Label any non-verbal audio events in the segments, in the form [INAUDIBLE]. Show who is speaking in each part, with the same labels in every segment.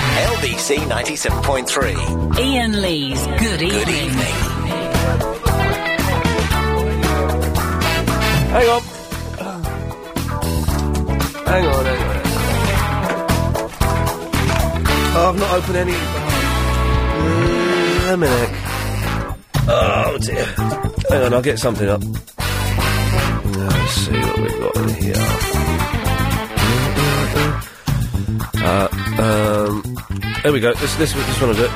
Speaker 1: SABC 97.3.
Speaker 2: Ian Lee's Good Evening.
Speaker 1: Good evening.
Speaker 3: Hang on. Hang on, hang on. Oh, I've not opened any. Oh. Lemonic. Oh dear. Hang on, I'll get something up. Let's see what we've got in here. Uh, um, there we go. This this this one will do it.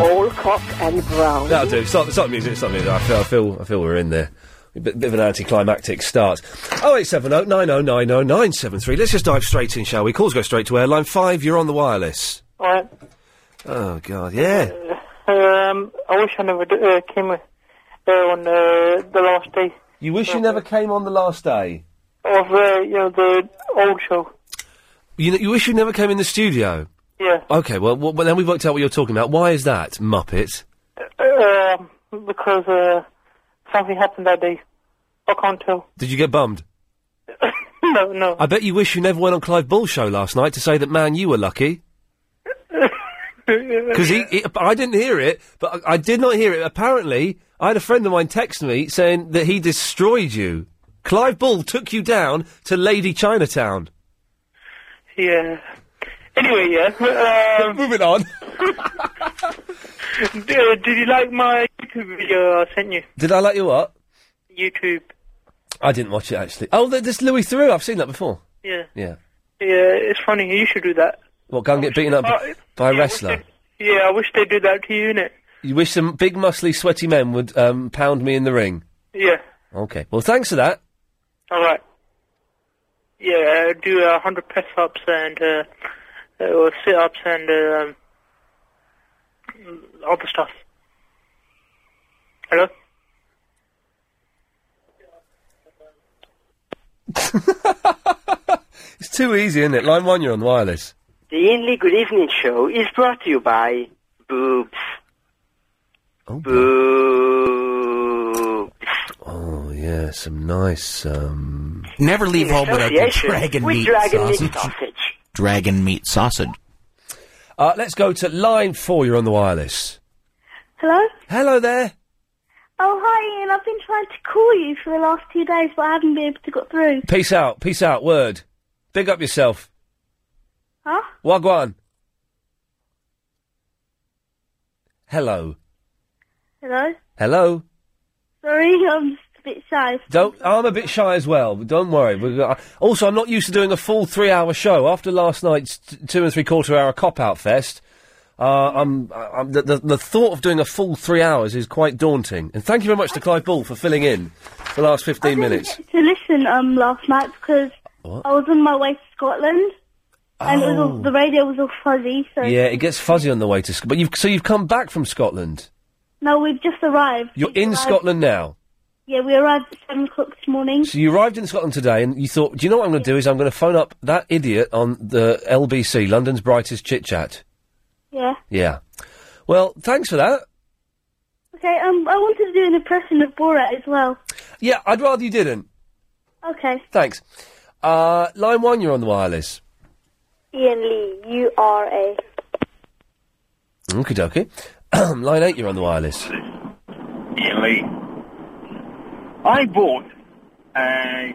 Speaker 4: All cock and brown.
Speaker 3: That'll do. Stop, stop the music. Stop the music. I feel, I feel, I feel we're in there. A bit, bit of an anticlimactic start. Oh eight seven oh nine oh nine oh nine seven three. Let's just dive straight in, shall we? Calls go straight to airline five. You're on the wireless.
Speaker 5: Right.
Speaker 3: Oh god, yeah.
Speaker 5: Um, I wish I never d- uh, came uh, on uh, the last day
Speaker 3: You wish you never came on the last day.
Speaker 5: of uh, you know the old show.
Speaker 3: You, kn- you wish you never came in the studio.
Speaker 5: Yeah.
Speaker 3: Okay, well, well, then we've worked out what you're talking about. Why is that, Muppet?
Speaker 5: Um, because uh, something happened that day. I can't tell. [LAUGHS]
Speaker 3: Did you get bummed?
Speaker 5: no, no.
Speaker 3: I bet you wish you never went on Clive Bull's show last night to say that, man, you were lucky. Because he, he- I didn't hear it, but I, I did not hear it. Apparently, I had a friend of mine text me saying that he destroyed you. Clive Bull took you down to Lady Chinatown.
Speaker 5: Yeah. Anyway, yeah. Um,
Speaker 3: [LAUGHS] Moving on.
Speaker 5: [LAUGHS] d- uh, did you like my YouTube video I sent you?
Speaker 3: Did I like you up?
Speaker 5: YouTube.
Speaker 3: I didn't watch it actually. Oh, th- this Louis Theroux. I've seen that before.
Speaker 5: Yeah.
Speaker 3: Yeah.
Speaker 5: Yeah. It's funny. You should do that.
Speaker 3: What? Go and get beaten up
Speaker 5: Uh,
Speaker 3: by a wrestler.
Speaker 5: Yeah. I wish they'd do that to you, innit?
Speaker 3: You wish some big, muscly, sweaty men would um, pound me in the ring.
Speaker 5: Yeah.
Speaker 3: Okay. Well, thanks for that.
Speaker 5: All right. Yeah, uh, do a hundred press ups and uh, uh, or sit ups and um, other stuff. Hello.
Speaker 3: It's too easy, isn't it? Line one, you're on the wireless.
Speaker 4: The Ian Lee Good Evening Show is brought to you by boobs.
Speaker 3: Oh,
Speaker 4: Boobs.
Speaker 3: Oh yeah, some nice. Um...
Speaker 6: Never leave
Speaker 4: In
Speaker 6: home without your
Speaker 4: association
Speaker 6: dragon
Speaker 4: with
Speaker 6: meat
Speaker 4: dragon
Speaker 6: sausage.
Speaker 4: meat sausage.
Speaker 6: Dragon meat sausage.
Speaker 3: Uh, let's go to line four. You're on the wireless.
Speaker 7: Hello?
Speaker 3: Hello there.
Speaker 7: Oh, hi, Ian. I've been trying to call you for the last two days, but I haven't been able to get through.
Speaker 3: Peace out. Peace out. Word. Big up yourself.
Speaker 7: Huh?
Speaker 3: Wagwan. Hello.
Speaker 7: Hello?
Speaker 3: Hello.
Speaker 7: Sorry, [LAUGHS] I'm just a bit shy.
Speaker 3: Don't. I'm a bit shy as well. But don't worry. We've got- Also, I'm not used to doing a full three-hour show. After last night's t- two and three-quarter-hour cop-out fest, uh, I'm, I'm the, the, the thought of doing a full three hours is quite daunting. And thank you very much to Clive Ball for filling in the last fifteen minutes.
Speaker 7: To listen um last night because
Speaker 3: What?
Speaker 7: I was on my way to Scotland and it was all,
Speaker 3: Oh.
Speaker 7: the radio was all fuzzy. So
Speaker 3: Yeah, it gets fuzzy on the way to. Sc- But you've so you've come back from Scotland.
Speaker 7: no, we've just arrived.
Speaker 3: You're
Speaker 7: We've
Speaker 3: in
Speaker 7: arrived-
Speaker 3: Scotland now.
Speaker 7: Yeah, we arrived at seven o'clock this morning.
Speaker 3: So you arrived in Scotland today, and you thought, do you know what I'm going to do? Is I'm going to phone up that idiot on the LBC, London's brightest chit chat.
Speaker 7: Yeah.
Speaker 3: Yeah. Well, thanks for that.
Speaker 7: Okay. Um, I wanted to do an impression of Borat as well.
Speaker 3: Yeah, I'd rather you didn't.
Speaker 7: Okay.
Speaker 3: Thanks. Uh, line one, you're on the wireless.
Speaker 7: Ian Lee, you are a.
Speaker 3: Okie dokie. [CLEARS THROAT] line eight, you're on the wireless.
Speaker 8: Ian Lee. I bought a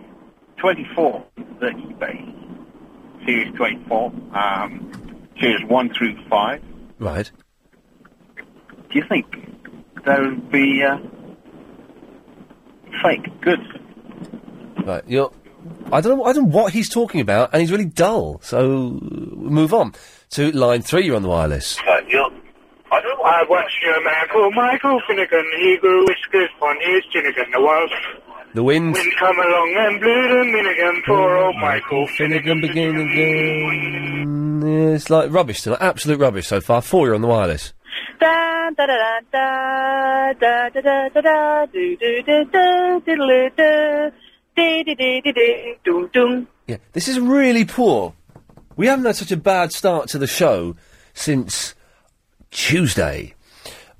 Speaker 8: 24 that eBay, Series 24, um, Series 1 through 5.
Speaker 3: Right.
Speaker 8: Do you think that would be uh, fake goods?
Speaker 3: Right. You're. I don't know. I don't know what he's talking about, and he's really dull. So uh, move on to line three. You're on the wireless.
Speaker 8: I don't I watch your man called Michael Finnegan. He grew whiskers on his Finnegan. The world
Speaker 3: The wind.
Speaker 8: come along and blew the minigun for old oh, Michael
Speaker 3: Finnegan begin again. Yeah, it's like rubbish tonight. Absolute rubbish so far. Four, you're on the wireless.
Speaker 5: Da da da da da da da da da do do do do diddle
Speaker 7: Uh,
Speaker 5: do dee dee dee dee dee dum dum.
Speaker 3: Yeah, this is really poor. We haven't had such a bad start to the show since Tuesday.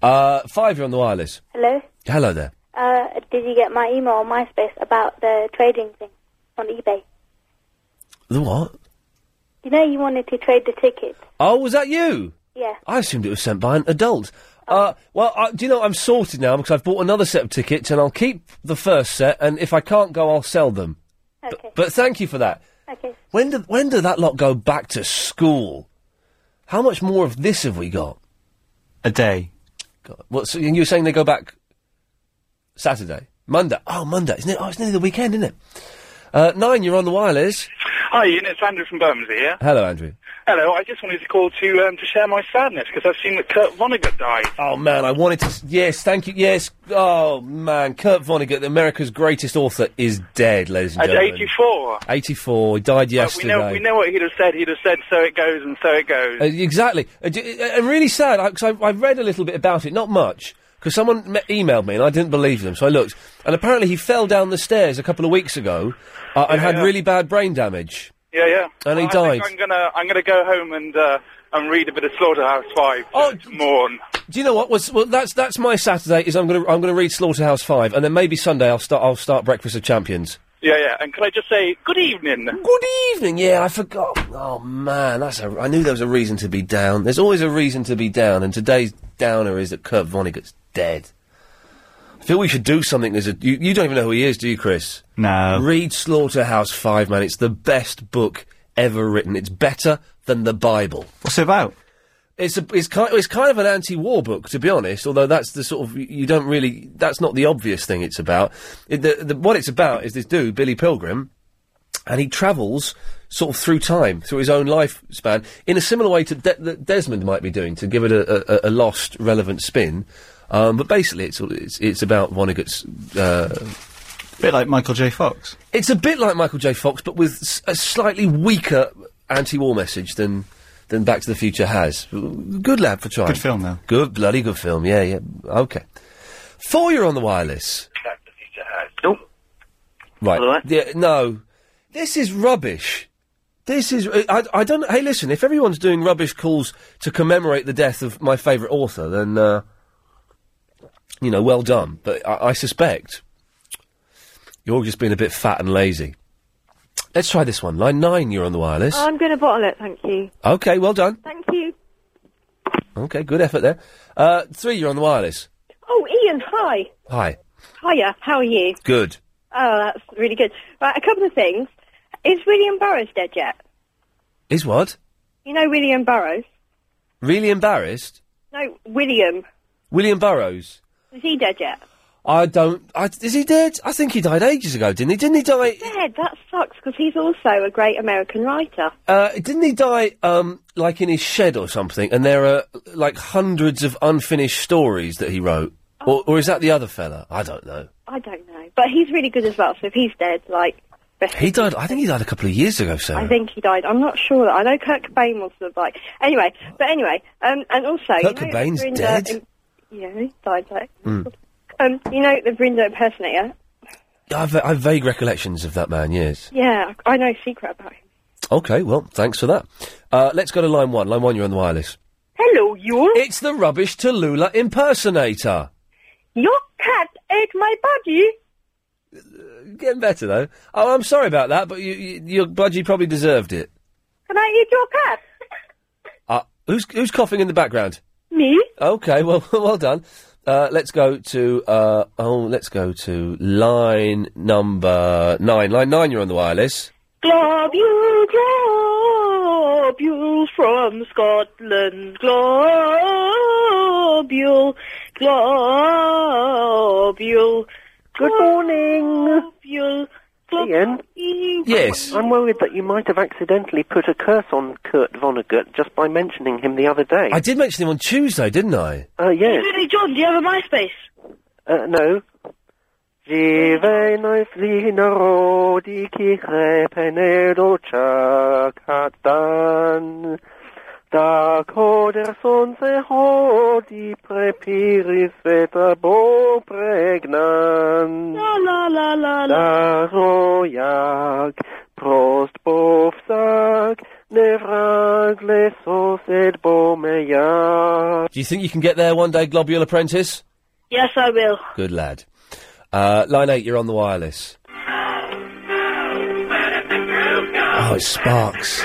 Speaker 3: Uh, five, you're on the wireless.
Speaker 9: Hello.
Speaker 3: Hello there.
Speaker 9: Uh, did you get my email on MySpace about the trading thing on eBay?
Speaker 3: The what?
Speaker 9: You know you wanted to trade the tickets.
Speaker 3: Oh, was that you?
Speaker 9: Yeah.
Speaker 3: I assumed it was sent by an adult. Uh, well, I, do you know I'm sorted now because I've bought another set of tickets and I'll keep the first set, and if I can't go, I'll sell them.
Speaker 9: Okay.
Speaker 3: But thank you for that.
Speaker 9: Okay.
Speaker 3: When do when do that lot go back to school? How much more of this have we got? A day. God. What? So you're saying they go back Saturday, Monday? Oh, Monday. Isn't it? Oh, it's nearly the weekend, isn't it? Uh, nine. You're on the wire, Liz.
Speaker 8: Hi, Ian. It's Andrew from Bermondsey here.
Speaker 3: Hello, Andrew.
Speaker 8: Hello. I just wanted to call to um, to share my sadness because I've seen that Kurt Vonnegut died.
Speaker 3: Oh man, I wanted to. s- Yes, thank you. Yes. Oh man, Kurt Vonnegut, America's greatest author, is dead, ladies and
Speaker 8: At
Speaker 3: gentlemen.
Speaker 8: 84.
Speaker 3: 84. He died
Speaker 8: But we
Speaker 3: yesterday.
Speaker 8: know we know what he'd have said. He'd have said, "So it goes, and so it goes."
Speaker 3: Uh, exactly. Uh, d- uh, and really sad, because I, I read a little bit about it, not much, because someone me- emailed me and I didn't believe them, so I looked. And apparently he fell down the stairs a couple of weeks ago uh, and
Speaker 8: Yeah,
Speaker 3: had
Speaker 8: yeah.
Speaker 3: really bad brain damage.
Speaker 8: Yeah, yeah.
Speaker 3: And he
Speaker 8: Well, I think
Speaker 3: died.
Speaker 8: I'm gonna I'm gonna go home and uh, and read a bit of Slaughterhouse Five to,
Speaker 3: Oh,
Speaker 8: to mourn.
Speaker 3: Do you know what? Was, well, that's that's my Saturday. Is I'm gonna I'm gonna read Slaughterhouse Five, and then maybe Sunday I'll start I'll start Breakfast of Champions.
Speaker 8: Yeah, yeah. And can I just say good evening?
Speaker 3: Good evening. Yeah, I forgot. Oh man, that's a. I knew there was a reason to be down. There's always a reason to be down, and today's downer is that Kurt Vonnegut's dead. I feel we should do something. There's a. You, you don't even know who he is, do you, Chris? No. Read Slaughterhouse Five, man. It's the best book ever written. It's better than the Bible. What's it about? It's a, it's kind it's kind of an anti-war book to be honest. Although that's the sort of you don't really that's not the obvious thing it's about. It, the, the, what it's about is this dude Billy Pilgrim, and he travels sort of through time, through his own lifespan, in a similar way to De- that Desmond might be doing to give it a, a, a lost, relevant spin. Um, but basically, it's, all- it's it's about Vonnegut's. Uh, bit like Michael J. Fox. It's a bit like Michael J. Fox, but with s- a slightly weaker anti-war message than than Back to the Future has. Good lad for trying. Good film though. Good bloody good film. Yeah, yeah. Okay. Four, you're on the wireless. Right. Yeah, no. This is rubbish. This is. I, I don't. Hey, listen, if everyone's doing rubbish calls to commemorate the death of my favourite author, then, uh, you know, well done. But I, I suspect you're just being a bit fat and lazy. Let's try this one. Line 9, you're on the wireless.
Speaker 7: I'm going to bottle it, thank you.
Speaker 3: okay, well done.
Speaker 7: Thank you.
Speaker 3: Okay, good effort there. Uh, 3, you're on the wireless.
Speaker 7: Oh, Ian, hi.
Speaker 3: Hi.
Speaker 7: Hiya, how are you?
Speaker 3: Good.
Speaker 7: Oh, that's really good. Right, a couple of things. Is William Burroughs dead yet?
Speaker 3: Is what?
Speaker 7: You know William Burroughs?
Speaker 3: Really embarrassed?
Speaker 7: No, William.
Speaker 3: William Burroughs.
Speaker 7: Is he dead yet?
Speaker 3: I don't. I, is he dead? I think he died ages ago, didn't he? Didn't he die?
Speaker 7: Dead, that sucks, because he's also a great American writer.
Speaker 3: Uh, didn't he die, um, like in his shed or something? And there are like hundreds of unfinished stories that he wrote, or, or is that the other fella? I don't know.
Speaker 7: I don't know. But he's really good as well, so if he's dead, like, rest
Speaker 3: He died. I think he died a couple of years ago, Sarah.
Speaker 7: I think he died. I'm not sure. I know Kurt Cobain was sort of like anyway. But anyway, um, and also
Speaker 3: Kurt
Speaker 7: you know,
Speaker 3: Cobain's
Speaker 7: Brenda,
Speaker 3: dead?
Speaker 7: um, yeah, he died. Like,
Speaker 3: Mm.
Speaker 7: um, you know the Brenda impersonator.
Speaker 3: I've, I've vague recollections of that man. Yes.
Speaker 7: Yeah, I know a secret about him.
Speaker 3: Okay. Well, thanks for that. Uh, let's go to line one. Line one, you're on the wireless.
Speaker 10: Hello, you.
Speaker 3: It's the rubbish Tallulah impersonator.
Speaker 10: Your cat ate my body.
Speaker 3: Uh, Getting better though. Oh, I'm sorry about that, but you, you, your budgie probably deserved it.
Speaker 10: Can I eat your cat?
Speaker 3: Uh, who's who's coughing in the background?
Speaker 10: Me?
Speaker 3: Okay, well, [LAUGHS] well done. Uh, let's go to uh, oh, let's go to line number nine. Line nine, you're on the wireless.
Speaker 10: Globule, globule from Scotland. Globule, globule. Good morning. Globule,
Speaker 11: Ian? I'm worried that you might have accidentally put a curse on Kurt Vonnegut just by mentioning him the other day.
Speaker 3: I did mention him on Tuesday, didn't I?
Speaker 11: Uh, yes.
Speaker 10: Hey, John, do you have a MySpace?
Speaker 11: Uh, no. Живей на народики чакатан. Так ходер солнце ходи препири света бо прегнан.
Speaker 10: La la la la
Speaker 11: Uh,
Speaker 10: la.
Speaker 11: Daro jak prost povsak ne vragle sosed bomeja.
Speaker 3: Do you think you can get there one day, Globule Apprentice?
Speaker 10: Yes, I will.
Speaker 3: Good lad. Uh, line eight, you're on the wireless. Oh, it sparks.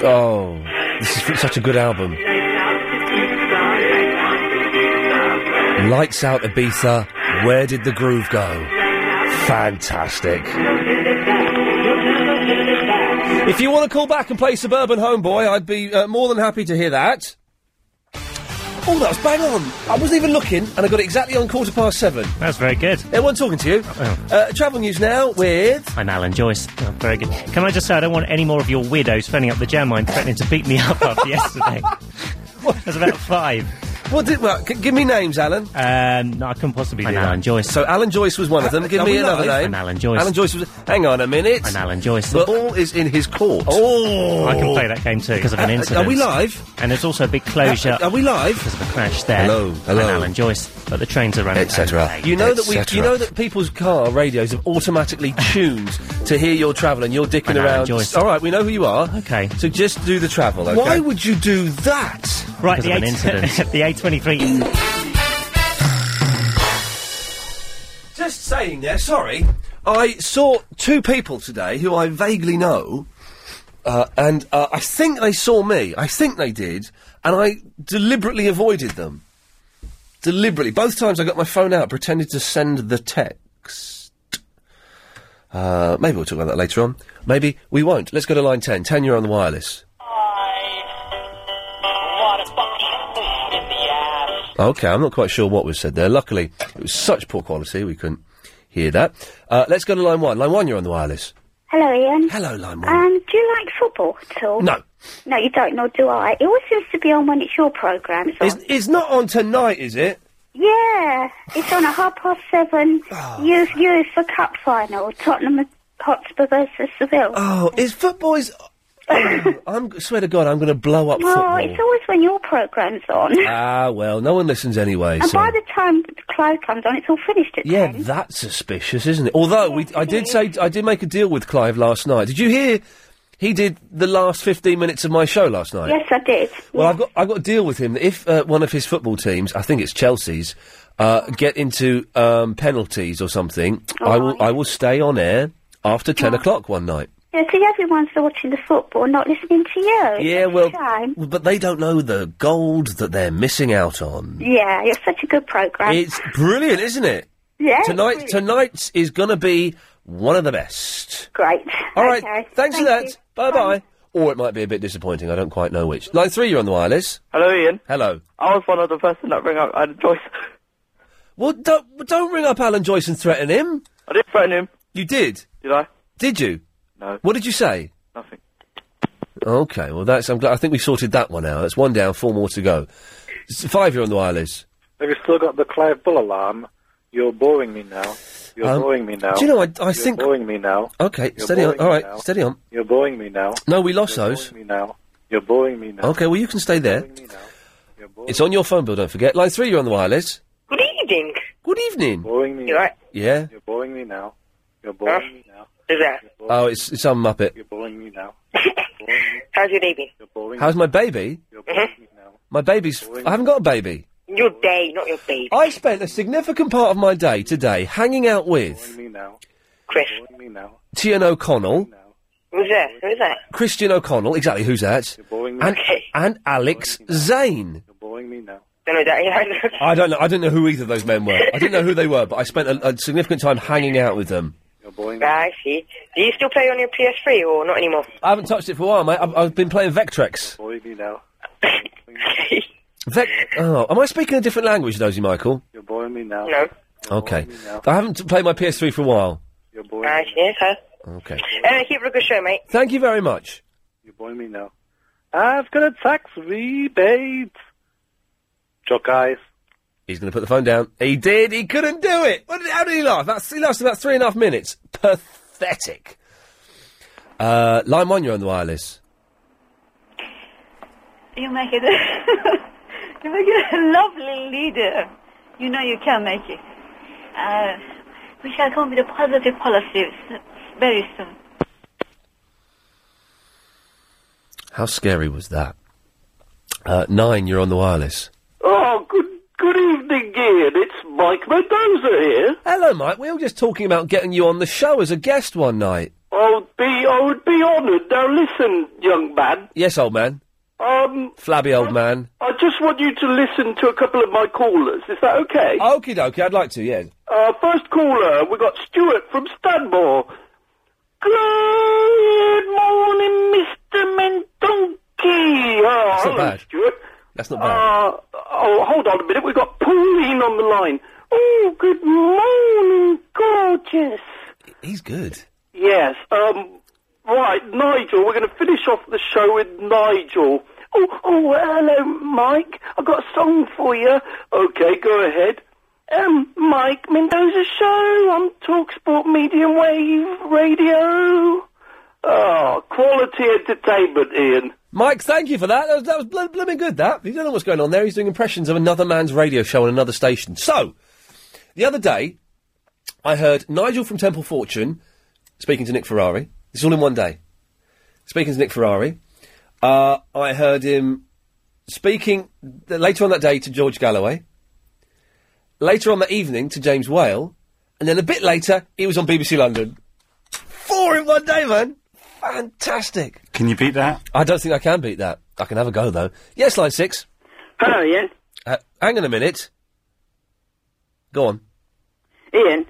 Speaker 3: Oh, such a good album. Lights Out Ibiza, Where Did the Groove Go? Fantastic. If you want to call back and play Suburban Homeboy, I'd be uh, more than happy to hear that. Oh, that was bang on. I wasn't even looking, and I got it exactly on quarter past seven.
Speaker 12: That's very good.
Speaker 3: Anyone talking to you? Uh, travel news now with.
Speaker 12: Oh, I'm Alan Joyce. Oh, very good. Can I just say I don't want any more of your weirdos phoning up the jam line threatening to beat me up after
Speaker 3: [LAUGHS]
Speaker 12: yesterday. That's about five.
Speaker 3: What did? Well, c- give me names, Alan.
Speaker 12: Um, no, I couldn't possibly do that. Alan Joyce.
Speaker 3: So Alan Joyce was one of them. Give
Speaker 12: Are
Speaker 3: me
Speaker 12: we
Speaker 3: another
Speaker 12: live?
Speaker 3: name.
Speaker 12: I'm Alan Joyce.
Speaker 3: Alan Joyce was. Hang on a minute.
Speaker 12: I'm Alan Joyce.
Speaker 3: The ball is in his court. Oh,
Speaker 12: I can play that game too because of an
Speaker 3: Uh, uh,
Speaker 12: incident.
Speaker 3: are we live?
Speaker 12: And there's also a big closure.
Speaker 3: Uh, are we live?
Speaker 12: Because of a crash there.
Speaker 3: Hello, hello.
Speaker 12: I'm Alan Joyce, but the trains are running.
Speaker 3: Etc. You know that we. You
Speaker 12: etc..
Speaker 3: know that people's car radios
Speaker 12: [LAUGHS]
Speaker 3: have automatically tuned to hear your travel and you're dicking
Speaker 12: I'm Alan
Speaker 3: around.
Speaker 12: Joyce.
Speaker 3: All right, we know who you are.
Speaker 12: Okay.
Speaker 3: So just do the travel. Okay?
Speaker 12: Why
Speaker 3: would you do that?
Speaker 12: Right,
Speaker 3: Because
Speaker 12: the
Speaker 3: of an
Speaker 12: eight-
Speaker 3: incident.
Speaker 12: [LAUGHS] the A23.
Speaker 3: Just saying there, sorry. I saw two people today who I vaguely know, uh, and uh, I think they saw me. I think they did, and I deliberately avoided them. Deliberately. Both times I got my phone out, pretended to send the text. Uh, maybe we'll talk about that later on. Maybe we won't. Let's go to line 10. 10, you're on the wireless. Okay, I'm not quite sure what was said there. Luckily, it was such poor quality we couldn't hear that. Uh, let's go to line one. Line one, you're on the wireless.
Speaker 7: Hello, Ian.
Speaker 3: Hello, line one.
Speaker 7: Um, do you like football at all?
Speaker 3: No.
Speaker 7: No, you don't, nor do I. It always seems to be on when it's your programme. It's
Speaker 3: It's,
Speaker 7: on.
Speaker 3: it's not on tonight, is it?
Speaker 7: Yeah, it's on at half past seven.
Speaker 3: Ah.
Speaker 7: U- UEFA Cup final, Tottenham Hotspur versus Seville.
Speaker 3: Oh, is football's. [COUGHS] I'm swear to God, I'm going to blow up
Speaker 7: well,
Speaker 3: football.
Speaker 7: it's always when your programme's on.
Speaker 3: ah, well, no one listens anyway.
Speaker 7: and
Speaker 3: so.
Speaker 7: by the time Clive comes on, it's all finished at
Speaker 3: Yeah, that's suspicious, isn't it? Although we, I did say I did make a deal with Clive last night. Did you hear? He did the last fifteen minutes of my show last night.
Speaker 7: Yes, I did.
Speaker 3: Well, I've got I've got a deal with him that if uh, one of his football teams, I think it's Chelsea's, uh, get into um, penalties or something, I will I will stay on air after ten o'clock one night.
Speaker 7: Yeah, because everyone's watching the football, not listening to you.
Speaker 3: Yeah,
Speaker 7: It's a
Speaker 3: well,
Speaker 7: shame.
Speaker 3: but they don't know the gold that they're missing out on.
Speaker 7: Yeah, it's such a good programme.
Speaker 3: It's brilliant, isn't Uh, it?
Speaker 7: Yeah, it's
Speaker 3: Tonight,
Speaker 7: brilliant.
Speaker 3: tonight's is going to be one of the best.
Speaker 7: Great.
Speaker 3: All right.
Speaker 7: Okay.
Speaker 3: Thanks for
Speaker 7: Thank
Speaker 3: that. Bye bye. Or it might be a bit disappointing. I don't quite know which. Line three, you're on the wireless.
Speaker 10: Hello, Ian.
Speaker 3: Hello.
Speaker 10: I was one of the person that rang up Alan Joyce.
Speaker 3: Well, don't don't ring up Alan Joyce and threaten him.
Speaker 10: I didn't threaten him.
Speaker 3: You did.
Speaker 10: Did I?
Speaker 3: Did you?
Speaker 10: No.
Speaker 3: What did you say?
Speaker 10: Nothing.
Speaker 3: Okay. Well, that's. I'm glad. I think we sorted that one out. That's one down. Four more to go. S- Five, you're on the wireless.
Speaker 6: Have you still got the Clive Bull alarm? You're boring me now. You're
Speaker 3: Um,
Speaker 6: boring me now.
Speaker 3: do you know, I- I
Speaker 6: You're
Speaker 3: think-
Speaker 6: boring me now.
Speaker 3: Okay.
Speaker 6: You're
Speaker 3: steady on.
Speaker 6: boring
Speaker 3: All
Speaker 6: me
Speaker 3: right.
Speaker 6: now.
Speaker 3: Steady on.
Speaker 6: You're boring me now.
Speaker 3: No, we lost
Speaker 6: You're
Speaker 3: those.
Speaker 6: boring me now. You're boring me now.
Speaker 3: Okay. Well, you can stay there. It's on your phone bill. Don't forget. Line three, you're on the wireless.
Speaker 10: Good evening.
Speaker 3: Good evening.
Speaker 6: Boring me.
Speaker 10: You're right.
Speaker 3: Yeah.
Speaker 6: You're boring me now. You're boring me now.
Speaker 10: Is that?
Speaker 3: Oh, it's it's some muppet.
Speaker 6: You're boring me now.
Speaker 10: How's your baby?
Speaker 3: How's my baby?
Speaker 10: Mm-hmm.
Speaker 3: My baby's. I haven't got a baby.
Speaker 10: Your day, not your baby.
Speaker 3: I spent a significant part of my day today hanging out with
Speaker 6: Boring me now.
Speaker 10: Chris.
Speaker 6: Boring me now.
Speaker 3: Tian O'Connell,
Speaker 10: Who's that? Who is that?
Speaker 3: Christian O'Connell, exactly who's that,
Speaker 6: boring
Speaker 3: and, and Alex Zane.
Speaker 6: You're boring me now.
Speaker 10: Don't know that. Yeah.
Speaker 3: I don't know. I don't know who either of those men were. I didn't know who they were, but I spent a, a significant time hanging out with them.
Speaker 10: [LAUGHS] I see. Do you still play on your PS3 or not anymore?
Speaker 3: I haven't touched it for a while, mate. I've, I've been playing Vectrex.
Speaker 6: Boring me now.
Speaker 3: Vec- oh, am I speaking a different language, Nosy Michael?
Speaker 6: You're boring me now.
Speaker 10: No.
Speaker 3: Okay, I haven't played my PS3 for a while.
Speaker 6: You're boring.
Speaker 10: I see. Huh?
Speaker 3: Okay,
Speaker 10: Uh, keep a good show, mate.
Speaker 3: thank you very much.
Speaker 6: You're boring me now. I've got a tax rebate. Jock eyes.
Speaker 3: He's going to put the phone down. He did. He couldn't do it. What did, how did he laugh? That's, he lasted about three and a half minutes. Pathetic. Uh, line one, you're on the wireless.
Speaker 5: You make it. [LAUGHS] A, you make it a lovely leader. You know you can make it. Uh, we shall come with a positive policy s- very soon.
Speaker 3: How scary was that? Uh, nine, you're on the wireless.
Speaker 8: Oh, good good evening, Ian. It's Mike Mendoza here.
Speaker 3: Hello, Mike. We were just talking about getting you on the show as a guest one night.
Speaker 8: I would be I would be honoured. Now listen, young man.
Speaker 3: Yes, old man.
Speaker 8: Um,
Speaker 3: Flabby old man.
Speaker 8: I just want you to listen to a couple of my callers. Is that okay?
Speaker 3: Okie dokie, I'd like to, yeah.
Speaker 8: Uh, first caller, we got Stuart from Stanmore. Good morning, Mr. Mendonki. Oh,
Speaker 3: That's not
Speaker 8: hello,
Speaker 3: bad.
Speaker 8: Stuart.
Speaker 3: That's not bad.
Speaker 8: Uh, oh, hold on a minute. We've got Pauline on the line. Oh, good morning, gorgeous.
Speaker 3: He's good.
Speaker 8: Yes. Um, right, Nigel. We're going to finish off the show with Nigel. Oh, oh, hello, Mike. I've got a song for you. Okay, go ahead. Um, Mike Mendoza Show on Talksport Medium Wave Radio. Oh, quality entertainment, Ian.
Speaker 3: Mike, thank you for that. That was, that was blo- blooming good, that. You don't know what's going on there. He's doing impressions of another man's radio show on another station. So, the other day, I heard Nigel from Temple Fortune speaking to Nick Ferrari. It's all in one day. Speaking to Nick Ferrari. Uh, I heard him speaking th- later on that day to George Galloway. Later on that evening to James Whale. And then a bit later, he was on BBC London. Four in one day, man. Fantastic.
Speaker 13: Can you beat that?
Speaker 3: I don't think I can beat that. I can have a go though. Yes, line six.
Speaker 14: Hello, Ian.
Speaker 3: Uh, hang on a minute. Go on.
Speaker 14: Ian,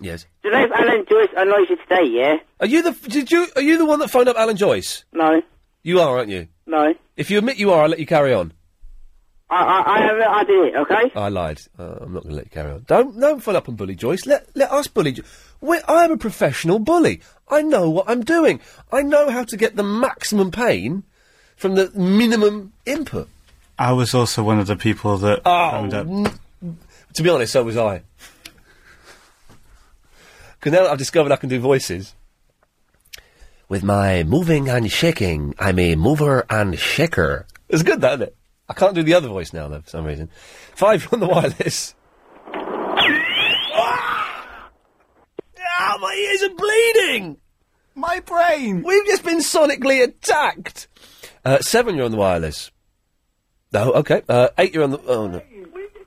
Speaker 3: Yes.
Speaker 14: do you know if Alan Joyce annoys you today, yeah?
Speaker 3: Are you the? Did you? Are you the one that phoned up Alan Joyce?
Speaker 14: No.
Speaker 3: You are, aren't you?
Speaker 14: No.
Speaker 3: If you admit you are, I'll let you carry on.
Speaker 14: I, I, I have no idea, okay?
Speaker 3: I lied. Uh, I'm not going to let you carry on. Don't don't phone up and bully Joyce. Let let us bully. Jo- We're, I'm a professional bully. I know what I'm doing. I know how to get the maximum pain from the minimum input.
Speaker 13: I was also one of the people that
Speaker 3: Oh,
Speaker 13: phoned up.
Speaker 3: n- to be honest, so was I. Because now that I've discovered I can do voices. With my moving and shaking, I'm a mover and shaker. It's good, that, isn't it? I can't do the other voice now, though, for some reason. Five on the wireless. Ah, my ears are bleeding!
Speaker 13: My brain!
Speaker 3: We've just been sonically attacked! Uh, seven, you're on the wireless. No, okay. Uh, eight, you're on the. Oh, no.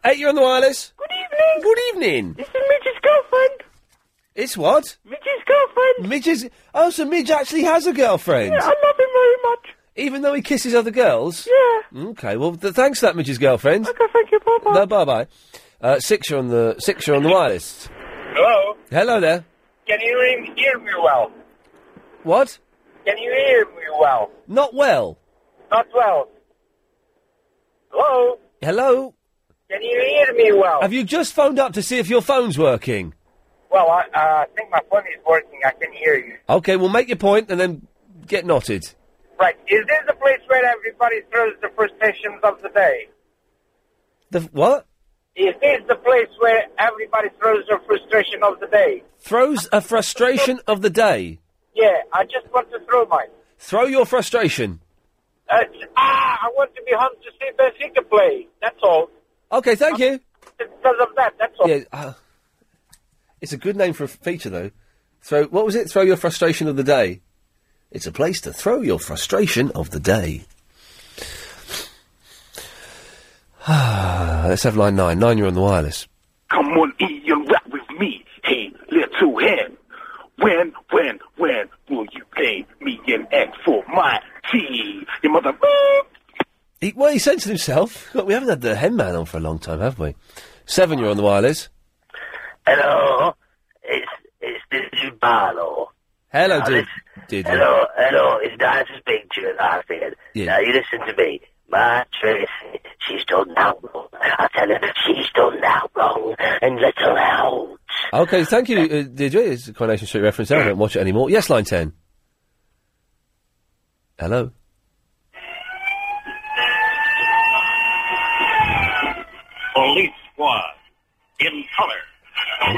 Speaker 3: Eight, you're on the wireless. Good evening. Good evening. This is Midge's girlfriend. It's what? Midge's girlfriend. Midge's. Oh, so Midge actually has a girlfriend.
Speaker 15: Yeah, I love him very much.
Speaker 3: Even though he kisses other girls? Yeah. Okay, well, th- thanks for that, Midge's girlfriend. Okay, thank you, bye-bye. No, bye-bye. Uh, six, you're on the, six, you're on the wireless.
Speaker 16: Hello?
Speaker 3: Hello there.
Speaker 16: Can you hear- hear me well?
Speaker 3: What?
Speaker 16: Can you hear me well?
Speaker 3: Not well.
Speaker 16: Not well. Hello?
Speaker 3: Hello?
Speaker 16: Can you hear me well?
Speaker 3: Have you just phoned up to see if your phone's working?
Speaker 16: Well, I, uh, I think my phone is working. I can hear you.
Speaker 3: Okay, well, make your point and then get knotted.
Speaker 16: Right. Is this the place where everybody throws the frustrations of the day?
Speaker 3: The f- what?
Speaker 16: Is this the place where everybody throws their frustration of the day?
Speaker 3: Throws a frustration of the day.
Speaker 16: Yeah, I just want to throw mine.
Speaker 3: Throw your frustration.
Speaker 16: Uh, ah, I want to be home to see Benfica play. That's all.
Speaker 3: Okay, thank you.
Speaker 16: Because of that, that's all.
Speaker 3: Yeah, uh, it's a good name for a feature, though. Throw what was it? Throw your frustration of the day. It's a place to throw your frustration of the day. [SIGHS] Let's have line nine. Nine, you're on the wireless.
Speaker 17: Come on, Ian, rap with me. Hey, little hen. When, when, when will you pay me an X for my tea? Your mother.
Speaker 3: He, well, he censored himself. Look, we haven't had the hen man on for a long time, have we? Seven, you're on the wireless.
Speaker 10: Hello, it's it's Dizzy Barlow.
Speaker 3: Hello,
Speaker 10: Now,
Speaker 3: dude.
Speaker 10: listen-
Speaker 3: Did
Speaker 10: hello, hello, it's nice to speak to you, Arthur.
Speaker 3: Yeah.
Speaker 10: Now you listen to me. My Tracy, she's done that wrong. I tell her she's done that wrong, and let her out.
Speaker 3: Okay, thank you, uh, Deirdre. It's a Coronation Street reference. I don't watch it anymore. Yes, line 10. Hello.
Speaker 18: Police squad in color.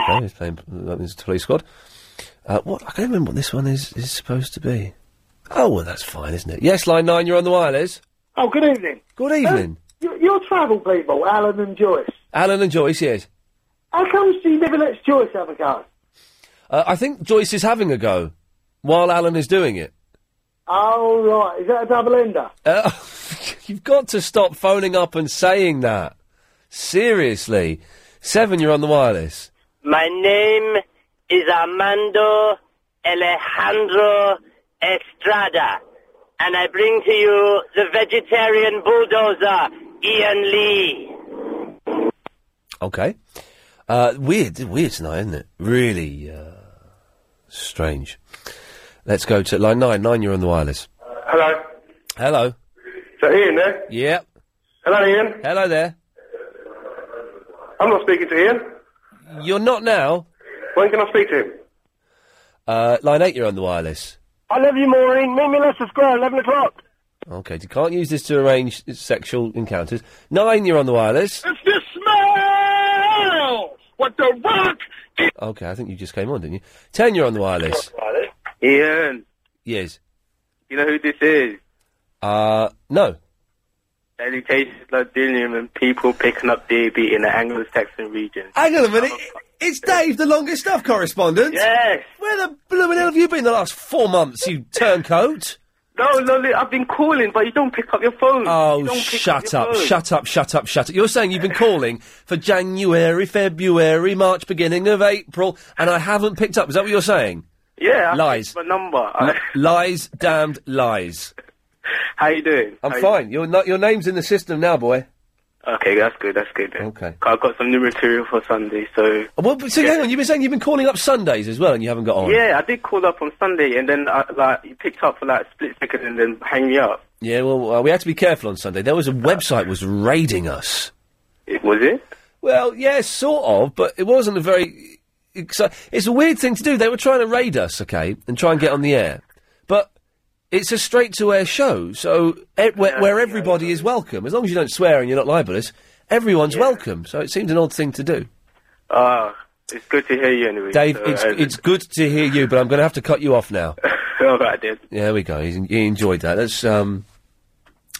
Speaker 3: Okay, he's playing like this police squad. Uh, what? I can't remember what this one is, is supposed to be. Oh, well, that's fine, isn't it? Yes, line 9, you're on the wireless.
Speaker 19: Oh, good evening.
Speaker 3: Good evening.
Speaker 19: You're, you're travel people, Alan and Joyce.
Speaker 3: Alan and Joyce, yes.
Speaker 19: How come she never lets Joyce have a go?
Speaker 3: Uh, I think Joyce is having a go while Alan is doing it.
Speaker 19: Oh, right. Is that a double ender?
Speaker 3: Uh, [LAUGHS] you've got to stop phoning up and saying that. Seriously. 7, you're on the wireless.
Speaker 20: My name is Armando Alejandro Estrada.
Speaker 21: and I bring to you the vegetarian bulldozer, Ian Lee.
Speaker 3: Okay. Uh, weird, weird tonight, isn't it? Really uh, strange. Let's go to line nine. Nine, you're on the wireless.
Speaker 10: Hello.
Speaker 3: Hello.
Speaker 10: So Ian there?
Speaker 3: Yep.
Speaker 10: Hello, Ian.
Speaker 3: Hello there.
Speaker 10: I'm not speaking to Ian.
Speaker 3: You're not now.
Speaker 10: When can I speak to him?
Speaker 3: Uh, line eight, you're on the wireless.
Speaker 22: I love you, Maureen. Meet me Leicester Square, 11 o'clock.
Speaker 3: Okay, you can't use this to arrange sexual encounters. Nine, you're on the wireless.
Speaker 22: It's the smell!
Speaker 12: What the rock?
Speaker 3: Okay, I think you just came on, didn't you? Ten, you're on the wireless.
Speaker 5: Ian,
Speaker 3: Yes.
Speaker 5: you know who this is?
Speaker 3: Uh, no.
Speaker 5: Education is like dealing with people picking up DB in the Anglo-Saxon region.
Speaker 3: Hang on a minute. It's Dave, the longest stuff correspondent.
Speaker 5: Yes.
Speaker 3: Where the blooming hell have you been the last four months, you turncoat?
Speaker 5: No, no, li- I've been calling, but you don't pick up your phone.
Speaker 3: Oh,
Speaker 5: You don't pick
Speaker 3: shut
Speaker 5: your
Speaker 3: up,
Speaker 5: phone.
Speaker 3: shut up, shut up, shut up. You're saying you've been calling for January, February, March, beginning of April, and I haven't picked up. Is that what you're saying?
Speaker 5: Yeah, I
Speaker 3: Lies.
Speaker 5: picked My number.
Speaker 3: L-
Speaker 5: [LAUGHS]
Speaker 3: lies, damned lies.
Speaker 5: How you doing?
Speaker 3: I'm
Speaker 5: How you-
Speaker 3: fine. Your no- your name's in the system now, boy.
Speaker 5: Okay, that's good. That's good. Then. Okay. I've got some new material for Sunday, so
Speaker 3: Oh, Well, but so hang on. You've been saying you've been calling up Sundays as well, and you haven't got on.
Speaker 5: yeah, I did call up on Sunday, and then I, like you picked up for like a split second, and then hang
Speaker 3: [LAUGHS]
Speaker 5: me up.
Speaker 3: Yeah, well, uh, we had to be careful on Sunday. There was a website was raiding us.
Speaker 5: It, was it?
Speaker 3: Well, yeah, sort of, but it wasn't a very. exci- It's a weird thing to do. They were trying to raid us, okay, and try and get on the air, but it's a straight-to-air show, so e- where, where everybody is welcome, as long as you don't swear and you're not libelous, everyone's welcome. So it seemed an odd thing to do.
Speaker 5: Ah, it's good to hear you anyway.
Speaker 3: Dave,
Speaker 5: so,
Speaker 3: it's,
Speaker 5: uh,
Speaker 3: it's good to hear you, but I'm going to have to cut you off now.
Speaker 5: [LAUGHS] all right, then.
Speaker 3: Yeah, there we go. He's, he enjoyed that. That's um.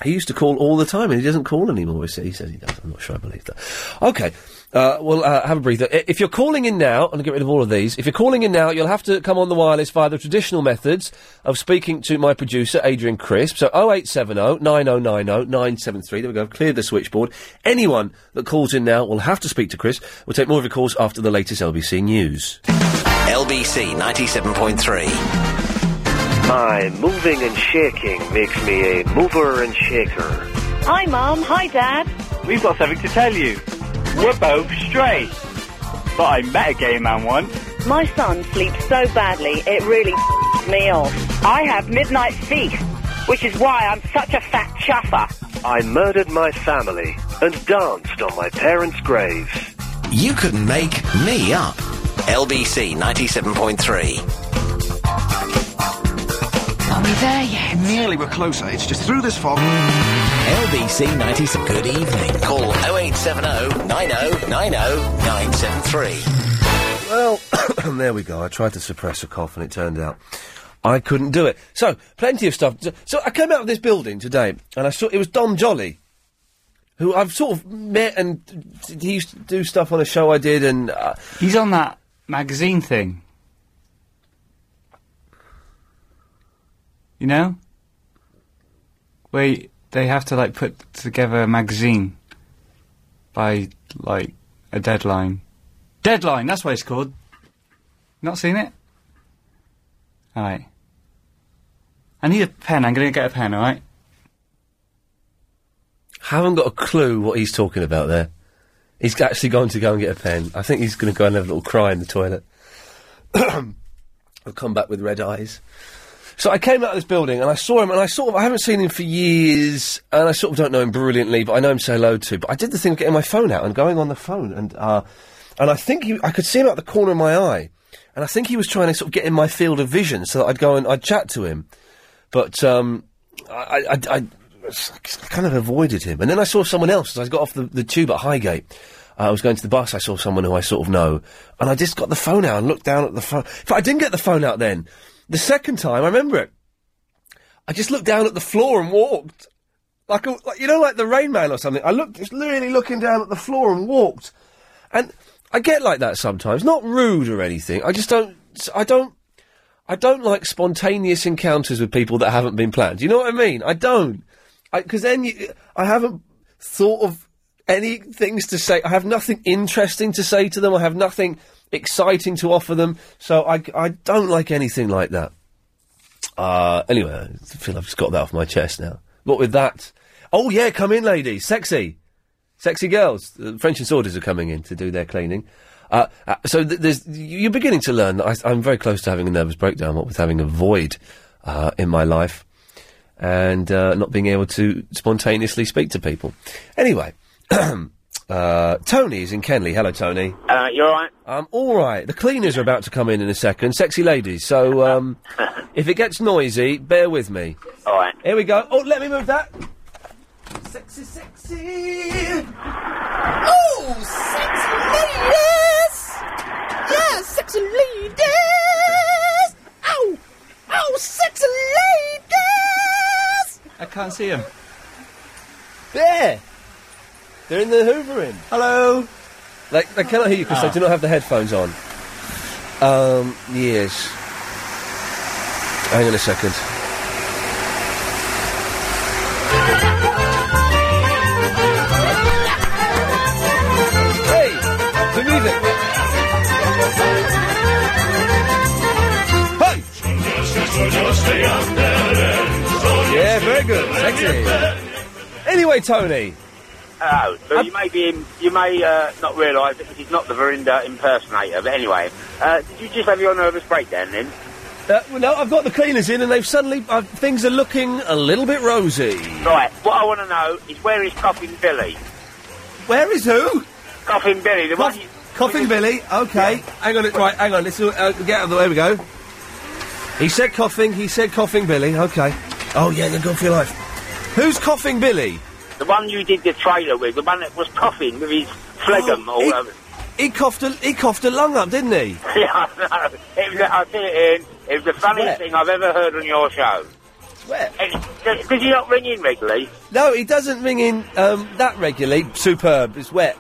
Speaker 3: He used to call all the time, and he doesn't call anymore. He sa- he says he does. I'm not sure I believe that. Okay, uh, well, uh, have a breather. I- If you're calling in now, I'm going to get rid of all of these. If you're calling in now, you'll have to come on the wireless via the traditional methods of speaking to my producer, Adrian Crisp. So 0870 9090 973. There we go. I've cleared the switchboard. Anyone that calls in now will have to speak to Chris. We'll take more of your calls after the latest LBC news.
Speaker 1: LBC 97.3.
Speaker 23: My moving and shaking makes me a mover and shaker.
Speaker 11: Hi, Mum. Hi, Dad.
Speaker 24: We've got something to tell you. We're both straight. But I met a gay man once.
Speaker 11: My son sleeps so badly, it really me off.
Speaker 21: I have midnight feet, which is why I'm such a fat chaffer.
Speaker 23: I murdered my family and danced on my parents' graves.
Speaker 1: You could make me up. LBC 97.3.
Speaker 25: Are we there yet?
Speaker 1: Nearly, we're closer. It's just through this fog. LBC 97. Good evening. Call 0870 90 90 973.
Speaker 3: Well, [COUGHS] there we go. I tried to suppress a cough and it turned out I couldn't do it. So, plenty of stuff. So, I came out of this building today and I saw it was Dom Jolly, who I've sort of met and d- he used to do stuff on a show I did and. Uh,
Speaker 26: He's on that magazine thing. You know? Where y- they have to, like, put together a magazine by, like, a deadline. Deadline, that's what it's called. Not seen it? Alright. I need a pen, I'm gonna get a pen, alright?
Speaker 3: haven't got a clue what he's talking about there. He's actually gone to go and get a pen. I think he's going to go and have a little cry in the toilet. [CLEARS THROAT] He'll come back with red eyes. So I came out of this building and I saw him, and I sort of I haven't seen him for years, and I sort of don't know him brilliantly, but I know him to say hello to. But I did the thing of getting my phone out and going on the phone, and uh, and I think he, I could see him out the corner of my eye, and I think he was trying to sort of get in my field of vision so that I'd go and I'd chat to him, but um, I, I, I, I kind of avoided him. And then I saw someone else as I got off the, the tube at Highgate. Uh, I was going to the bus. I saw someone who I sort of know, and I just got the phone out and looked down at the phone. In fact, I didn't get the phone out then. The second time, I remember it. I just looked down at the floor and walked, like, a, like you know, like the Rain Man or something. I looked, just really looking down at the floor and walked, and I get like that sometimes. Not rude or anything. I just don't. I don't. I don't like spontaneous encounters with people that haven't been planned. You know what I mean? I don't. Because then you, I haven't thought of any things to say. I have nothing interesting to say to them. I have nothing exciting to offer them. So I, I don't like anything like that. Uh, anyway, I feel I've just got that off my chest now. What with that? Oh yeah, come in, ladies, sexy, sexy girls. The French and Saunders are coming in to do their cleaning. Uh, uh, so th- there's, you're beginning to learn that I, I'm very close to having a nervous breakdown. What with having a void uh, in my life and uh, not being able to spontaneously speak to people. Anyway, [CLEARS THROAT] uh, Tony is in Kenley. Hello, Tony.
Speaker 27: Uh, you alright?
Speaker 3: I'm all right. The cleaners are about to come in in a second. Sexy ladies. So
Speaker 27: [LAUGHS]
Speaker 3: um, if it gets noisy, bear with me.
Speaker 27: All right.
Speaker 3: Here we go. Oh, let me move that.
Speaker 7: Sexy, sexy. Oh, sexy ladies. Yeah, sexy ladies. Oh, oh, sexy ladies.
Speaker 26: I can't see him.
Speaker 3: There. They're in the hoovering. Hello. Like they cannot hear you
Speaker 26: Ah.
Speaker 3: because
Speaker 5: Ah.
Speaker 3: they do not have the headphones on. Um. Yes. Hang on a second. Hey, the music. Hey. Yeah, very good. Sexy. Anyway, Tony.
Speaker 27: Hello. Oh, So you may be, in, you may uh, not realise that he's not the Verinda uh, impersonator. But anyway, uh, did you just have your nervous breakdown then?
Speaker 3: Uh, well, no, I've got the cleaners in, and they've suddenly uh, things are looking a little bit rosy.
Speaker 27: Right. What I want to know is where is Coffin Billy?
Speaker 3: Where is who?
Speaker 27: Coffin Billy, the one. You,
Speaker 3: Coffin Billy. Okay, hang on. it- Right, hang on. Let's uh, get out of the way. We go. He said coughing. He said coughing. Billy. Okay. Oh yeah, then go for your life. Who's coughing Billy?
Speaker 27: the one you did the trailer with, the one that was coughing with his phlegm all
Speaker 3: Oh, he-
Speaker 27: over.
Speaker 3: He coughed. A, he coughed a lung up, didn't he?
Speaker 27: [LAUGHS] yeah, I know. It was, I tell you, Ian, it was the funniest thing I've ever heard on your show.
Speaker 3: Where?
Speaker 27: Does, does he not ring in regularly?
Speaker 3: No, he doesn't ring in um, that regularly. Superb. It's wet.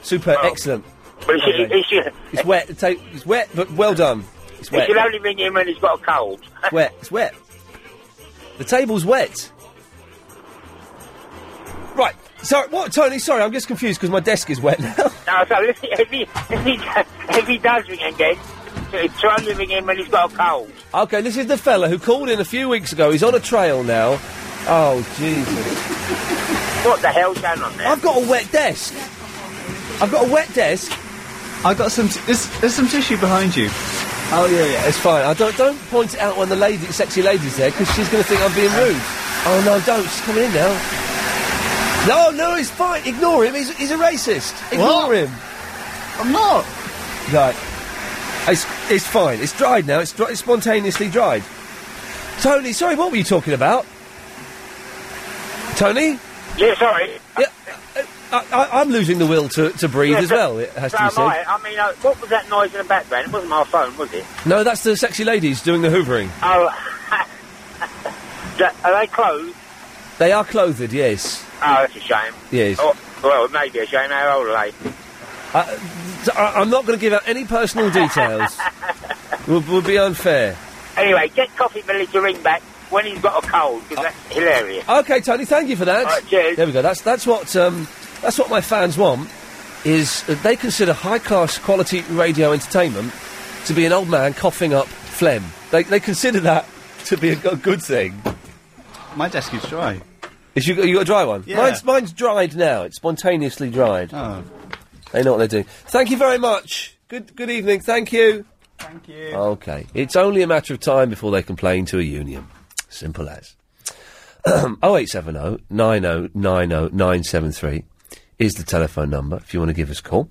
Speaker 3: Superb. Excellent.
Speaker 27: But he should- he should-
Speaker 3: it's wet. Take, it's wet, but well done. It's
Speaker 27: He
Speaker 3: wet.
Speaker 27: should only ring in when he's got a cold.
Speaker 3: It's wet. It's wet. The table's wet. Right. Sorry, what, Tony? Sorry, I'm just confused because my desk is wet [LAUGHS] now.
Speaker 27: No, so [LAUGHS] if he, if he, if he, if he does ring again, try and ring in when he's got a cold.
Speaker 3: okay, this is the fella who called in a few weeks ago. He's on a trail now. Oh, Jesus.
Speaker 27: What the hell's going on there?
Speaker 3: I've got a wet desk. I've got a wet desk.
Speaker 26: I've got some. T- there's, there's some tissue behind you.
Speaker 3: Oh yeah, yeah, it's fine. I don't don't point it out when the lady, sexy lady's there, because she's going to think I'm being rude. Oh no, don't! She's coming in now. No, no, it's fine. Ignore him. He's, he's a racist. Ignore
Speaker 7: What?
Speaker 3: him. I'm not. Right. It's it's fine. It's dried now. It's, dri- it's spontaneously dried. Tony, sorry, what were you talking about? Tony.
Speaker 27: Yeah, sorry.
Speaker 3: Yeah, uh, I, I, I'm losing the will to, to breathe
Speaker 27: Yeah,
Speaker 3: as
Speaker 27: so-
Speaker 3: well. It has
Speaker 27: so
Speaker 3: to be
Speaker 27: am
Speaker 3: said.
Speaker 27: I. I mean, uh, what was that noise in the background? It wasn't my phone, was it?
Speaker 3: No, that's the sexy ladies doing the hoovering.
Speaker 27: Oh, [LAUGHS] That- are they closed?
Speaker 3: They are clothed, yes.
Speaker 27: Oh, that's a shame.
Speaker 3: Yes.
Speaker 27: Oh, well, maybe a shame. How old are they?
Speaker 3: Uh, d- I, am not going to give out any personal details. would, would be unfair.
Speaker 27: Anyway, get Coffee Billy to ring back when he's got a cold,
Speaker 26: Oh.
Speaker 27: 'cause that's hilarious.
Speaker 3: Okay, Tony, thank you for that. There we go. That's that's what um, that's what my fans want. Is that they consider high class quality radio entertainment to be an old man coughing up phlegm? They they consider that to be a, go- good thing.
Speaker 26: My desk is dry.
Speaker 3: Is you, you got a dry one?
Speaker 26: Yeah.
Speaker 3: Mine's, mine's dried now. It's spontaneously dried. Oh. They know what they're doing. Thank you very much. Good good evening. Thank you. Thank you. Okay. It's only a matter of time before they complain to a union. Simple as. [CLEARS THROAT] 0870 oh, 9090973 is the telephone number if you want to give us a call.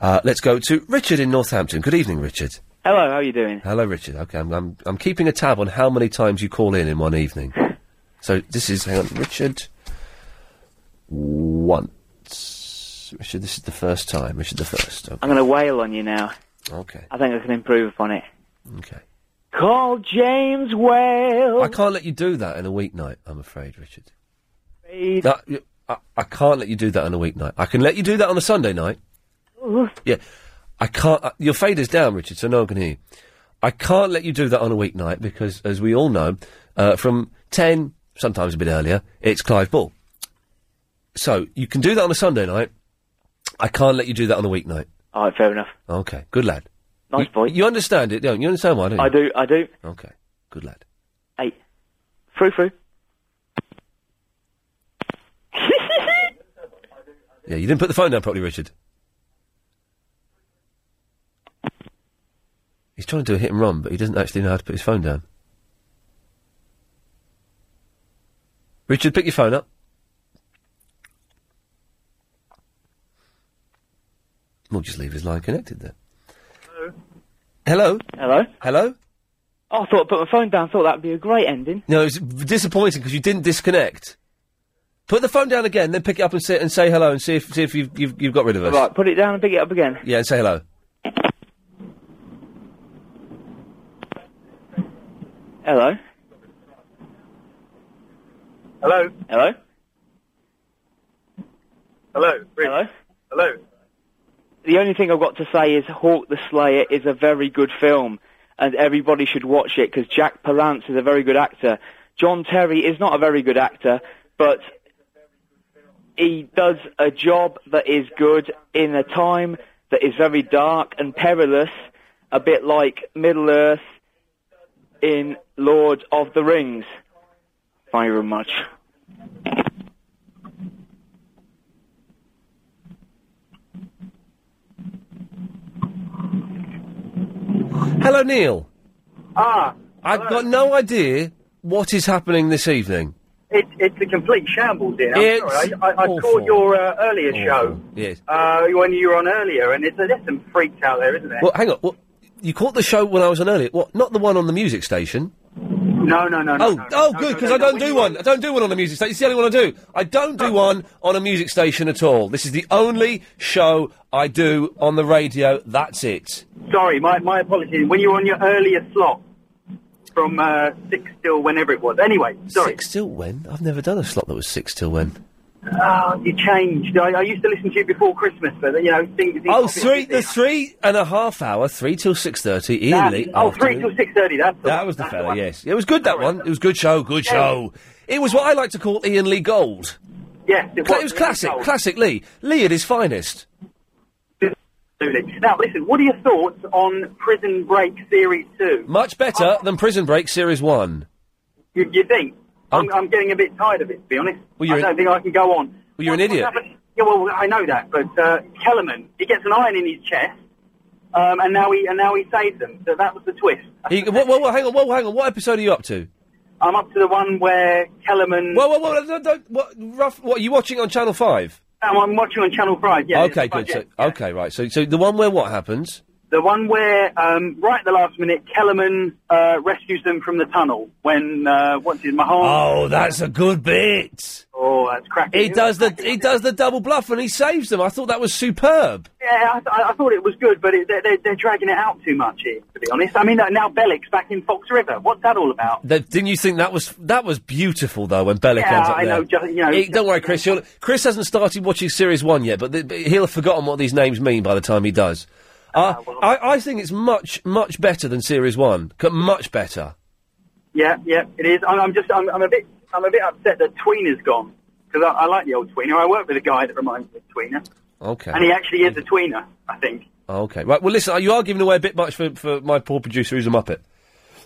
Speaker 3: Uh, let's go to Richard in Northampton. Good evening, Richard.
Speaker 27: Hello, how are you doing?
Speaker 3: Hello, Richard. Okay, I'm, I'm, I'm keeping a tab on how many times you call in in one evening. so this is, hang on, Richard. Once. Richard, this is the first time. Richard the first. Okay.
Speaker 27: I'm going to wail on you now.
Speaker 3: Okay.
Speaker 27: I think I can improve upon it.
Speaker 3: Okay.
Speaker 27: Call James Whale.
Speaker 3: I can't let you do that in a weeknight, I'm afraid, Richard.
Speaker 27: Afraid.
Speaker 3: No, you- I, I can't let you do that on a weeknight. I can let you do that on a Sunday night. Yeah. I can't. Uh, your fader's down, Richard, so no one can hear you. I can't let you do that on a weeknight because, as we all know, uh, from 10, sometimes a bit earlier, it's Clive Ball. So you can do that on a Sunday night. I can't let you do that on a weeknight.
Speaker 27: All right, fair enough.
Speaker 3: Okay, good lad.
Speaker 27: Nice
Speaker 3: boy. You understand it, don't you? You understand why, don't you?
Speaker 27: I do, I do.
Speaker 3: Okay, good lad.
Speaker 28: Free, free.
Speaker 3: Yeah, you didn't put the phone down properly, Richard. He's trying to do a hit and run, but he doesn't actually know how to put his phone down. Richard, pick your phone up. We'll just leave his line connected there. Hello?
Speaker 27: Hello?
Speaker 3: Hello?
Speaker 27: Oh, I thought I put my phone down, thought that'd be a great ending.
Speaker 3: No, it's disappointing because you didn't disconnect. Put the phone down again, then pick it up and, say and say hello and see if, see if you've, you've, you've got rid of us.
Speaker 27: Right, put it down and pick it up again.
Speaker 3: Yeah, and say hello.
Speaker 27: Hello?
Speaker 24: Hello?
Speaker 27: Hello?
Speaker 24: Hello? Rich?
Speaker 27: Hello?
Speaker 24: Hello?
Speaker 27: The only thing I've got to say is Hawk the Slayer is a very good film, and everybody should watch it because Jack Palance is a very good actor. John Terry is not a very good actor, but he does a job that is good in a time that is very dark and perilous, a bit like Middle Earth in Lord of the Rings. Thank you very much.
Speaker 3: Hello, Neil.
Speaker 24: Ah,
Speaker 3: I've got no idea what is happening this evening.
Speaker 24: it, it's a complete shambles here. I'm
Speaker 3: It's
Speaker 24: sorry. I, I, I
Speaker 3: awful.
Speaker 24: caught your uh, earlier show
Speaker 3: Yes.
Speaker 24: uh, when you were on earlier, and it's, there's some freaks out there, isn't there?
Speaker 3: Well, hang on. What, you caught the show when I was on earlier. What? Not the one on the music station.
Speaker 24: No, no, no, no.
Speaker 3: Oh,
Speaker 24: no,
Speaker 3: oh, good, because I don't do one. I don't do one on a music station. It's the only one I do. I don't do one on a music station at all. This is the only show I do on the radio. That's it.
Speaker 24: Sorry, my, my apologies. When you were on your earlier slot from uh, 6 till whenever it was. Anyway, sorry.
Speaker 3: Six till when? I've never done a slot that was six till when.
Speaker 24: Ah, you changed. I, I used to listen to you before Christmas, but, you know, things... things
Speaker 3: Oh, three, the three and a half hour, three till six thirty.
Speaker 24: That-
Speaker 3: Early.
Speaker 24: oh, 3 till 6.30, that's the
Speaker 3: That was the fella, yes. It was good, that one. It was good show, good show. It was what I like to call Ian Lee Gold.
Speaker 24: Yes, it
Speaker 3: Cla-
Speaker 24: was.
Speaker 3: It was classic,
Speaker 24: Gold.
Speaker 3: classic Lee. Lee at his finest.
Speaker 24: Absolutely. Now, listen, what are your thoughts on Prison Break Series 2?
Speaker 3: Much better
Speaker 24: Oh.
Speaker 3: than Prison Break Series 1.
Speaker 24: You, you think? I'm, I'm getting a bit tired of it, to be honest.
Speaker 3: Oh. Well, you're
Speaker 24: I
Speaker 3: an-
Speaker 24: don't think I can go on.
Speaker 3: Well, you're an
Speaker 24: What- what
Speaker 3: idiot.
Speaker 24: happened- Yeah, well, I know that, but uh, Kellerman, he gets an iron in his chest, um, and now he and now he saves them. So that was the twist.
Speaker 3: He, whoa, whoa, whoa, hang on, whoa, hang on. What episode are you up to?
Speaker 24: I'm up to the one where Kellerman.
Speaker 3: Whoa, whoa, whoa, don't, don't, what, rough, what, are you watching on Channel 5?
Speaker 24: Um, I'm watching on Channel Five. Yeah.
Speaker 3: okay,
Speaker 24: it's-
Speaker 3: good.
Speaker 24: yeah.
Speaker 3: So, okay, right. So, so the one where what happens?
Speaker 24: The one where, um, right at the last minute, Kellerman uh, rescues them from the tunnel when uh, what's his Mahon?
Speaker 3: Oh, that's a good bit.
Speaker 24: Oh, that's cracking.
Speaker 3: He does the he does the double bluff and he saves them. I thought that was superb.
Speaker 24: Yeah, I, th- I thought it was good, but it, they're, they're dragging it out too much here, to be honest. I mean, uh, now Bellic's back in Fox River. What's that all about?
Speaker 3: That, didn't you think that was that was beautiful though when Bellic
Speaker 24: Yeah,
Speaker 3: ends up
Speaker 24: I
Speaker 3: there?
Speaker 24: know, ju- you know,
Speaker 3: He- don't worry, Chris. You'll, Chris hasn't started watching series one yet, but, th- but he'll have forgotten what these names mean by the time he does.
Speaker 24: Ah,
Speaker 3: Uh, I, I think it's much much better than series one. C- Much better.
Speaker 24: Yeah, yeah, it is. I'm, I'm just, I'm, I'm a bit, I'm a bit upset that Tweener's gone because I, I like the old Tweener. I work with a guy that reminds me of Tweener,
Speaker 3: Okay.
Speaker 24: and he actually is a Tweener, I think.
Speaker 3: Okay. Right. Well, listen. You are giving away a bit much for, for my poor producer who's a muppet.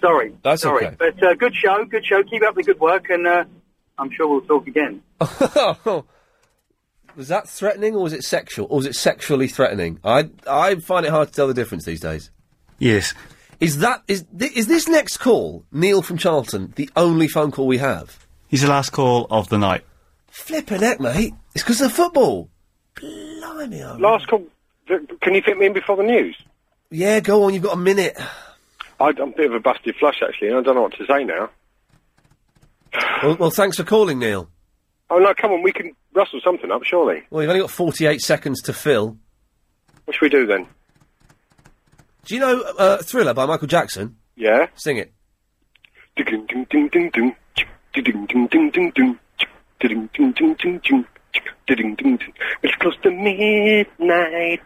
Speaker 24: Sorry,
Speaker 3: That's
Speaker 24: sorry,
Speaker 3: okay.
Speaker 24: but uh, good show, good show. Keep up the good work, and uh, I'm sure we'll talk again.
Speaker 3: Was that threatening or was it sexual? Or was it sexually threatening? I I find it hard to tell the difference these days.
Speaker 29: Yes.
Speaker 3: Is that is thi- is this next call Neil from Charlton the only phone call we have?
Speaker 29: He's the last call of the night.
Speaker 3: Flipping heck, mate! It's because of football. Blimey,
Speaker 8: Last call. Th- Can you fit me in before the news?
Speaker 3: Yeah, go on. You've got a minute.
Speaker 8: I, I'm a bit of a busted flush, actually, and I don't know what to say now.
Speaker 3: Well, well thanks for calling, Neil.
Speaker 8: Oh, no, come on, we can rustle something up, surely.
Speaker 3: Well, you've only got forty-eight seconds to fill.
Speaker 8: What should we do then?
Speaker 3: Do you know uh, Thriller by Michael Jackson?
Speaker 8: Yeah?
Speaker 3: Sing it.
Speaker 8: Ding, ding, ding, ding, ding. Chick, ding, ding, ding, ding, ding. Chick, ding, ding, ding, ding, ding. Chick, ding, ding, ding. It's close to midnight.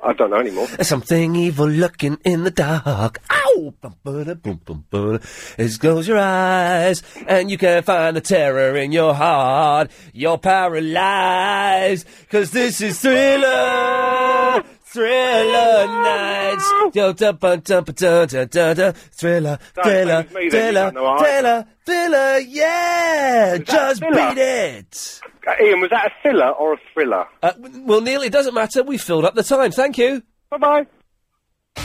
Speaker 8: I don't know anymore.
Speaker 3: There's something evil looking in the dark. Ow! Bum, ba-da, bum, bum, ba-da. Just close your eyes and you can find the terror in your heart. You're paralyzed, cause this is thriller. Thriller nights. Da- da- ba- da- ba- da- da- da- da. Thriller,
Speaker 30: No,
Speaker 3: thriller,
Speaker 30: it was me then,
Speaker 3: thriller,
Speaker 30: you know, I-
Speaker 3: thriller, thriller. Yeah, just
Speaker 30: thriller?
Speaker 3: beat it.
Speaker 8: Uh, Ian, was that a filler or a thriller?
Speaker 3: Uh, w- well, Neil, it doesn't matter. We filled up the time. Thank you. Bye bye.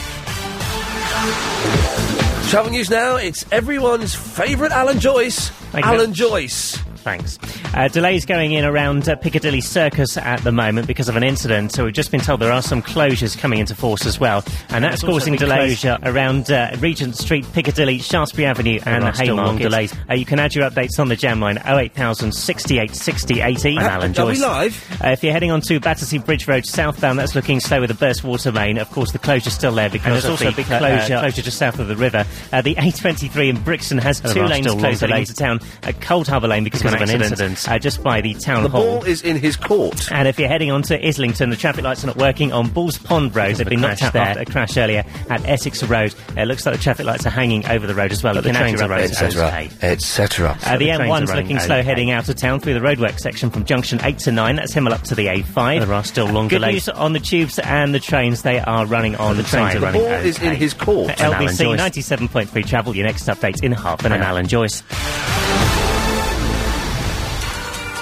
Speaker 3: Travel news now. It's everyone's favourite Alan Joyce.
Speaker 12: Thank you.
Speaker 3: Alan Joyce.
Speaker 12: Thanks. Uh, delays going in around uh, Piccadilly Circus at the moment because of an incident. So we've just been told there are some closures coming into force as well, and that's
Speaker 31: There's also
Speaker 12: causing
Speaker 31: been
Speaker 12: delays around uh, Regent Street, Piccadilly, Shaftesbury Avenue, and
Speaker 31: There
Speaker 12: the
Speaker 31: are still
Speaker 12: Haymarket.
Speaker 31: long delays.
Speaker 12: Uh, you can add your updates on the jam line 08000 68 60 80.
Speaker 31: I'm Alan Are we Joyce.
Speaker 12: live? Uh, if you're heading on to Battersea Bridge Road southbound, that's looking slow with the burst water main. Of course, the closure's still there because
Speaker 31: And there's
Speaker 12: of
Speaker 31: also
Speaker 12: the
Speaker 31: a big
Speaker 12: clo- uh,
Speaker 31: closure-
Speaker 12: closure just south of the river. Uh, the A23 in Brixton has
Speaker 31: There
Speaker 12: two
Speaker 31: are
Speaker 12: lanes
Speaker 31: still long
Speaker 12: closed heading
Speaker 31: delays.
Speaker 12: into town at Cold Harbour Lane because,
Speaker 31: Because
Speaker 12: of an incident, uh, just by the town
Speaker 31: The
Speaker 12: hall.
Speaker 31: ball
Speaker 3: is in his court.
Speaker 12: And if you're heading on to Islington, the traffic lights are not working on Bulls Pond Road. They've
Speaker 31: of
Speaker 12: been
Speaker 31: the
Speaker 12: knocked
Speaker 31: crash
Speaker 12: out
Speaker 31: there.
Speaker 12: after a crash earlier at Essex Road. Uh, It looks like the traffic lights are hanging over the road as well.
Speaker 31: But
Speaker 12: You
Speaker 31: the
Speaker 12: can add
Speaker 31: trains
Speaker 12: your
Speaker 31: are running,
Speaker 12: updates as
Speaker 31: etc.
Speaker 12: well.
Speaker 3: etc.
Speaker 12: Uh, the
Speaker 31: So trains
Speaker 12: M1's
Speaker 31: are running
Speaker 12: looking slow
Speaker 31: okay.
Speaker 12: heading out of town through the roadwork section from junction 8 to 9. That's Himmel up to the A5.
Speaker 31: There are still long
Speaker 12: Good
Speaker 31: delays.
Speaker 12: news on the tubes and the trains. They are running on
Speaker 31: the trains
Speaker 12: time.
Speaker 31: are running The ball is okay. in his court.
Speaker 12: At
Speaker 31: And Alan
Speaker 12: LBC
Speaker 31: Joyce.
Speaker 12: 97.3 travel. Your next update in half an hour. Alan Joyce.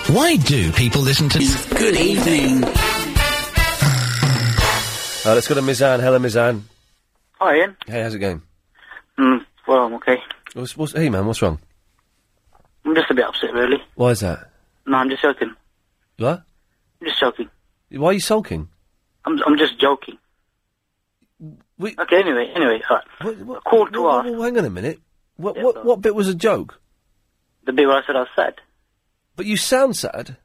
Speaker 1: Why do people listen to Good Evening?
Speaker 3: Uh, let's go to Mizan. Hello, Mizan.
Speaker 14: Hi, Ian.
Speaker 3: Hey, how's it going? Hmm.
Speaker 14: Mm, well, I'm okay.
Speaker 3: What's, what's, hey, man, what's wrong?
Speaker 14: I'm just a bit upset, really.
Speaker 3: Why is that?
Speaker 14: No, I'm just joking.
Speaker 3: What?
Speaker 14: I'm just joking.
Speaker 3: Why are you sulking?
Speaker 14: I'm, I'm just joking. okay, anyway, anyway, alright.
Speaker 3: What,
Speaker 14: Call to
Speaker 3: Well,
Speaker 14: ask
Speaker 3: well, hang on a minute. What, what, what bit was a joke?
Speaker 14: the bit where I said I was sad.
Speaker 3: But you sound sad.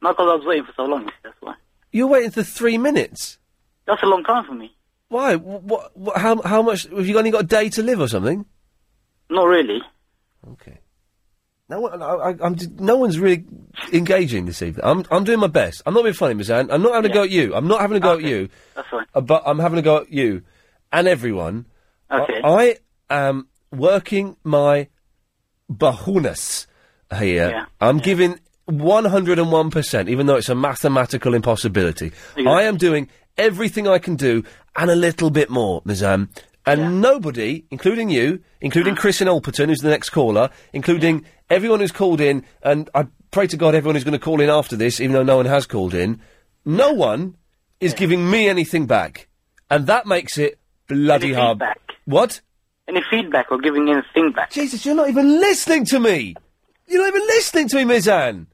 Speaker 14: Not because I was waiting for so long, that's why.
Speaker 3: You're waiting for three minutes.
Speaker 14: That's a long time for me.
Speaker 3: Why? What? what how? How much? Have you only got a day to live or something?
Speaker 14: Not really.
Speaker 3: No, one- no, I, I'm, d- no one's really engaging this evening. I'm, I'm doing my best. I'm not being funny, Ms. Anne. I'm not having a go at you. I'm not having a go at you. uh,
Speaker 14: That's fine.
Speaker 3: But I'm having a go at you and everyone.
Speaker 14: Okay.
Speaker 3: I, I am working my bahunas here.
Speaker 14: Yeah.
Speaker 3: I'm giving 101%, even though it's a mathematical impossibility. I am doing everything I can do and a little bit more, Ms. Anne. And nobody, including you, including
Speaker 14: Ah.
Speaker 3: Chris in Alperton, who's the next caller, including everyone who's called in, and I pray to God everyone who's going to call in after this, even though no one has called in, no one is giving me anything back. And that makes it bloody hard. What?
Speaker 14: Any feedback or giving anything back?
Speaker 3: Jesus, you're not even listening to me! You're not even listening to me, Ms. Anne!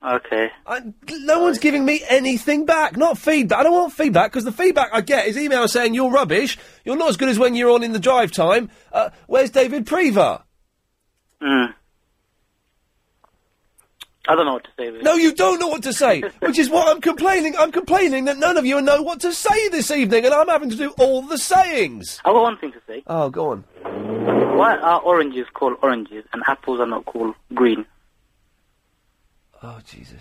Speaker 14: Okay.
Speaker 3: I, no one's giving me anything back. Not feedback. I don't want feedback because the feedback I get is email saying you're rubbish. You're not as good as when you're on in the drive time. Uh, where's David Prever?
Speaker 14: Mm. I don't know what to say, really.
Speaker 3: No, you don't know what
Speaker 14: [LAUGHS]
Speaker 3: to say, which is what I'm complaining. I'm complaining that none of you know what to say this evening, and I'm having to do all the sayings.
Speaker 14: I've got one thing to say.
Speaker 3: Oh, go on.
Speaker 14: Why are oranges called oranges and apples are not called green?
Speaker 3: Oh, Jesus.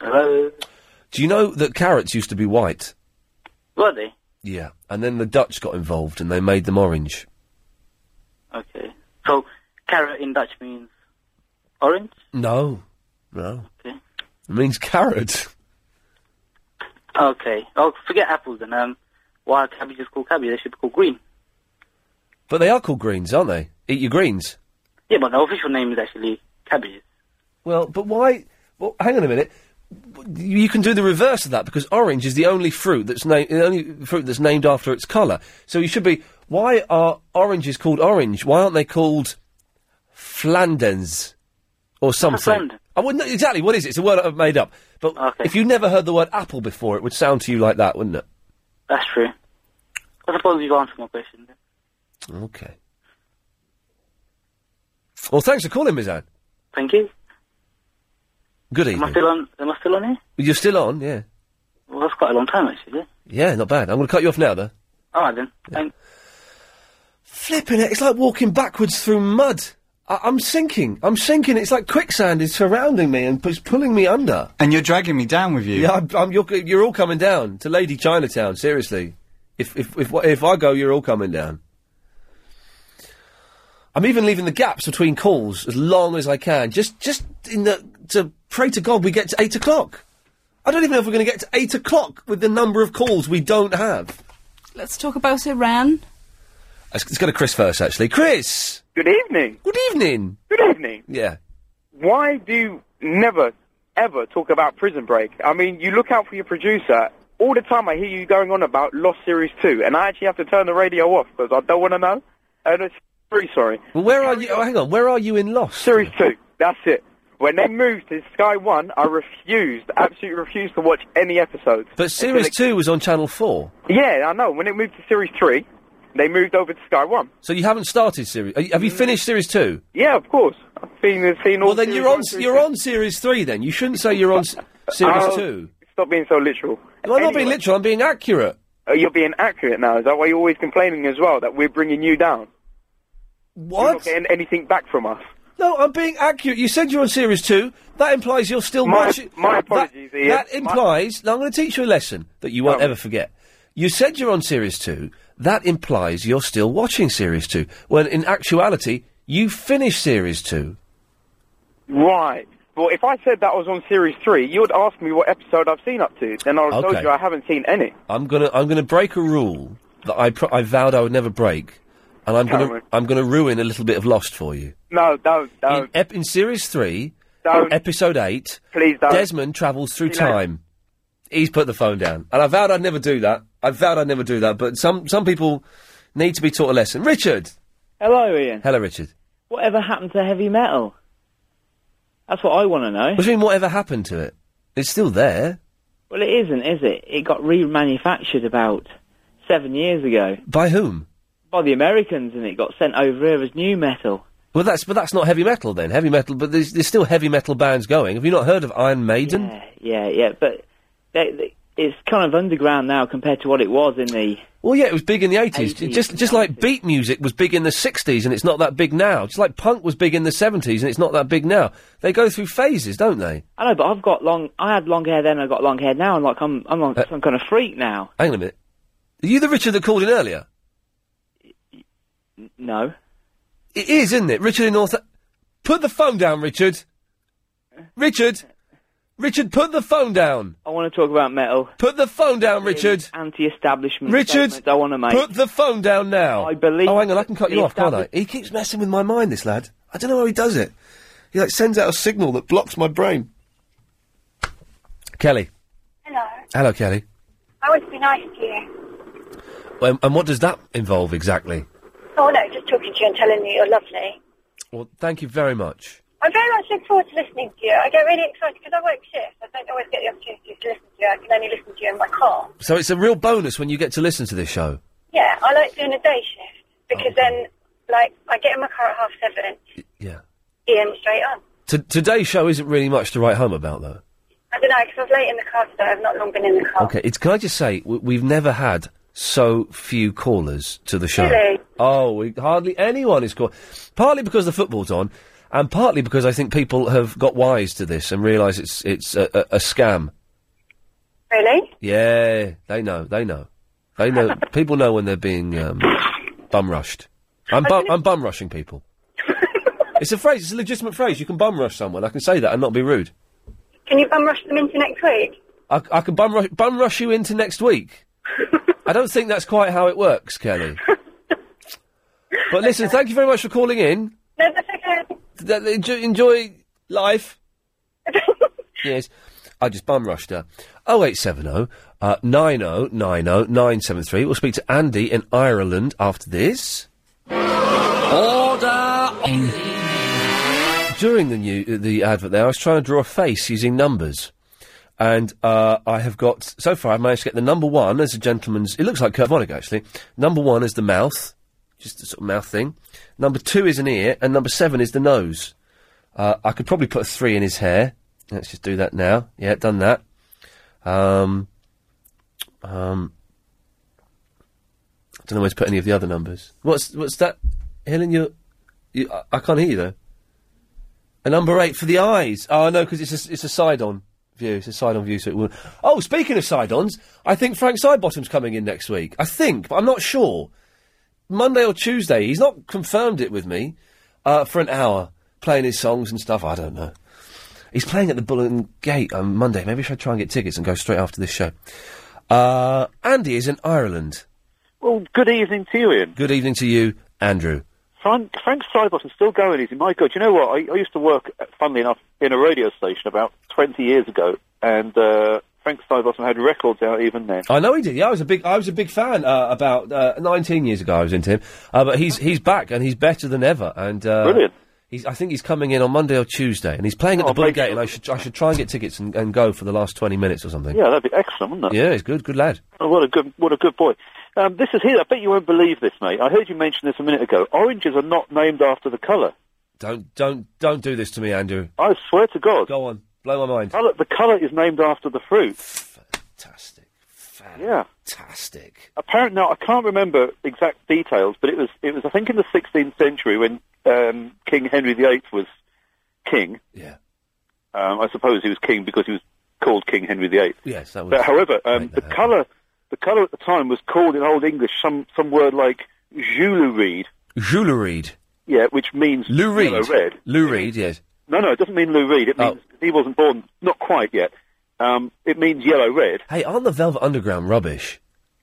Speaker 14: Hello?
Speaker 3: Do you know that carrots used to be white?
Speaker 14: Were they?
Speaker 3: Yeah. And then the Dutch got involved and they made them orange.
Speaker 14: Okay. So, carrot in Dutch means orange?
Speaker 3: No. No.
Speaker 14: Okay.
Speaker 3: It means carrot.
Speaker 14: Okay. Oh, forget apples then. Um, why are cabbages called cabbage? They should be called green.
Speaker 3: But they are called greens, aren't they? Eat your greens.
Speaker 14: Yeah, but the official name is actually cabbages.
Speaker 3: Well, but why? Well, hang on a minute. You can do the reverse of that because orange is the only fruit that's named the only fruit that's named after its colour. So you should be. Why are oranges called orange? Why aren't they called Flanders or something? I wouldn't know exactly what is it. It's a word I've made up. But if you never heard the word apple before, it would sound to you like that, wouldn't it?
Speaker 14: That's true. I suppose you've answered my question. then.
Speaker 3: Okay. Well, thanks for calling, Ms. Anne.
Speaker 14: Thank you.
Speaker 3: Good
Speaker 14: Am I
Speaker 3: evening.
Speaker 14: still on? Am I still on here?
Speaker 3: You're still on, yeah.
Speaker 14: Well, that's quite a long time actually.
Speaker 3: Yeah, not bad. I'm going to cut you off now, though.
Speaker 14: All right then. Thank-
Speaker 3: Flipping it, it's like walking backwards through mud. I- I'm sinking. I'm sinking. It's like quicksand is surrounding me and is pulling me under.
Speaker 32: And you're dragging me down with you.
Speaker 3: Yeah, I'm, I'm, you're, you're all coming down to Lady Chinatown. Seriously, if if if if I go, you're all coming down. I'm even leaving the gaps between calls as long as I can, just just in the to pray to God we get to eight o'clock. I don't even know if we're going to get to eight o'clock with the number of calls we don't have.
Speaker 7: Let's talk about Iran.
Speaker 3: Let's, let's go to Chris first, actually. Chris!
Speaker 8: Good evening.
Speaker 3: Good evening.
Speaker 8: Good evening.
Speaker 3: Yeah.
Speaker 8: Why do you never, ever talk about Prison Break? I mean, you look out for your producer. All the time I hear you going on about Lost Series 2, and I actually have to turn the radio off because I don't want to know. And it's very sorry.
Speaker 3: Well, where are you? Oh, hang on. Where are you in Lost?
Speaker 8: Series 2. That's it. When they moved to Sky 1, I refused, absolutely refused to watch any episodes.
Speaker 3: But Series 2 was on Channel 4.
Speaker 8: Yeah, I know. When it moved to Series 3, they moved over to Sky 1.
Speaker 3: So you haven't started Series... are you- Have you finished Series 2?
Speaker 8: Mm. Yeah, of course. I've seen, I've seen all
Speaker 3: Well, then
Speaker 8: series
Speaker 3: you're on,
Speaker 8: one, series
Speaker 3: you're on Series 3, then. You shouldn't say you're on s- Series
Speaker 8: Oh,
Speaker 3: 2.
Speaker 8: Stop being so literal.
Speaker 3: Well, I'm not being literal, I'm being accurate.
Speaker 8: Oh, you're being accurate now. Is that why you're always complaining as well, that we're bringing you down?
Speaker 3: What?
Speaker 8: You're not getting anything back from us.
Speaker 3: No, I'm being accurate. You said you're on Series 2. That implies you're still
Speaker 8: My-
Speaker 3: watching...
Speaker 8: my apologies,
Speaker 3: That,
Speaker 8: Ian.
Speaker 3: that
Speaker 8: My-
Speaker 3: implies... Now, I'm going to teach you a lesson that you won't ever forget. You said you're on Series 2. That implies you're still watching Series 2. When, in actuality, you finished Series 2.
Speaker 8: Right. Well, if I said that I was on Series 3, you would ask me what episode I've seen up to. Then I would have
Speaker 3: Okay.
Speaker 8: told you I haven't seen any.
Speaker 3: I'm gonna I'm gonna break a rule that I pr- I vowed I would never break, and I'm gonna
Speaker 8: Cameron.
Speaker 3: I'm gonna ruin a little bit of Lost for you.
Speaker 8: No, don't, don't.
Speaker 3: In, ep- in series three,
Speaker 8: Don't.
Speaker 3: episode eight,
Speaker 8: Please don't.
Speaker 3: Desmond travels through time. He's put the phone down, and I vowed I'd never do that. I vowed I'd never do that. But some some people need to be taught a lesson. Richard,
Speaker 27: Hello, Ian.
Speaker 3: hello, Richard.
Speaker 27: Whatever happened to heavy metal? That's what I want to know.
Speaker 3: What do you mean? Whatever happened to it? It's still there.
Speaker 27: Well, it isn't, is it? It got remanufactured about seven years ago
Speaker 3: By whom?
Speaker 27: by the Americans, and it got sent over here as new metal.
Speaker 3: Well, that's but that's not heavy metal then. Heavy metal, but there's, there's still heavy metal bands going. Have you not heard of Iron Maiden?
Speaker 27: Yeah, yeah, but they, they, it's kind of underground now compared to what it was in the.
Speaker 3: Well, yeah, it was big in the eighties. Just, just like beat music was big in the sixties, and it's not that big now. Just like punk was big in the seventies, and it's not that big now. They go through phases, don't they?
Speaker 27: I know, but I've got long. I had long hair then. I got long hair now, and like I'm, I'm like some kind of freak now.
Speaker 3: Hang on a minute. Are Uh, you the Richard that called in earlier?
Speaker 27: No.
Speaker 3: It is, isn't it, Richard in North? Put the phone down, Richard. Richard, Richard, put the phone down.
Speaker 27: I want to talk about metal.
Speaker 3: Put the phone down, Richard.
Speaker 27: Anti-establishment.
Speaker 3: Richard,
Speaker 27: statements I want to make.
Speaker 3: Put the phone down now. I
Speaker 27: believe.
Speaker 3: Oh, hang on, I can cut you
Speaker 27: the
Speaker 3: off, can't I?
Speaker 27: establi-
Speaker 3: He keeps messing with my mind, this lad. I don't know how he does it. He like sends out a signal that blocks my brain. Kelly,
Speaker 10: Hello.
Speaker 3: hello, Kelly.
Speaker 10: I want to be nice to you.
Speaker 3: Um, and what does that involve exactly?
Speaker 10: Oh no, just talking to you and telling you you're lovely.
Speaker 3: Well, thank you very much.
Speaker 10: I very much look forward to listening to you. I get really excited because I work shifts. I don't always get the opportunity to listen to you. I can only listen to you in my car.
Speaker 3: So it's a real bonus when you get to listen to this show.
Speaker 10: Yeah, I like doing a day shift because then, like, I get in my car at half seven.
Speaker 3: yeah.
Speaker 10: Ian straight on.
Speaker 3: T- today's show isn't really much to write home about, though.
Speaker 10: I don't know because I was late in the car today. I've not long been in the car.
Speaker 3: Okay, it's. Can I just say we- we've never had so few callers to the show.
Speaker 10: Really?
Speaker 3: Oh, we, hardly anyone is called. Partly because the football's on, and partly because I think people have got wise to this and realise it's it's a, a, a scam.
Speaker 10: Really?
Speaker 3: Yeah, they know. They know. They know. people know when they're being um, bum rushed. I'm bum, I'm bum rushing people. it's a phrase. It's a legitimate phrase. You can bum rush someone. I can say that and not be rude.
Speaker 10: Can you bum rush them into next week?
Speaker 3: I, I can bum rush, bum rush you into next week. I don't think that's quite how it works, Kelly. But listen, thank you very much for calling in.
Speaker 10: No, that's okay.
Speaker 3: Th- th- enjo- Enjoy life. yes, I just bum rushed her. Oh, 0870 uh, 9090 973. We'll speak to Andy in Ireland after this. Order! During the new the advert there, I was trying to draw a face using numbers. And uh, I have got, so far, I've managed to get the number one as a gentleman's. It looks like Kurt Vonnegut, actually. Number one is the mouth, just a sort of mouth thing. Number two is an ear, and number seven is the nose. Uh, I could probably put a three in his hair. Let's just do that now. Yeah, done that. Um, um, I don't know where to put any of the other numbers. What's what's that, Helen? You're, you, I, I can't hear you though. A number eight for the eyes. Oh no, because it's a, it's a side on view. It's a side on view, so it will. Oh, speaking of side ons, I think Frank Sidebottom's coming in next week. I think, but I'm not sure. Monday or Tuesday. He's not confirmed it with me uh, for an hour, playing his songs and stuff. I don't know. He's playing at the Bull and Gate on Monday. Maybe I should try and get tickets and go straight after this show. Uh, Andy is in Ireland.
Speaker 13: Well, good evening to you, Ian.
Speaker 3: Good evening to you, Andrew.
Speaker 13: Frank, Frank Sidebottom's still going, is he? My God, you know what? I, I used to work, uh, funnily enough, in a radio station about 20 years ago, and uh, Frank Sidebottom had records out even then.
Speaker 3: I know he did. Yeah, I was a big, I was a big fan. Uh, about uh, 19 years ago, I was into him, uh, but he's he's back and he's better than ever. And uh,
Speaker 13: Brilliant.
Speaker 3: He's, I think he's coming in on Monday or Tuesday, and he's playing at the
Speaker 13: Oh,
Speaker 3: Bull
Speaker 13: make
Speaker 3: Gate. And I should I should try and get tickets and, and go for the last 20 minutes or something.
Speaker 13: Yeah, that'd be excellent, wouldn't it?
Speaker 3: Yeah, he's good, good lad.
Speaker 13: Oh, what a good, what a good boy. Um, this is here. I bet you won't believe this, mate. I heard you mention this a minute ago. Oranges are not named after the colour.
Speaker 3: Don't don't don't do this to me, Andrew.
Speaker 13: I swear to God.
Speaker 3: Go on, blow my mind.
Speaker 13: Colour, the colour is named after the fruit. Fantastic. Yeah.
Speaker 3: Fantastic.
Speaker 13: Apparently, now I can't remember exact details, but it was it was I think in the 16th century when um, King Henry VIII was king.
Speaker 3: Yeah.
Speaker 13: Um, I suppose he was king because he was called King Henry VIII.
Speaker 3: Yes, that was.
Speaker 13: But however, um, the colour the colour at the time was called in Old English some some word like reed.
Speaker 3: Jules Reed.
Speaker 13: Yeah, which means
Speaker 3: Lou Reed.
Speaker 13: yellow red.
Speaker 3: Lou Reed. Yes. Oh.
Speaker 13: No, no, it doesn't mean Lou Reed. It means he wasn't born, not quite yet. Um, it means yellow red.
Speaker 3: Hey, aren't the Velvet Underground rubbish?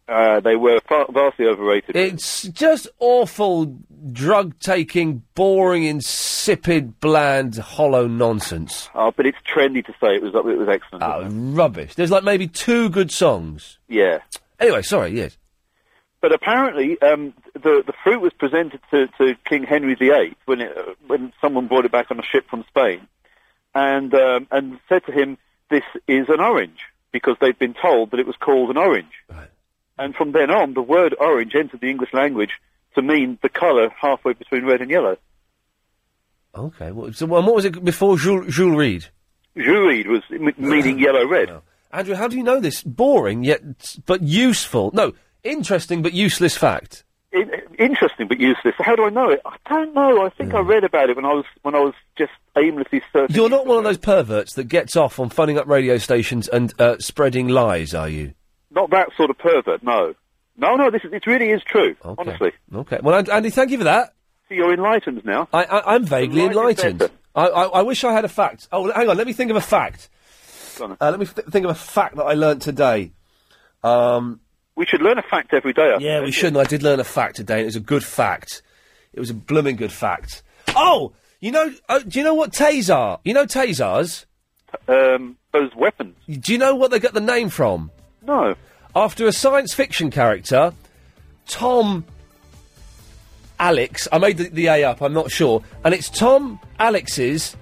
Speaker 13: Uh, they were far, vastly overrated.
Speaker 3: It's just awful, drug taking, boring, insipid, bland, hollow nonsense.
Speaker 13: Oh, but it's trendy to say it was it was excellent.
Speaker 3: Oh, rubbish. There's like maybe two good songs.
Speaker 13: Yeah.
Speaker 3: Anyway, sorry, yes.
Speaker 13: But apparently, um, the the fruit was presented to, to King Henry VIII when it, uh, when someone brought it back on a ship from Spain, and um, and said to him, "This is an orange," because they'd been told that it was called an orange. And from then on, the word orange entered the English language to mean the colour halfway between red and yellow.
Speaker 3: Okay, well, so well, what was it before Jules, Jules Reed?
Speaker 13: Jurid was m- meaning yellow red.
Speaker 3: Andrew, how do you know this? Boring yet but useful. No, interesting but useless fact.
Speaker 13: in, interesting but useless. How do I know it? I don't know. I think I read about it when I was when I was just aimlessly searching.
Speaker 3: You're not one of those perverts that gets off on phoning up radio stations and uh, spreading lies, are you?
Speaker 13: Not that sort of pervert. No, no, no. This is it. Really is true. Honestly,
Speaker 3: Okay. Well, And- Andy, thank you for that.
Speaker 13: So you're enlightened now.
Speaker 3: I, I, I'm vaguely
Speaker 13: Enlightened
Speaker 3: enlightened. I, I, I wish I had a fact. Oh, hang on. Let me think of a fact.
Speaker 13: Uh,
Speaker 3: let me th- think of a fact that I learnt today. Um,
Speaker 13: we should learn a fact every day.
Speaker 3: Yeah, we should. And I did learn a fact today, and it was a good fact. It was a blooming good fact. Oh, you know, uh, do you know what Tays are? You know Tasers?
Speaker 13: Um, those weapons.
Speaker 3: Do you know what they got the name from?
Speaker 13: No.
Speaker 3: After a science fiction character, Tom Alex. I made the, the A up. I'm not sure, and it's Tom Alex's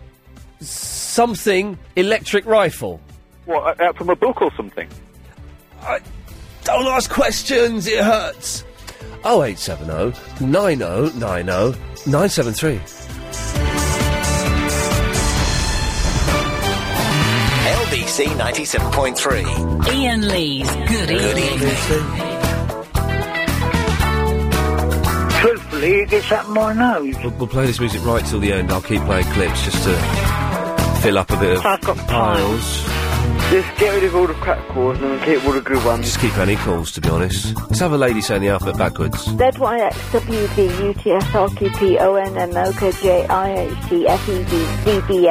Speaker 3: something electric rifle.
Speaker 13: What out from a book or something?
Speaker 3: Don't ask questions, it hurts. 0870 9090 oh, 973.
Speaker 1: LBC 97.3.
Speaker 33: Ian Lee's Good
Speaker 1: Good
Speaker 33: Evening.
Speaker 9: Truthfully, it gets up my nose.
Speaker 3: We'll, we'll play this music right till the end. I'll keep playing clips just to fill up a bit of
Speaker 9: I've got
Speaker 3: piles.
Speaker 9: Just get rid of all the crap calls and get all the good ones.
Speaker 3: Just keep any calls, to be honest. Let's have a lady saying the alphabet backwards.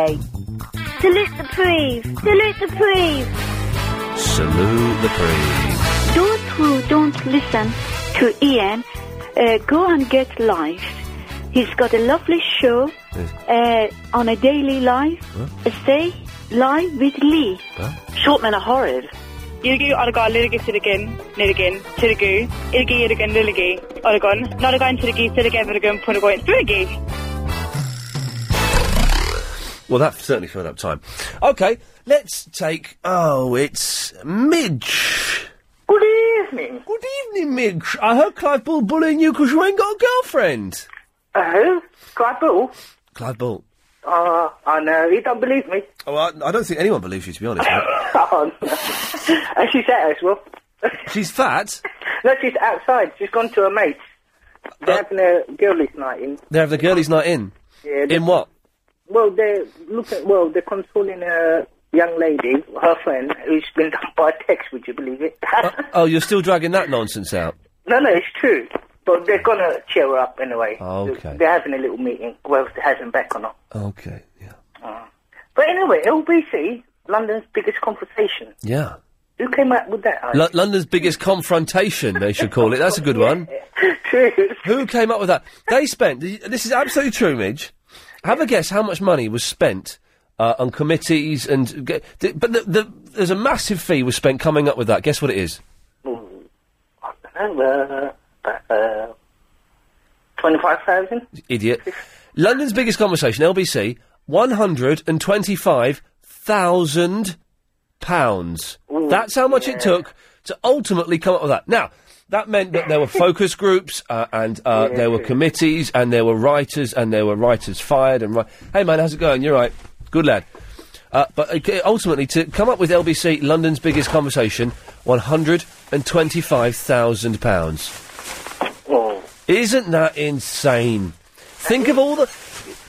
Speaker 8: Salute the Preve! Salute the Preve!
Speaker 3: Salute the Preve.
Speaker 8: Those who don't listen to Ian, uh, go and get life. He's got a lovely show uh, on a daily life. Stay live with Lee. Short men are horrid.
Speaker 11: Yirgu, Araga, Lirgu, Sirigin, Nirigin, Sirigu, Irgi, Irigin, Liligi, Aragon, Naragan, Sirigi, Sirigan, Virigan, Puragoin, Sirigi.
Speaker 3: Well, that certainly filled up time. Okay, let's take. Oh, it's Midge.
Speaker 9: Good evening.
Speaker 3: Good evening, Midge. I heard Clive Bull bullying you because you ain't got a girlfriend.
Speaker 9: Oh, Clyde Bull?
Speaker 3: Clive Bull.
Speaker 9: Oh, I know. He don't believe me. [LAUGHS]
Speaker 3: Oh, I, I don't think anyone believes you, to be honest.
Speaker 9: Oh, no. and she's at us, well.
Speaker 3: She's fat.
Speaker 9: [LAUGHS] No, she's outside. She's gone to her mate's.
Speaker 3: Uh,
Speaker 9: They're having a girlies night in.
Speaker 3: They're having the girlies' night in.
Speaker 9: Yeah, they-
Speaker 3: In
Speaker 9: [LAUGHS]
Speaker 3: what?
Speaker 9: Well, they're looking. Well, they're consoling a young lady, her friend, who's been done by text. Would you believe it? [LAUGHS]
Speaker 3: Oh, you're still dragging that nonsense out.
Speaker 9: no, no, it's true. But they're gonna cheer her up anyway.
Speaker 3: Oh, Okay.
Speaker 9: They're having a little meeting. Whoever has him back or not.
Speaker 3: Okay.
Speaker 9: Uh, But anyway, LBC, London's biggest conversation.
Speaker 3: Yeah.
Speaker 9: Who came up with that?
Speaker 3: L- London's biggest confrontation, they should call it. That's a good one. Who came up with that? They spent. This is absolutely true, Midge. Have a guess how much money was spent uh, on committees and. ge- th- But the, the, there's a massive fee was spent coming up with that. Guess what it is?
Speaker 9: Uh, uh, 25,000?
Speaker 3: Idiot. London's biggest conversation, LBC, one hundred and twenty-five thousand pounds. That's how much it took to ultimately come up with that. Now, that meant that there were focus groups, uh, and uh, there were committees, and there were writers, and there were writers fired. And ri- hey, man, how's it going? You're right. Good lad. Uh, but it- it ultimately, to come up with LBC London's biggest conversation, one hundred and twenty-five thousand pounds.
Speaker 9: Oh.
Speaker 3: Isn't that insane? Think of all the.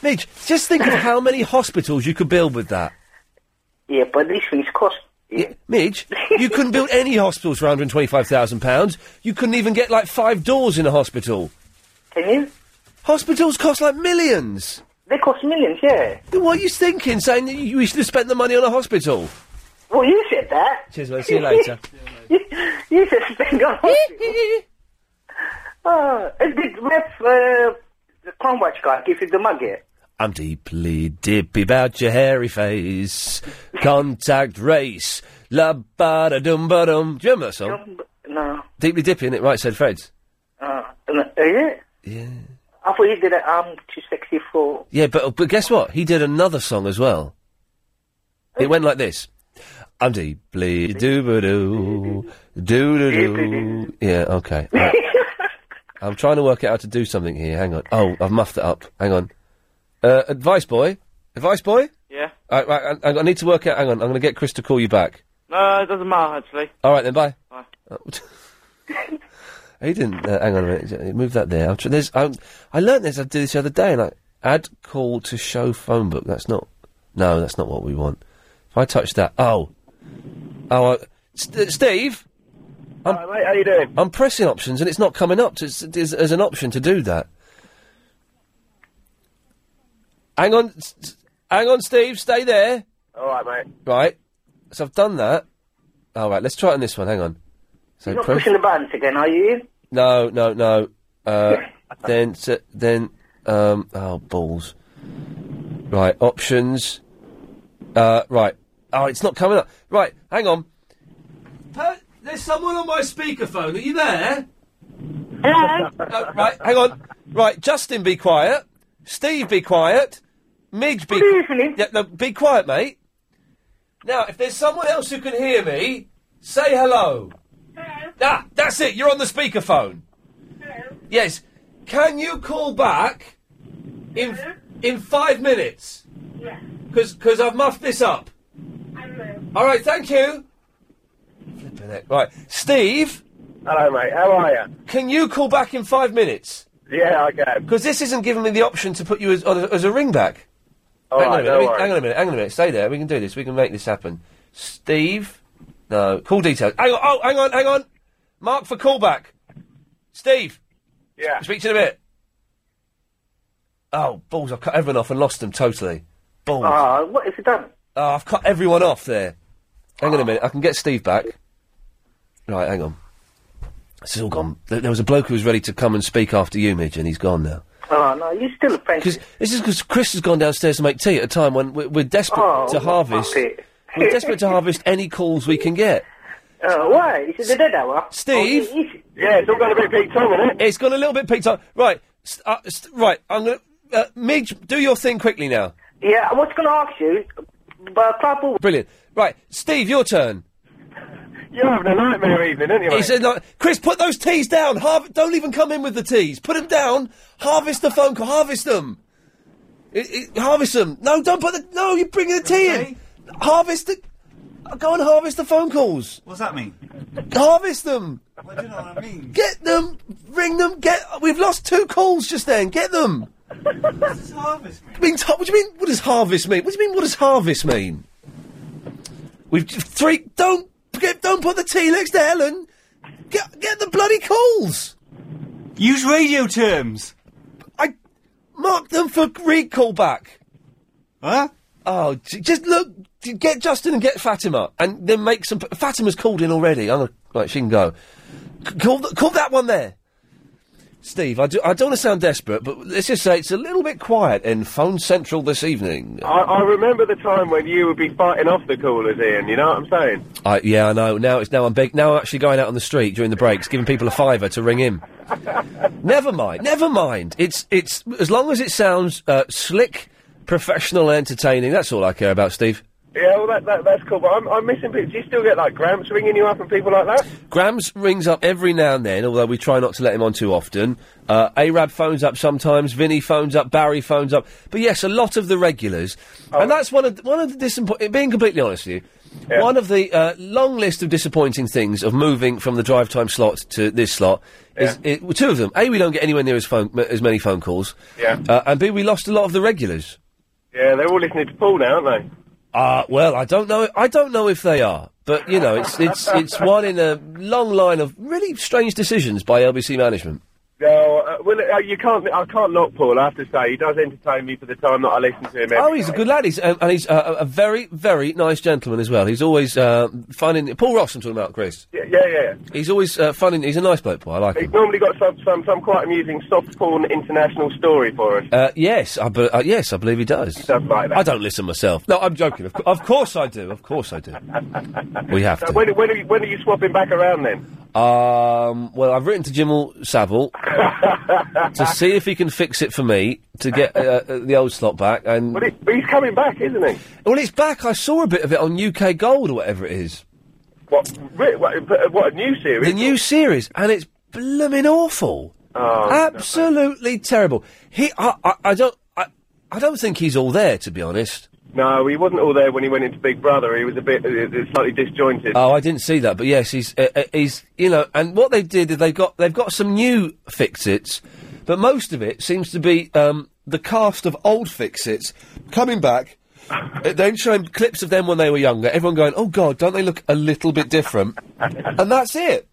Speaker 3: Midge, just think of how many hospitals you could build with that.
Speaker 9: Yeah, but these things cost.
Speaker 3: Yeah, Midge, you couldn't build any hospitals for £125,000. You couldn't even get like five doors in a hospital.
Speaker 9: Can you?
Speaker 3: Hospitals cost like millions.
Speaker 9: They cost millions, yeah.
Speaker 3: What are you thinking, saying that you we should have spent the money on a hospital?
Speaker 9: Well, you said that.
Speaker 3: Cheers, mate.
Speaker 9: [LAUGHS]
Speaker 3: See you later.
Speaker 9: You said spend on hospital. Oh, uh, did Ref, uh, the Cromwatch guy give you the mug yet?
Speaker 3: I'm deeply dippy about your hairy face. Contact race. La ba da dum ba dum. Do you remember that song?
Speaker 9: No.
Speaker 3: Deeply dippy, innit? Right, said Fred's.
Speaker 9: Uh, no, is it?
Speaker 3: Yeah.
Speaker 9: I thought you did it, I'm too sexy for...
Speaker 3: Yeah, but but guess what? He did another song as well. It went like this. I'm deeply doo doo doo doo doo. Yeah, okay. I, am trying to work out how to do something here. Hang on. Oh, I've muffed it up. Hang on. Uh, advice boy, advice boy.
Speaker 34: Yeah.
Speaker 3: All right, right, I, I need to work out. Hang on. I'm going to get Chris to call you back.
Speaker 34: No, it doesn't matter actually.
Speaker 3: All right then. Bye.
Speaker 34: Bye.
Speaker 3: Oh, [LAUGHS]
Speaker 9: [LAUGHS]
Speaker 3: He didn't. Uh, hang on a minute. Move that there. I'll tr- there's, I, I learnt this. I did this the other day, and I add call to show phone book. That's not. No, that's not what we want. If I touch that, oh, oh, I, St- Steve. I'm,
Speaker 5: mate, how you doing?
Speaker 3: I'm pressing options, and it's not coming up. To, it's, it's, as an option to do that. Hang on, s- s- hang on, Steve. Stay there.
Speaker 5: All right, mate.
Speaker 3: Right. So I've done that. All right. Let's try it on this one. Hang on. So
Speaker 9: You're not
Speaker 3: press-
Speaker 9: pushing the buttons again, are you?
Speaker 3: no, no, no. Uh, then, s then, um, oh balls. Right, options. Uh, right. Oh, it's not coming up. Right, hang on. there's someone on my speakerphone. Are you there?
Speaker 8: Hello.
Speaker 3: right, hang on. Right, Justin, be quiet. Steve, be quiet. Midge, be quiet. Yeah, no, be quiet, mate. Now, if there's someone else who can hear me, say hello. Ah, that's it. You're on the speakerphone. Yes. Can you call back in in five minutes? Because because I've muffed this up. All right. Thank you. Flipping heck. Right, Steve.
Speaker 5: Hello, mate. How are you?
Speaker 3: Can you call back in five minutes?
Speaker 5: Yeah, I can.
Speaker 3: Because this isn't giving me the option to put you as, on a, as a ringback.
Speaker 5: All
Speaker 3: hang on
Speaker 5: right,
Speaker 3: a minute.
Speaker 5: no
Speaker 3: let me-
Speaker 5: worries.
Speaker 3: hang on a minute. Hang on a minute. Stay there. We can do this. We can make this happen. Steve. No. Call details. Hang on. Oh, hang on. Hang on. Mark for callback. Steve.
Speaker 5: Yeah.
Speaker 3: Speak to you in a bit. Oh, balls. I've cut everyone off and lost them totally. Balls.
Speaker 9: Ah, what has it done?
Speaker 3: Oh, I've cut everyone off there. Hang on a minute. I can get Steve back. Right, hang on. This is all gone. There there was a bloke who was ready to come and speak after you, Midge, and he's gone now.
Speaker 9: Oh, no, you're still apprentice.
Speaker 3: This is because Chris has gone downstairs to make tea at a time when we're, we're desperate
Speaker 9: Oh,
Speaker 3: to harvest.
Speaker 9: puppy.
Speaker 3: we're desperate to harvest any calls we can get.
Speaker 9: Uh, why? Is it the dead hour?
Speaker 3: Steve?
Speaker 9: Oh, it is.
Speaker 5: Yeah, it's all got a bit peaked on, isn't
Speaker 3: it? has gone a little bit peaked on. Right, st- uh, st- right. I'm gonna uh, Midge, do your thing quickly now.
Speaker 9: Yeah, I was going to ask you, but Clubble...
Speaker 3: Brilliant. Right, Steve, your turn.
Speaker 5: You're having a nightmare evening, aren't you?
Speaker 3: He said, like, "Chris, put those teas down. Har- don't even come in with the teas. Put them down. Harvest the phone call. Harvest them. I- I- harvest them. No, don't put the. No, you're bringing the tea in. Harvest the. Go and harvest the phone calls.
Speaker 26: What's that mean?
Speaker 3: Harvest them.
Speaker 26: Well, do you know what I mean?
Speaker 3: Get them. Ring them. Get. We've lost two calls just then.
Speaker 26: [LAUGHS]
Speaker 3: Get them.
Speaker 26: This is harvest.
Speaker 3: I mean, what do you mean? What does harvest mean? What do you mean? What does harvest mean? We've j- three. Don't get, don't put the tea next to Helen. Get get the bloody calls.
Speaker 26: Use radio terms.
Speaker 3: I mark them for recall back.
Speaker 26: Huh?
Speaker 3: Oh, j- just look, j- get Justin and get Fatima, and then make some. Fatima's called in already. I'm gonna, right, she can go. C- call, th- call that one there, Steve. I do. I don't want to sound desperate, but let's just say it's a little bit quiet in Phone Central this evening.
Speaker 8: I, I remember the time when you would be fighting off the callers, Ian. You know what I'm saying?
Speaker 3: I, yeah, I know. Now it's now I'm big. Now I'm actually going out on the street during the breaks, giving people a fiver to ring in. never mind. Never mind. It's it's as long as it sounds uh, slick, professional, and entertaining. That's all I care about, Steve.
Speaker 8: Yeah, well, that, that, that's cool. But I'm, I'm missing people. Do you still get like Gramps ringing you up and people like that?
Speaker 3: Grams rings up every now and then, although we try not to let him on too often. Uh, Arab phones up sometimes. Vinny phones up. Barry phones up. But yes, a lot of the regulars, and that's one of the, one of the disappoi- Being completely honest with you, one of the uh, long list of disappointing things of moving from the drive time slot to this slot is it, well, two of them. A, we don't get anywhere near as phone m- as many phone calls.
Speaker 8: Yeah.
Speaker 3: Uh, and B, we lost a lot of the regulars.
Speaker 8: Yeah, they're all listening to Paul now, aren't they?
Speaker 3: Uh, well, I don't know. I don't know if they are, but you know, it's it's
Speaker 8: [LAUGHS]
Speaker 3: it's one in a long line of really strange decisions by LBC management.
Speaker 8: No, uh, well, uh, you can't. I can't knock Paul. I have to say, he does entertain me for the time that I listen to him.
Speaker 3: Oh, he's a good lad. He's um, and he's uh, a a very very nice gentleman as well. He's always uh, finding Paul Ross. I'm talking about Chris.
Speaker 8: yeah, yeah, yeah.
Speaker 3: He's always uh, finding. He's a nice bloke, Paul. I like him.
Speaker 8: He's normally got some, some, some quite amusing soft porn international story for us.
Speaker 3: Uh, yes, I be- uh, yes, I believe he does. He
Speaker 8: does like that.
Speaker 3: I don't listen myself. No, I'm joking. Of, cou- of course I do. Of course I do. we have
Speaker 8: So
Speaker 3: to.
Speaker 8: when, when, are you, when are you swapping back around then?
Speaker 3: Um, well, I've written to Jim Savile
Speaker 8: [LAUGHS]
Speaker 3: to see if he can fix it for me to get uh, uh, the old slot back. And
Speaker 8: But, it, but he's coming back, isn't he?
Speaker 3: well, it's back. I saw a bit of it on UK Gold or whatever it is.
Speaker 8: What? re- What? but, uh, What a new series!
Speaker 3: The new series, and it's blooming awful.
Speaker 8: Oh,
Speaker 3: Absolutely terrible. He, I, I, I don't, I, I don't think he's all there to be honest.
Speaker 8: No, he wasn't all there when he went into Big Brother. He was a bit uh, uh, slightly disjointed.
Speaker 3: Oh, I didn't see that, but yes, he's uh, uh, he's you know, and what they did is they got they've got some new fix-its, but most of it seems to be um, the cast of old fix-its coming back. uh, then showing clips of them when they were younger. Everyone going, "Oh God, don't they look a little bit different?" and that's it.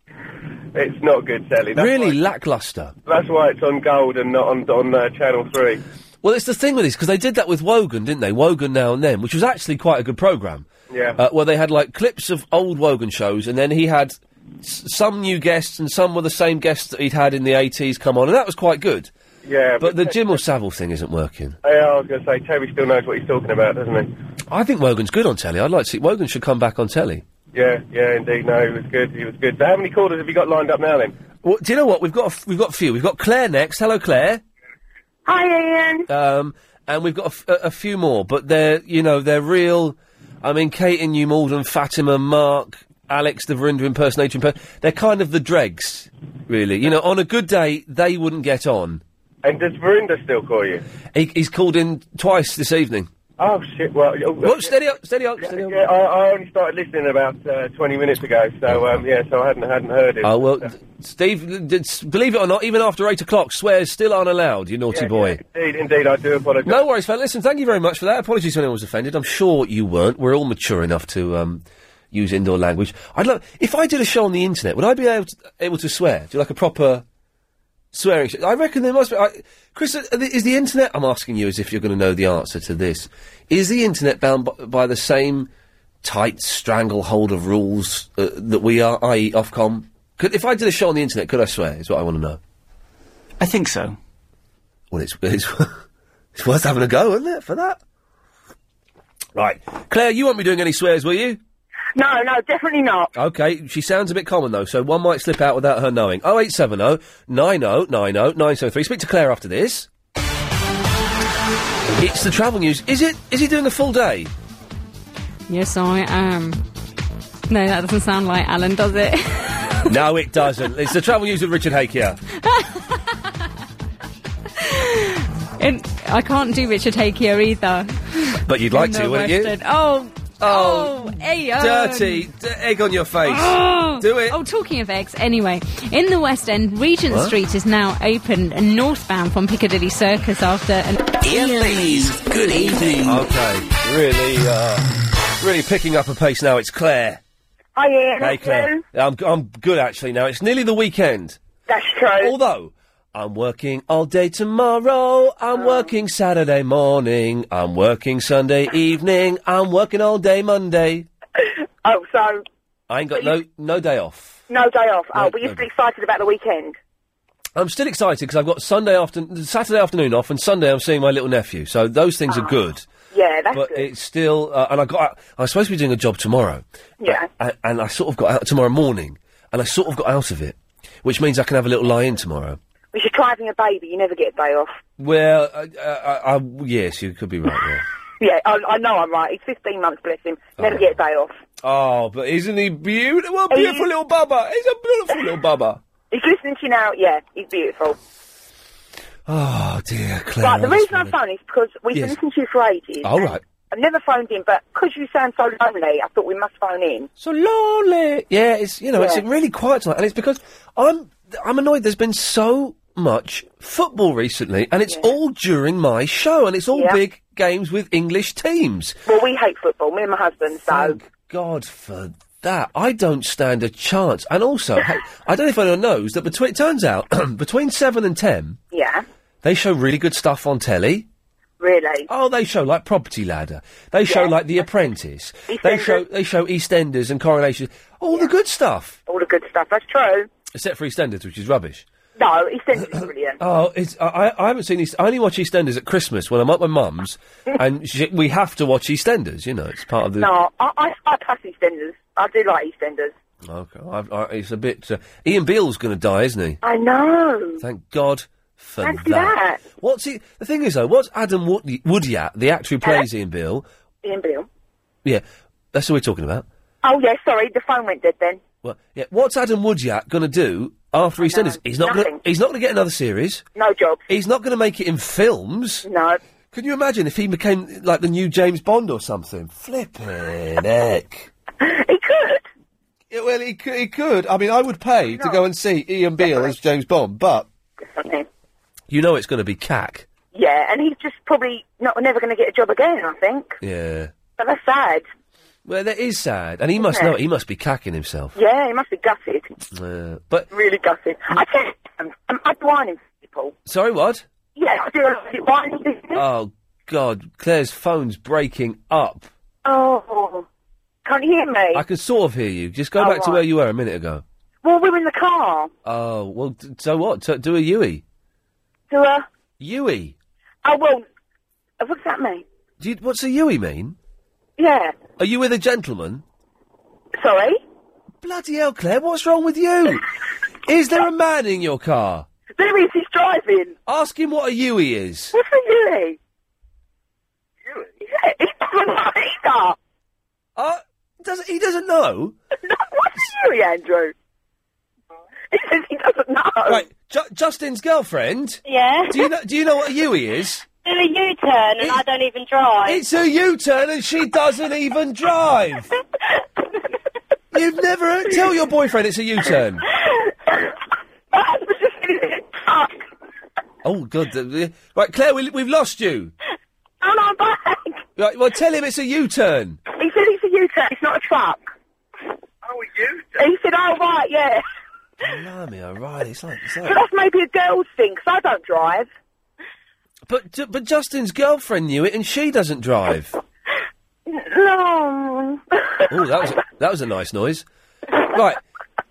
Speaker 8: It's not good, Sally. That's
Speaker 3: really lackluster.
Speaker 8: That's why it's on Gold and not on on uh, Channel Three.
Speaker 3: Well, it's the thing with this because they did that with Wogan, didn't they? Wogan now and then, which was actually quite a good program.
Speaker 8: Yeah.
Speaker 3: Uh, where they had like clips of old Wogan shows, and then he had s- some new guests, and some were the same guests that he'd had in the eighties come on, and that was quite good.
Speaker 8: Yeah,
Speaker 3: But the Jim or Savile thing isn't working.
Speaker 8: Yeah, I was going to say Terry still knows what he's talking about, doesn't
Speaker 3: I think Wogan's good on telly. I'd like to see Wogan should come back on telly.
Speaker 8: he? Yeah, yeah, indeed. No, he was good. He was good. So how many callers have you got lined up now then?
Speaker 3: Well, do you know what? We've got a f- we've got a few. We've got Claire next. Hello, Claire.
Speaker 10: Hi, Ian.
Speaker 3: Um, and we've got a, f- a- a few more, but they're you know they're real. I mean, Kate in New Malden, Fatima, Mark, Alex, the Verinder impersonator. imper- They're kind of the dregs, really. You know, on a good day, they wouldn't get on.
Speaker 8: And does Verinder still call you?
Speaker 3: He, he's called in twice this evening.
Speaker 8: Oh shit! Well, oh,
Speaker 3: Whoa, steady up, steady up, steady
Speaker 8: up. Yeah, I, I only started listening about uh, twenty minutes ago, so um, yeah, so I hadn't hadn't heard it.
Speaker 3: Oh well, d- Steve, d- d- s- believe it or not, even after eight o'clock, swears still aren't allowed. You naughty boy.
Speaker 8: Indeed, indeed, I do apologise.
Speaker 3: No worries, fella. Listen, thank you very much for that. Apologies if anyone was offended. I'm sure you weren't. We're all mature enough to um, use indoor language. I'd love if I did a show on the internet. Would I be able to, able to swear? Do like a proper swearing show? I reckon there must be. I, Chris, are the- is the internet? I'm asking you as if you're going to know the answer to this. Is the internet bound by, by the same tight stranglehold of rules uh, that we are, i.e., Ofcom? Could, if I did a show on the internet, could I swear? Is what I want to know.
Speaker 35: I think so.
Speaker 3: Well, it's it's, [LAUGHS] it's worth having a go, isn't it, for that? Right, Claire, you won't be doing any swears, will you?
Speaker 10: No, no, definitely not.
Speaker 3: Okay, she sounds a bit common though, so one might slip out without her knowing. Oh, 0870 9090 973. Speak to Claire after this. It's the travel news. Is it? Is he doing a full day?
Speaker 9: Yes, I am. No, that doesn't sound like Alan, does it? [LAUGHS]
Speaker 3: no, it doesn't. It's the travel news with Richard Hake
Speaker 9: [LAUGHS]
Speaker 3: here.
Speaker 9: [LAUGHS] Um, and I can't do Richard Hake here either.
Speaker 3: But you'd like
Speaker 9: In
Speaker 3: to,
Speaker 9: the
Speaker 3: wouldn't you?
Speaker 9: Western- Oh,
Speaker 3: Oh,
Speaker 9: oh, hey, um,
Speaker 3: Dirty
Speaker 9: [GASPS]
Speaker 3: d- egg on your face. [LAUGHS]
Speaker 9: Oh.
Speaker 3: Do it.
Speaker 9: Oh, talking of eggs, anyway. In the West End, Regent
Speaker 3: What?
Speaker 9: Street is now open and northbound from Piccadilly Circus after an.
Speaker 23: Ian Lee's Good Evening.
Speaker 3: Okay, really, uh, really picking up a pace now. It's Claire.
Speaker 10: Hi, Ian.
Speaker 3: Hey, Claire. I'm, I'm good actually now. It's nearly the weekend.
Speaker 10: That's true.
Speaker 3: Although, I'm working all day tomorrow. I'm working Saturday morning. I'm working Sunday evening. I'm working all day Monday.
Speaker 10: [LAUGHS] Oh, so
Speaker 3: I ain't got no no day off.
Speaker 10: no day off. Oh,
Speaker 3: No,
Speaker 10: but you're
Speaker 3: no.
Speaker 10: still excited about the weekend.
Speaker 3: I'm still excited because I've got Sunday afternoon, Saturday afternoon off, and Sunday I'm seeing my little nephew. So those things are good.
Speaker 10: Yeah, that's
Speaker 3: but it's still, uh, and I got. out- I was supposed to be doing a job tomorrow,
Speaker 10: yeah.
Speaker 3: and, and I sort of got out tomorrow morning, and I sort of got out of it, which means I can have a little lie in tomorrow.
Speaker 10: But you're driving a baby. You never get a day off.
Speaker 3: Well, uh, uh, I, I, yes, you could be right there.
Speaker 10: Yeah, I, I know I'm right. He's 15 months, bless him. Never get a day off.
Speaker 3: [LAUGHS] Oh, but isn't he beautiful?
Speaker 10: He-
Speaker 3: Beautiful little bubba. He's a beautiful little bubba.
Speaker 10: He's listening to you now. Yeah, he's beautiful.
Speaker 3: Oh dear, Claire.
Speaker 10: right, the
Speaker 3: I just
Speaker 10: reason I'm
Speaker 3: wanna-
Speaker 10: phoning is because we've
Speaker 3: Yes.
Speaker 10: been listening to you for ages.
Speaker 3: All right.
Speaker 10: I've never phoned in, but because you sound so lonely, I thought we must phone in.
Speaker 3: So lonely. Yeah, it's you know it's
Speaker 10: Yeah.
Speaker 3: really quiet tonight, and it's because I'm I'm annoyed. There's been so much football recently, and it's all during my show, and it's all
Speaker 10: Yeah.
Speaker 3: big games with English teams.
Speaker 10: Well, we hate football, me and my husband, so.
Speaker 3: God for that. I don't stand a chance. And
Speaker 10: [LAUGHS]
Speaker 3: also, hey, I don't know if anyone knows that between it turns out [CLEARS THROAT] between seven and ten,
Speaker 10: Yeah,
Speaker 3: they show really good stuff on telly.
Speaker 10: really.
Speaker 3: Oh, they show like Property Ladder. They show like The Apprentice. They show they show EastEnders and Coronation. All the good stuff,
Speaker 10: All the good stuff, that's true.
Speaker 3: except for EastEnders, which is rubbish.
Speaker 10: No, he said it's brilliant.
Speaker 3: Oh, it's I, I I haven't seen East. I only watch EastEnders at Christmas when I'm at my
Speaker 10: [LAUGHS]
Speaker 3: mum's, and she, we have to watch EastEnders. You know, it's part of the.
Speaker 10: No, I, I, I pass EastEnders. I do like EastEnders.
Speaker 3: Okay, I, I, it's a bit. Uh, Ian Beale's going to die, isn't he?
Speaker 10: I know.
Speaker 3: Thank God for
Speaker 10: Fancy that.
Speaker 3: What's he, the thing is though? What's Adam Woody, Woodyat, the actor who plays
Speaker 10: Uh-huh.
Speaker 3: Ian Beale?
Speaker 10: Ian Beale.
Speaker 3: Yeah, that's what we're talking about.
Speaker 10: Oh, yeah, sorry, the phone went dead then.
Speaker 3: Well, yeah. What's Adam Woodyat going to do after EastEnders? He's not. Gonna,
Speaker 10: nothing.
Speaker 3: he's not going to get another series.
Speaker 10: No job.
Speaker 3: He's not going to make it in films.
Speaker 10: No.
Speaker 3: Can you imagine if he became like the new James Bond or something? Flippin' heck.
Speaker 10: [LAUGHS] He could.
Speaker 3: Yeah, well, he could, he could. I mean, I would pay to go and see Ian Beale as James Bond, but you know it's going to be cack.
Speaker 10: Yeah, and he's just probably not never going to get a job again, I think.
Speaker 3: Yeah.
Speaker 10: But that's sad.
Speaker 3: Well, that is sad, and he must
Speaker 10: Yeah.
Speaker 3: know. He must be cacking himself.
Speaker 10: Yeah, he must be gutted.
Speaker 3: Uh, but
Speaker 10: Really gutted. I tell you, um, I'm, I'm whining people.
Speaker 3: sorry, what?
Speaker 10: Yeah, I do a lot of whining people.
Speaker 3: Oh God, Claire's phone's breaking up.
Speaker 10: Oh, can't you hear me?
Speaker 3: I can sort of hear you. Just go
Speaker 10: Oh,
Speaker 3: back to
Speaker 10: right.
Speaker 3: where you were a minute ago.
Speaker 10: Well, we're in the car. [LAUGHS]
Speaker 3: Oh well, d- so what? T- do a Yui.
Speaker 10: Do a...
Speaker 3: Yui.
Speaker 10: Oh, well, uh, what's that mean?
Speaker 3: Do you, what's a Yui mean?
Speaker 10: Yeah,
Speaker 3: Are you with a gentleman?
Speaker 10: sorry.
Speaker 3: Bloody hell, Claire, what's wrong with
Speaker 10: [LAUGHS]
Speaker 3: you? is there a man in your car?
Speaker 10: There is, he's driving.
Speaker 3: Ask him what a Yui is.
Speaker 10: What's a Yui? Yeah, he doesn't know either.
Speaker 3: Uh, does, he doesn't know?
Speaker 10: [LAUGHS] no, what's a Yui, Andrew? [LAUGHS] He says he doesn't know.
Speaker 3: Right, Ju- Justin's girlfriend.
Speaker 36: Yeah.
Speaker 3: Do you know? Do you know what a Yui
Speaker 10: [LAUGHS]
Speaker 3: is?
Speaker 36: Do a U turn and I don't even drive.
Speaker 3: It's a U-turn and she doesn't even drive. You've never tell your boyfriend it's a U-turn. oh God! the- the- Right, Claire, we, we've lost you.
Speaker 10: And Oh, I'm back.
Speaker 3: Right, well, tell him it's a U-turn.
Speaker 10: He said it's a U-turn, it's not a truck. Oh, a U-turn? He said, oh, right, [LAUGHS] yeah.
Speaker 3: Blimey, all right, it's like, it's
Speaker 10: So
Speaker 3: like
Speaker 10: that's maybe a girl's thing, 'cause I don't drive.
Speaker 3: but ju- but Justin's girlfriend knew it and she doesn't drive.
Speaker 10: No.
Speaker 3: Oh, that was a, that was a nice noise. Right,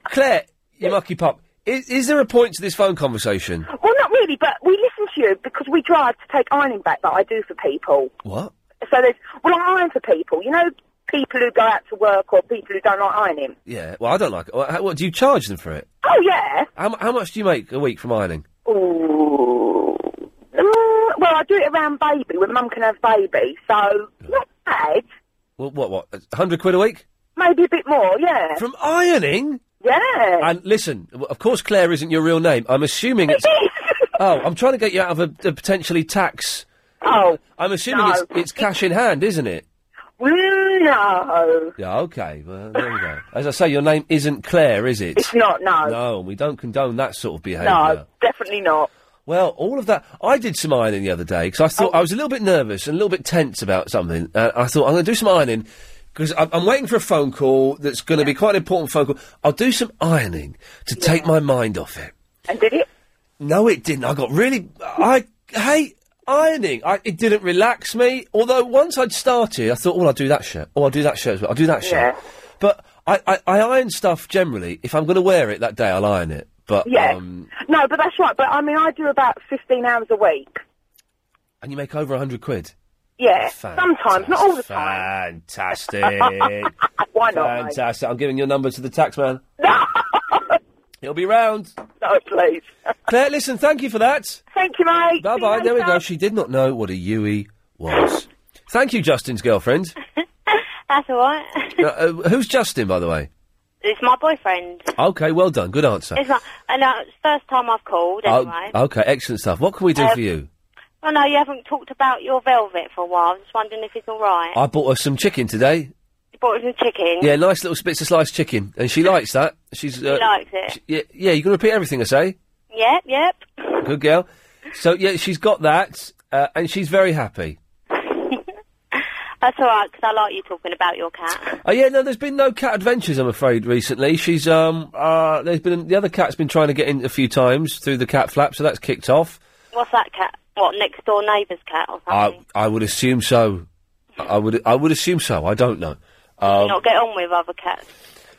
Speaker 3: Claire, you mucky pup. Is, is there a point to this phone conversation?
Speaker 10: Well, not really, but we listen to you because we drive to take ironing back that I do for people.
Speaker 3: What?
Speaker 10: So there's, well, I iron for people. You know, people who go out to work or people who don't like ironing.
Speaker 3: Yeah. Well, I don't like it. Well, how- What do you charge them for it?
Speaker 10: Oh, yeah.
Speaker 3: How, mu- how much do you make a week from ironing?
Speaker 10: Ooh. Mm, well, I do it around baby, when mum can have baby. So, not bad.
Speaker 3: What? What? What? A Hundred quid a week
Speaker 10: Maybe a bit more, yeah.
Speaker 3: from ironing?
Speaker 10: Yeah.
Speaker 3: And listen, w- of course, Claire isn't your real name. I'm assuming
Speaker 10: [LAUGHS]
Speaker 3: it's. oh, I'm trying to get you out of a, a potentially tax.
Speaker 10: Oh.
Speaker 3: I'm assuming
Speaker 10: no.
Speaker 3: it's, it's cash in hand, isn't it?
Speaker 10: Mm, no.
Speaker 3: Yeah. Okay. Well, there we go. As I say, your name isn't Claire, is it?
Speaker 10: It's not, no.
Speaker 3: No, and we don't condone that sort of behaviour.
Speaker 10: No, definitely not.
Speaker 3: Well, all of that. I did some ironing the other day because I thought I was a little bit nervous and a little bit tense about something. Uh, I thought I'm going to do some ironing because I'm, I'm waiting for a phone call that's going to be quite an important phone call. I'll do some ironing to take my mind off it.
Speaker 10: And did it?
Speaker 3: No, it didn't. I got really. I hate ironing. I, it didn't relax me. Although once I'd started, I thought, well, I'll do that shirt. Oh, I'll do that shirt as well. I'll do that shirt. But I, I, I iron stuff generally. If I'm going to wear it that day, I'll iron it. But
Speaker 11: Yeah.
Speaker 3: um,
Speaker 11: No, but that's right. But I mean, I do about 15 hours a week.
Speaker 3: and you make over a hundred quid.
Speaker 11: Yeah.
Speaker 3: Fan-
Speaker 11: Sometimes, not all the time.
Speaker 3: Fantastic.
Speaker 10: Uh,
Speaker 11: Why not, mate?
Speaker 3: Fantastic. I'm giving your number to the tax man. He'll be round.
Speaker 11: No, please.
Speaker 3: Claire, listen, thank you for that.
Speaker 11: Thank you, mate.
Speaker 3: Bye
Speaker 11: See
Speaker 3: bye.
Speaker 11: you
Speaker 3: There we
Speaker 11: later.
Speaker 3: go. She did not know what a Yui was. Thank you, Justin's girlfriend.
Speaker 37: That's all right.
Speaker 3: Uh, uh, who's Justin, by the way?
Speaker 37: It's my boyfriend.
Speaker 3: Okay, well done. Good answer.
Speaker 37: It's my, and uh, it's the first time I've called,
Speaker 3: Oh,
Speaker 37: anyway.
Speaker 3: okay, excellent stuff. What can we do
Speaker 37: Um,
Speaker 3: for you?
Speaker 37: Oh, no, you haven't talked about your velvet for a while. I'm just wondering if it's all right.
Speaker 3: I bought her some chicken today.
Speaker 37: You bought some chicken.
Speaker 3: Yeah, nice little bits of sliced chicken, and she likes that. She's uh,
Speaker 37: She likes it.
Speaker 3: sh- yeah, yeah. You can repeat everything I say.
Speaker 37: Yep, yep.
Speaker 3: Good girl. So yeah, she's got that, uh, and she's very happy.
Speaker 37: That's all right, because I like you talking about your cat.
Speaker 3: Oh yeah, no, there's been no cat adventures, I'm afraid, recently. She's um, uh, there's been the other cat's been trying to get in a few times through the cat flap, so that's kicked off.
Speaker 37: What's that cat? What, next door neighbour's cat or something?
Speaker 3: I I would assume so. I would I would assume so. I don't know.
Speaker 37: you
Speaker 3: Um,
Speaker 37: not get on with other cats?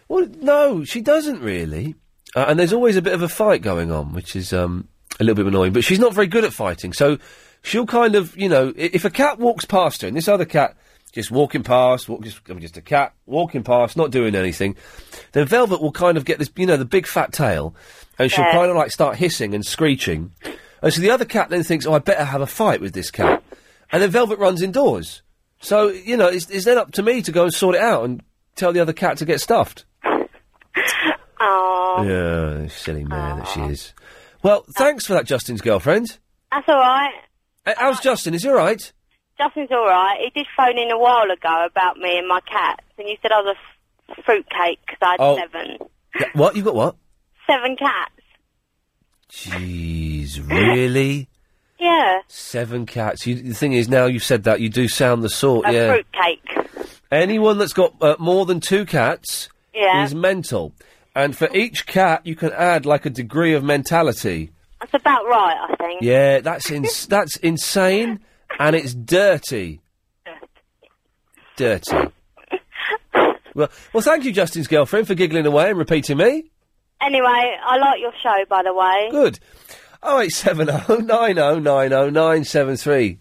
Speaker 3: well, no, she doesn't really. Uh, and there's always a bit of a fight going on, which is um, a little bit annoying. But she's not very good at fighting, so she'll kind of you know i- if a cat walks past her and this other cat just walking past, walk, just I mean, just a cat walking past, not doing anything, then Velvet will kind of get this you know the big fat tail, and she'll
Speaker 7: Yeah.
Speaker 3: kind of like start hissing and screeching. And so the other cat then thinks, oh, I better have a fight with this cat. And then Velvet runs indoors. So, you know, it's, it's then up to me to go and sort it out and tell the other cat to get stuffed.
Speaker 37: Oh.
Speaker 3: Yeah, silly man that she is. Well, thanks for that, Justin's girlfriend.
Speaker 37: That's all right.
Speaker 3: Uh, How's Justin? Is he all right?
Speaker 37: Justin's all right. He did phone in a while ago about me and my cats, and you said I was a f- fruitcake because I had
Speaker 3: Oh.
Speaker 37: seven.
Speaker 3: Yeah, what? You got what?
Speaker 37: Seven cats. [LAUGHS]
Speaker 3: Jeez, really?
Speaker 37: Yeah.
Speaker 3: Seven cats. You, the thing is, now you've said that, you do sound the sort,
Speaker 37: A
Speaker 3: Oh, yeah.
Speaker 37: fruitcake.
Speaker 3: Anyone that's got uh, more than two cats
Speaker 37: Yeah.
Speaker 3: is mental. And for each cat, you can add like a degree of mentality.
Speaker 37: That's about right, I think.
Speaker 3: Yeah, that's ins- that's insane, and it's dirty. Dirty. Well, well, thank you, Justin's girlfriend, for giggling away and repeating me.
Speaker 37: Anyway, I like your show, by the way.
Speaker 3: Good. Oh eight seven oh nine oh nine oh nine seven three.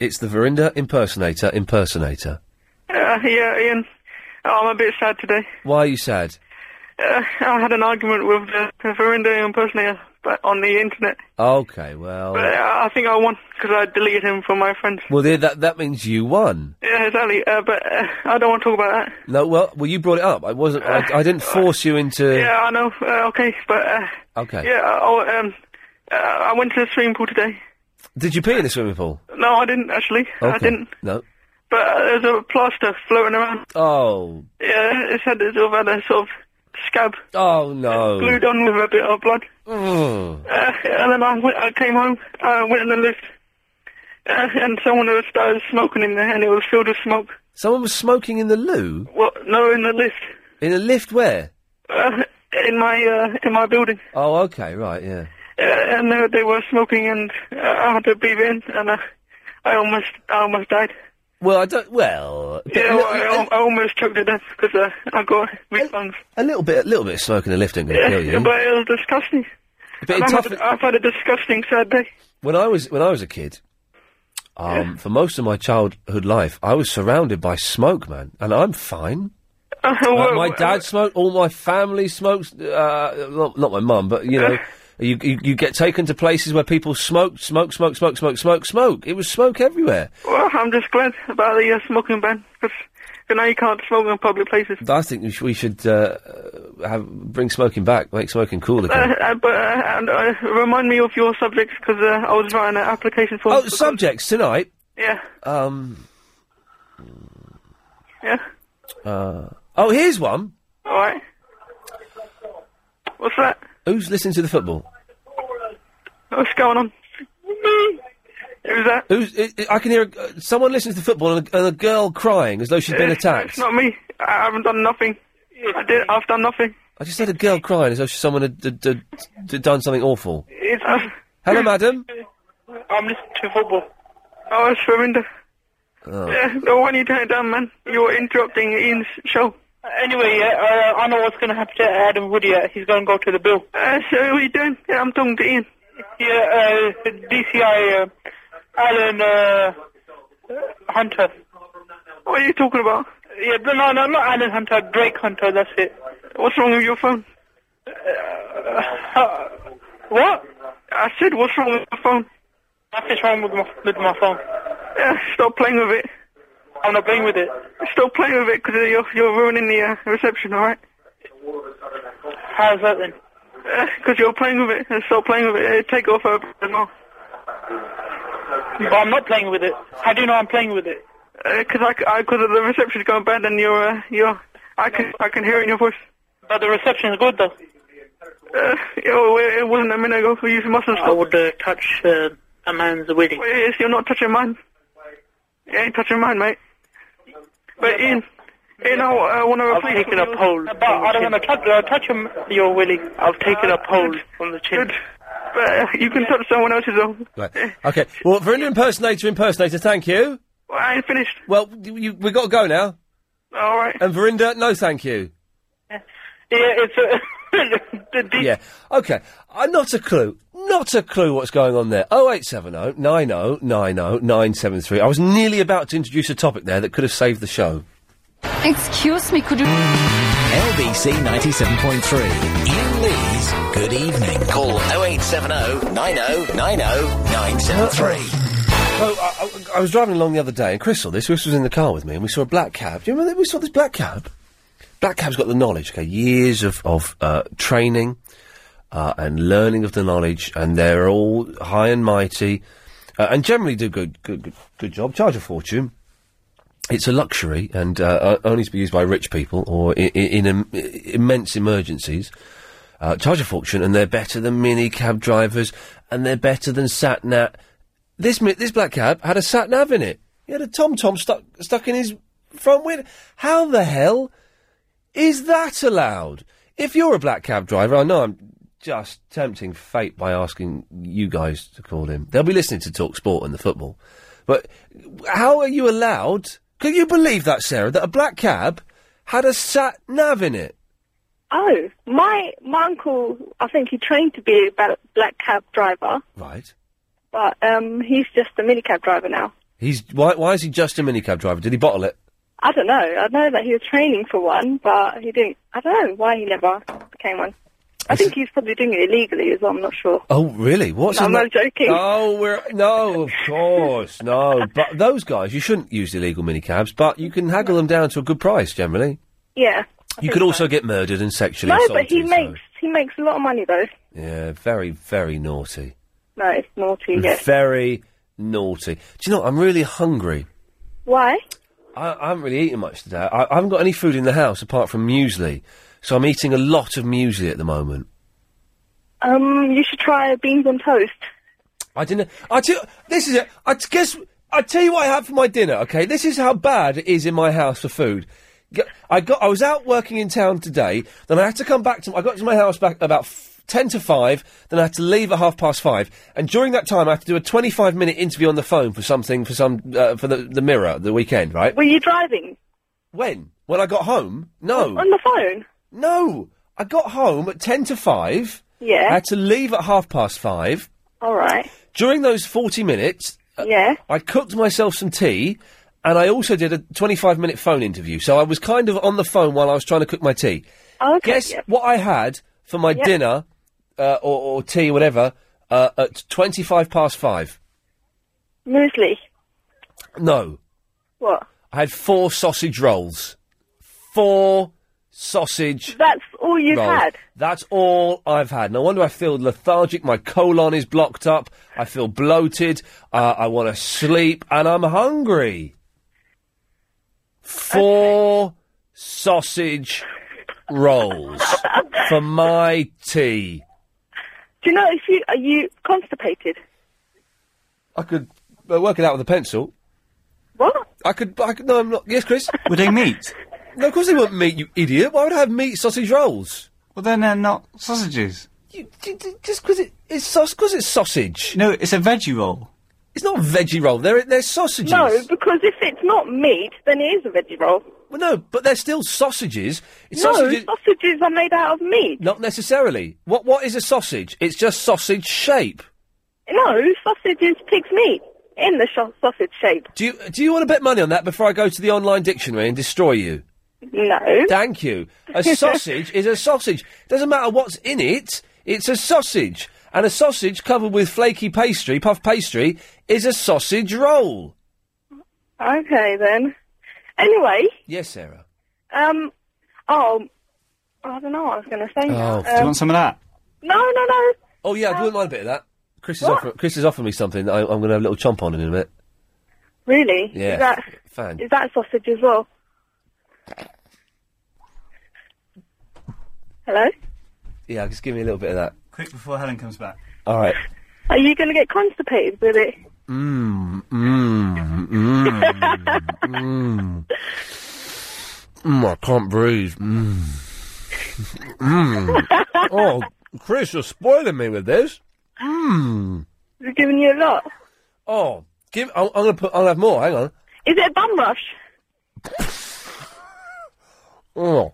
Speaker 3: It's the Verinda impersonator impersonator.
Speaker 23: Uh, yeah, Ian. Oh, I'm a bit sad today.
Speaker 3: Why are you sad?
Speaker 23: Uh, I had an argument with the Verinder impersonator but on the internet.
Speaker 3: Okay, well,
Speaker 23: But uh, I I think I won because I deleted him from my friends.
Speaker 3: Oh. well, there, that that means you won.
Speaker 23: Yeah, exactly. Uh, but uh, I don't want to talk about that.
Speaker 3: No, well, well, you brought it up. I wasn't. I, I didn't force you into.
Speaker 23: Yeah, I know. Uh, okay, but uh,
Speaker 3: Okay.
Speaker 23: yeah, I, I, um, uh, I went to the swimming pool today.
Speaker 3: Did you pee in the swimming pool?
Speaker 23: No, I didn't actually. I
Speaker 3: Okay.
Speaker 23: didn't.
Speaker 3: No.
Speaker 23: But uh, there's a plaster floating around.
Speaker 3: Oh.
Speaker 23: Yeah, it said it's over a sort of scab
Speaker 3: Oh no.
Speaker 23: glued on with a bit of blood.
Speaker 3: Oh.
Speaker 23: Uh, and then I, went, I came home, uh, went in the lift, uh, and someone else started smoking in there, and it was filled with smoke.
Speaker 3: Someone was smoking in the loo.
Speaker 23: Well, no, in the lift,
Speaker 3: In a lift where?
Speaker 23: uh, in my uh, in my building,
Speaker 3: Oh, okay, right, yeah.
Speaker 23: uh, and uh, they were smoking, and uh, I had to breathe in, and uh, I almost I almost died.
Speaker 3: Well, I don't. Well, but
Speaker 23: Yeah,
Speaker 3: a,
Speaker 23: well, I, al- I almost choked to death because uh, I got weak lungs.
Speaker 3: a little bit, a little bit of smoke in a lift ain't going to
Speaker 23: [LAUGHS] Yeah,
Speaker 3: kill you.
Speaker 23: but it was disgusting.
Speaker 3: But
Speaker 23: And
Speaker 3: it
Speaker 23: I,
Speaker 3: tough-
Speaker 23: had, I've had a disgusting sad day.
Speaker 3: When I was when I was a kid,
Speaker 23: [LAUGHS]
Speaker 3: um, for most of my childhood life, I was surrounded by smoke, man, and
Speaker 23: [LAUGHS]
Speaker 3: I'm fine.
Speaker 23: Uh,
Speaker 3: Like, my dad smoked. All my family smokes. Uh, not, not my mum, but
Speaker 23: [LAUGHS]
Speaker 3: you know, you, you you get taken to places where people smoke, smoke, smoke, smoke, smoke, smoke, smoke. It was smoke everywhere.
Speaker 23: Well, I'm just glad about the uh, smoking ban because now you can't smoke in public places.
Speaker 3: I think we sh- we should uh, have bring smoking back, make smoking
Speaker 23: [LAUGHS]
Speaker 3: cool
Speaker 23: Uh,
Speaker 3: again.
Speaker 23: uh, but uh, and, uh, remind me of your subjects because uh, I was writing an application form.
Speaker 3: oh, subjects tonight.
Speaker 23: Yeah,
Speaker 3: Um.
Speaker 23: yeah.
Speaker 3: Uh, oh, here's one.
Speaker 23: All right. What's that?
Speaker 3: Who's listening to the football?
Speaker 23: What's going on? Who's that?
Speaker 3: Who's? I I can hear uh, someone listening to the football and a, and a girl crying as though she's been
Speaker 23: Uh,
Speaker 3: attacked.
Speaker 23: It's not me. I haven't done nothing. I did. I've done nothing.
Speaker 3: I just heard a girl crying as though someone had, had, had, had done something awful.
Speaker 23: It's, uh, [LAUGHS]
Speaker 3: Hello, madam.
Speaker 23: I'm listening to football. I was swimming. The,
Speaker 3: Oh.
Speaker 23: yeah, the one you turned down, man. You were interrupting Ian's show.
Speaker 10: Anyway, uh, uh, I know what's going to happen to Adam Woody. Uh, he's going to go to the bill.
Speaker 23: Uh, so we done. Yeah, I'm talking to Ian.
Speaker 10: Yeah, uh, DCI uh, Alan uh, Hunter.
Speaker 23: What are you talking about?
Speaker 10: Yeah, but no, no, not Alan Hunter. Drake Hunter. That's it.
Speaker 23: What's wrong with your phone?
Speaker 14: uh,
Speaker 23: what? I said, what's wrong with your phone?
Speaker 10: Nothing's wrong with my, with my phone.
Speaker 23: Yeah, stop playing with it.
Speaker 10: I'm not playing with it.
Speaker 23: Stop playing with it because you're, you're ruining the uh, reception, alright?
Speaker 10: How's that then?
Speaker 23: Because you're playing with it. and Stop playing with it. Uh, Take off her and all.
Speaker 10: But I'm not playing with it. How do you know I'm playing with it?
Speaker 23: Because I, c- I, Uh, cause the reception's going bad and you're, uh, you're, I can, I can hear it in your voice.
Speaker 10: But the reception is good though.
Speaker 23: Uh, yeah, well, it it wasn't a minute ago. You mustn't stop.
Speaker 10: I would uh, touch uh, a man's wedding.
Speaker 23: Well, yes, you're not touching mine. You ain't touching mine, mate. But Ian, Ian, I, I want to replace.
Speaker 10: I've taken a
Speaker 23: Uh,
Speaker 10: poll. But I don't want to touch, uh, touch him, your willy. I've taken a poll on the chin.
Speaker 23: Uh, But uh, you can touch someone else's though.
Speaker 3: Right. Okay. Well, for an impersonator, impersonator, thank you.
Speaker 23: Well, I ain't finished.
Speaker 3: Well, you, you, we got to go now.
Speaker 23: All right.
Speaker 3: And Verinda, no, thank you.
Speaker 10: Yeah, it's a. [LAUGHS]
Speaker 3: yeah. Okay. Uh, not a clue. Not a clue what's going on there. Oh, 0870 90 90 973. I was nearly about to introduce a topic there that could have saved the show.
Speaker 21: Excuse me, could you.
Speaker 1: LBC 97.3. Ian Lee's Good Evening. Call 0870 90 90 oh, 973.
Speaker 3: Well, I, I, I was driving along the other day, and Chris saw this. Chris was in the car with me, and we saw a black cab. Do you remember that we saw this black cab? Black cab's got the knowledge. Okay, years of of uh, training uh, and learning of the knowledge, and they're all high and mighty, uh, and generally do good good good, good job. Charge a fortune. It's a luxury and uh, o- only to be used by rich people or in, in, in im- immense emergencies. Uh, charge a fortune, and they're better than mini cab drivers, and they're better than sat nav. This mi- this black cab had a sat nav in it. He had a tom tom stuck stuck in his front window. How the hell is that allowed? If you're a black cab driver, I know I'm just tempting fate by asking you guys to call him. They'll be listening to Talk Sport and the football. But how are you allowed? Can you believe that, Sarah, that a black cab had a sat nav in it?
Speaker 7: Oh, my my uncle, I think he trained to be a ba- black cab driver,
Speaker 3: Right.
Speaker 7: but um, he's just a minicab driver now.
Speaker 3: He's why, why is he just a minicab driver? Did he bottle it?
Speaker 7: I don't know. I know that he was training for one, but he didn't. I don't know why he never became one. I think he's probably doing it illegally as well. I'm not sure.
Speaker 3: Oh, really? What's
Speaker 7: No,
Speaker 3: in
Speaker 7: I'm
Speaker 3: that-
Speaker 7: not joking.
Speaker 3: No, we're no, of course, no. But those guys, you shouldn't use illegal minicabs, but you can haggle them down to a good price generally.
Speaker 7: Yeah. I
Speaker 3: You
Speaker 7: think
Speaker 3: could
Speaker 7: so.
Speaker 3: also get murdered and sexually
Speaker 7: No,
Speaker 3: assaulted.
Speaker 7: but he makes
Speaker 3: uh,
Speaker 7: he makes a lot of money though.
Speaker 3: Yeah, very, very naughty.
Speaker 7: No, it's naughty. Yes.
Speaker 3: Very naughty. Do you know? what? I'm really hungry.
Speaker 7: Why?
Speaker 3: I, I haven't really eaten much today. I, I haven't got any food in the house apart from muesli, so I'm eating a lot of muesli at the moment.
Speaker 7: Um, you should try beans on toast.
Speaker 3: I didn't. I tell. This is it. I t- guess. I tell you what I had for my dinner. Okay, this is how bad it is in my house for food. G- I got. I was out working in town today. Then I had to come back to. I got to my house back about f- ten to five. Then I had to leave at half past five. And during that time, I had to do a twenty-five minute interview on the phone for something for some uh, for the the mirror the weekend. Right.
Speaker 7: Were you driving?
Speaker 3: When? When I got home? No.
Speaker 7: On the phone?
Speaker 3: No. I got home at ten to five.
Speaker 7: Yeah.
Speaker 3: I had to leave at half past five.
Speaker 7: All right.
Speaker 3: During those 40 minutes, uh,
Speaker 7: Yeah.
Speaker 3: I cooked myself some tea and I also did a 25 minute phone interview. So I was kind of on the phone while I was trying to cook my tea.
Speaker 7: Oh, Okay.
Speaker 3: Guess
Speaker 7: yep.
Speaker 3: what I had for my
Speaker 7: Yeah.
Speaker 3: dinner uh, or, or tea, whatever, uh, at 25 past five?
Speaker 7: Muesli.
Speaker 3: No.
Speaker 7: What?
Speaker 3: I had four sausage rolls. Four sausage.
Speaker 7: That's all you've
Speaker 3: rolls.
Speaker 7: had?
Speaker 3: That's all I've had. No wonder I feel lethargic. My colon is blocked up. I feel bloated. Uh, I want to sleep, and I'm hungry. Four sausage
Speaker 7: [LAUGHS]
Speaker 3: rolls for my tea.
Speaker 7: Do you know if you are you constipated?
Speaker 3: I could uh, work it out with a pencil.
Speaker 7: What?
Speaker 3: I could. I could no,
Speaker 26: [LAUGHS]
Speaker 3: I'm not. Yes, Chris. would they meat? No, of course they wouldn't meat. You idiot. Why would I have meat sausage rolls?
Speaker 26: Well, then they're not sausages.
Speaker 3: You, d- d- just because it, it's sausage, because it's sausage.
Speaker 26: No, it's a veggie roll.
Speaker 3: It's not a veggie roll. They're they're sausages.
Speaker 7: No, because if it's not meat, then it is a veggie roll.
Speaker 3: Well, no, but they're still sausages. It's
Speaker 7: no,
Speaker 3: sausages.
Speaker 7: sausages are made out of meat.
Speaker 3: Not necessarily. What what is a sausage? It's just sausage shape.
Speaker 7: No, sausage is pig's meat in the sh- sausage shape.
Speaker 3: Do you do you want to bet money on that before I go to the online dictionary and destroy you?
Speaker 7: No.
Speaker 3: Thank you.
Speaker 7: [LAUGHS]
Speaker 3: A sausage is a sausage. Doesn't matter what's in it. It's a sausage, and a sausage covered with flaky pastry, puff pastry, is a sausage roll.
Speaker 7: Okay then. Anyway,
Speaker 3: Yes, Sarah.
Speaker 7: um, oh, I don't know what I was going to say. now.
Speaker 3: Oh, do you
Speaker 7: Um,
Speaker 3: want some of that?
Speaker 7: No, no, no.
Speaker 3: Oh yeah, I wouldn't mind a bit of that. Chris is
Speaker 7: What?
Speaker 3: offering, Chris is offering me something. That I, I'm going to have a little chomp on in a minute.
Speaker 7: Really?
Speaker 3: Yeah.
Speaker 7: Is that
Speaker 3: Fan.
Speaker 7: is that sausage as well? Hello.
Speaker 3: Yeah, just give me a little bit of that.
Speaker 26: Quick before Helen comes back.
Speaker 3: All right.
Speaker 7: Are you going to get constipated with it?
Speaker 3: Mmm, mmm, mmm, mmm. Mmm, I can't breathe. Mmm. Mmm. Oh, Chris, you're spoiling me with this. Mmm.
Speaker 7: We're giving you a lot.
Speaker 3: Oh, give. I'm, I'm gonna put. I'll have more. Hang on.
Speaker 7: Is it a bum rush?
Speaker 3: Oh.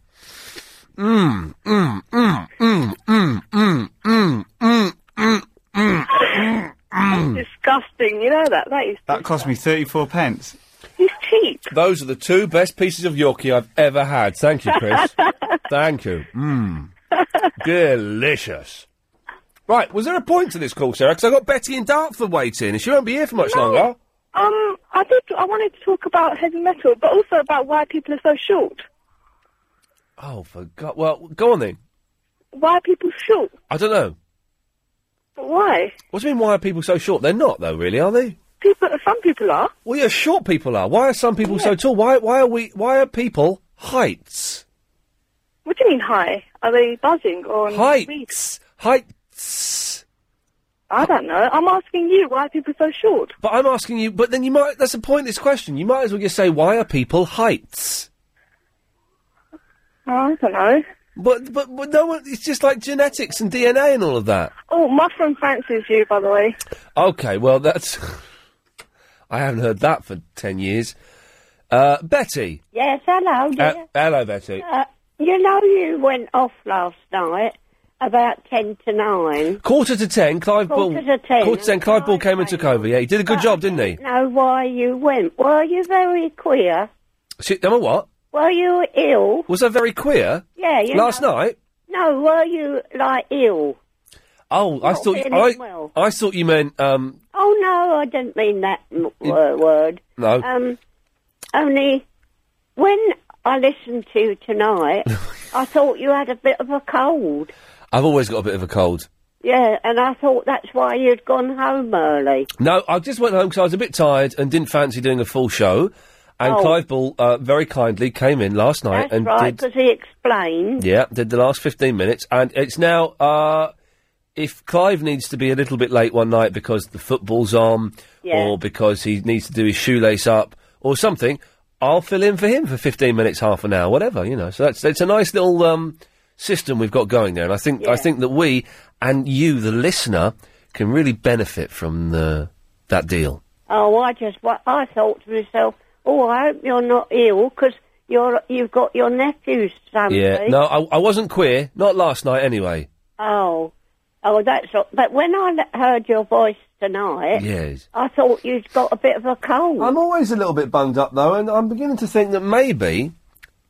Speaker 3: Mmm, mmm, mmm, mmm, mmm, mmm, mmm, mmm, mmm, mmm, mmm,
Speaker 7: That's
Speaker 3: mmm.
Speaker 7: disgusting. You know that? That is.
Speaker 26: That cost me 34 pence.
Speaker 7: It's cheap.
Speaker 3: Those are the two best pieces of Yorkie I've ever had. Thank you,
Speaker 7: [LAUGHS]
Speaker 3: Chris. Thank you. Mmm. Delicious. Right, was there a point to this call, Sarah? Because I got Betty in Dartford waiting, and she won't be here for much longer.
Speaker 7: Um, I did. I wanted to talk about heavy metal, but also about why people are so short.
Speaker 3: Oh, for God. Well, go on then.
Speaker 7: Why are people short?
Speaker 3: I don't know.
Speaker 7: But why?
Speaker 3: What do you mean, why are people so short? They're not, though, really, are they?
Speaker 7: People, some people are.
Speaker 3: Well, yeah, short people are. Why are some people so tall? Why, why are we, why are people heights?
Speaker 7: What do you mean high? Are they buzzing or
Speaker 3: heights? Heights.
Speaker 7: I don't know. I'm asking you why people are so short.
Speaker 3: But I'm asking you, but then you might, that's the point of this question. You might as well just say, why are people heights?
Speaker 7: Oh, I don't know.
Speaker 3: But, but, but no one, it's just like genetics and DNA and all of that.
Speaker 7: Oh, mushroom fancies you, by the way.
Speaker 3: Okay, well, that's. [LAUGHS] I haven't heard that for 10 years. Uh, Betty.
Speaker 38: Yes, hello,
Speaker 3: Uh,
Speaker 38: dear.
Speaker 3: hello, Betty.
Speaker 38: Uh, you know you went off last night about ten to nine.
Speaker 3: Quarter to 10, Clive Ball.
Speaker 38: Quarter to 10.
Speaker 3: Quarter to 10, Clive Ball came and took over. Yeah, he did a good job, didn't he?
Speaker 38: Know why you went? Were you very queer?
Speaker 3: Shit, am I what?
Speaker 38: Were you ill?
Speaker 3: Was I very queer?
Speaker 38: Yeah, you
Speaker 3: Last
Speaker 38: know.
Speaker 3: night?
Speaker 38: No, were you like ill?
Speaker 3: Oh, I
Speaker 38: Not
Speaker 3: thought you,
Speaker 38: feeling
Speaker 3: I,
Speaker 38: well.
Speaker 3: I thought you meant, um,
Speaker 38: Oh no, I didn't mean that m- wor- word.
Speaker 3: No.
Speaker 38: Um, only when I listened to you
Speaker 3: [LAUGHS]
Speaker 38: tonight, I thought you had a bit of a cold.
Speaker 3: I've always got a bit of a cold.
Speaker 38: Yeah, and I thought that's why you'd gone home early.
Speaker 3: No, I just went home because I was a bit tired and didn't fancy doing a full show. And
Speaker 38: Oh.
Speaker 3: Clive Ball uh, very kindly came in last night
Speaker 38: That's
Speaker 3: and
Speaker 38: right,
Speaker 3: did
Speaker 38: because he explained.
Speaker 3: Yeah, did the last 15 minutes, and it's now, uh, if Clive needs to be a little bit late one night because the football's on,
Speaker 38: Yeah.
Speaker 3: or because he needs to do his shoelace up, or something, I'll fill in for him for 15 minutes, half an hour, whatever, you know. So that's, it's a nice little, um, system we've got going there, and I think, I think that we, and you, the listener, can really benefit from the, that deal.
Speaker 38: Oh, I just, wa- I thought to myself, oh, I hope you're not ill because you're, you've got your nephew's something.
Speaker 3: Yeah, no, I, I wasn't queer, not last night anyway.
Speaker 38: Oh, oh, that's. all- But when I le- heard your voice tonight,
Speaker 3: Yes.
Speaker 38: I thought you'd got a bit of a cold.
Speaker 3: I'm always a little bit bunged up though, and I'm beginning to think that maybe,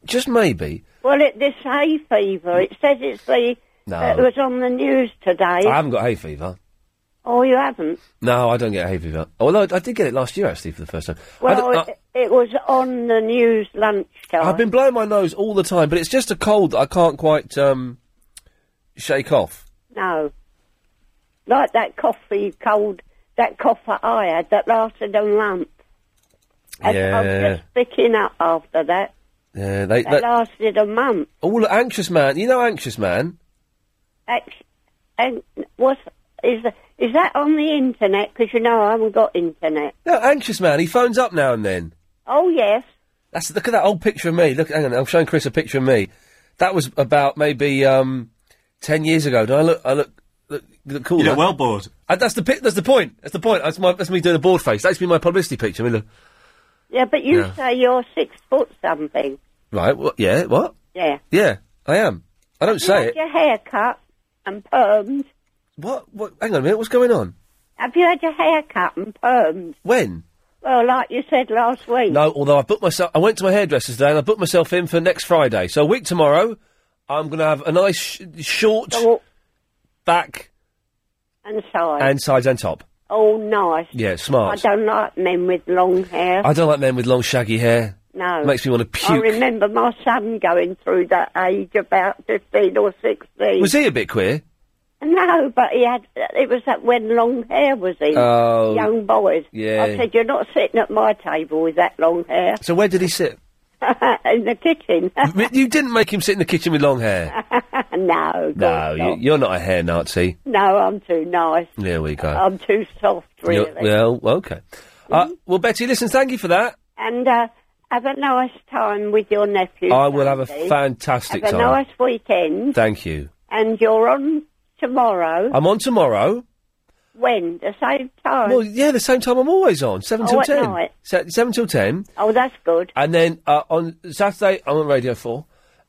Speaker 3: just maybe,
Speaker 38: well, it, this hay fever. It says it's the.
Speaker 3: No.
Speaker 38: It was on the news today.
Speaker 3: I haven't got hay fever.
Speaker 38: Oh, you haven't.
Speaker 3: No, I don't get hay fever. Although I, I did get it last year actually for the first time. I uh
Speaker 38: Well,
Speaker 3: don't- I-
Speaker 38: it, it was on the news lunchtime.
Speaker 3: I've been blowing my nose all the time, but it's just a cold that I can't quite um, shake off.
Speaker 38: No. Like that coffee cold, that cough that I had that lasted a month.
Speaker 3: yeah,
Speaker 38: Picking up after that,
Speaker 3: yeah. They,
Speaker 38: that
Speaker 3: they,
Speaker 38: lasted a month.
Speaker 3: all anxious man. You know, anxious man.
Speaker 38: Ex- and what is the, is that on the internet? Because you know I haven't got internet.
Speaker 3: No, anxious man. He phones up now and then.
Speaker 38: Oh yes,
Speaker 3: That's look at that old picture of me. Look, hang on. I'm showing Chris a picture of me. That was about maybe um, ten years ago. Do I look? I look. Look, look cool.
Speaker 39: You look
Speaker 3: don't I?
Speaker 39: well bored.
Speaker 3: Uh, that's the pi- that's the point. That's the point. That's, my, that's me doing a bored face. That's been my publicity picture. I mean, look.
Speaker 38: Yeah, but you
Speaker 3: Yeah.
Speaker 38: say you're six foot something.
Speaker 3: Right. What? Yeah. What?
Speaker 38: Yeah.
Speaker 3: Yeah. I am. I don't say
Speaker 38: you
Speaker 3: it.
Speaker 38: had your hair cut and permed.
Speaker 3: What? What? Hang on a minute. What's going on?
Speaker 38: Have you had your hair cut and permed?
Speaker 3: When?
Speaker 38: Well, like you said last week.
Speaker 3: No. Although I booked myself. I went to my hairdresser today and I booked myself in for next Friday. So a week tomorrow, I'm going to have a nice sh- short back
Speaker 38: And side.
Speaker 3: and sides and top.
Speaker 38: Oh, nice.
Speaker 3: Yeah.
Speaker 38: I
Speaker 3: Smart.
Speaker 38: don't like men with long hair.
Speaker 3: I don't like men with long shaggy hair.
Speaker 38: No.
Speaker 3: Makes me want to puke.
Speaker 38: I remember my son going through that age about 15 or 16.
Speaker 3: Was he a bit queer?
Speaker 38: No, but he had, it was that when long hair was in.
Speaker 3: Oh.
Speaker 38: Young boys.
Speaker 3: Yeah.
Speaker 38: I said, you're not sitting at my table with that long hair. [LAUGHS]
Speaker 3: So where did he sit?
Speaker 38: in the kitchen. [LAUGHS]
Speaker 3: you didn't make him sit in the kitchen with long hair.
Speaker 38: no.
Speaker 3: [LAUGHS] No, you, you're not a hair Nazi.
Speaker 38: No, I'm too nice.
Speaker 3: There we go.
Speaker 38: I'm too soft,
Speaker 3: Uh. You're-
Speaker 38: Oh, really. Mm-hmm.
Speaker 3: Well, okay. Uh, well, Betty, listen, thank you for that.
Speaker 38: And uh, have a nice time with your nephew.
Speaker 3: I will have a
Speaker 38: Sandy.
Speaker 3: fantastic
Speaker 38: Have a
Speaker 3: time.
Speaker 38: nice weekend.
Speaker 3: Thank you.
Speaker 38: and you're on tomorrow.
Speaker 3: I'm on tomorrow.
Speaker 38: when? The same time?
Speaker 3: Well, yeah, the same time I'm always on, 7
Speaker 38: Oh,
Speaker 3: till
Speaker 38: at
Speaker 3: 10.
Speaker 38: night.
Speaker 3: Se- 7 till 10.
Speaker 38: oh, that's good.
Speaker 3: And then uh, on Saturday, I'm on Radio 4.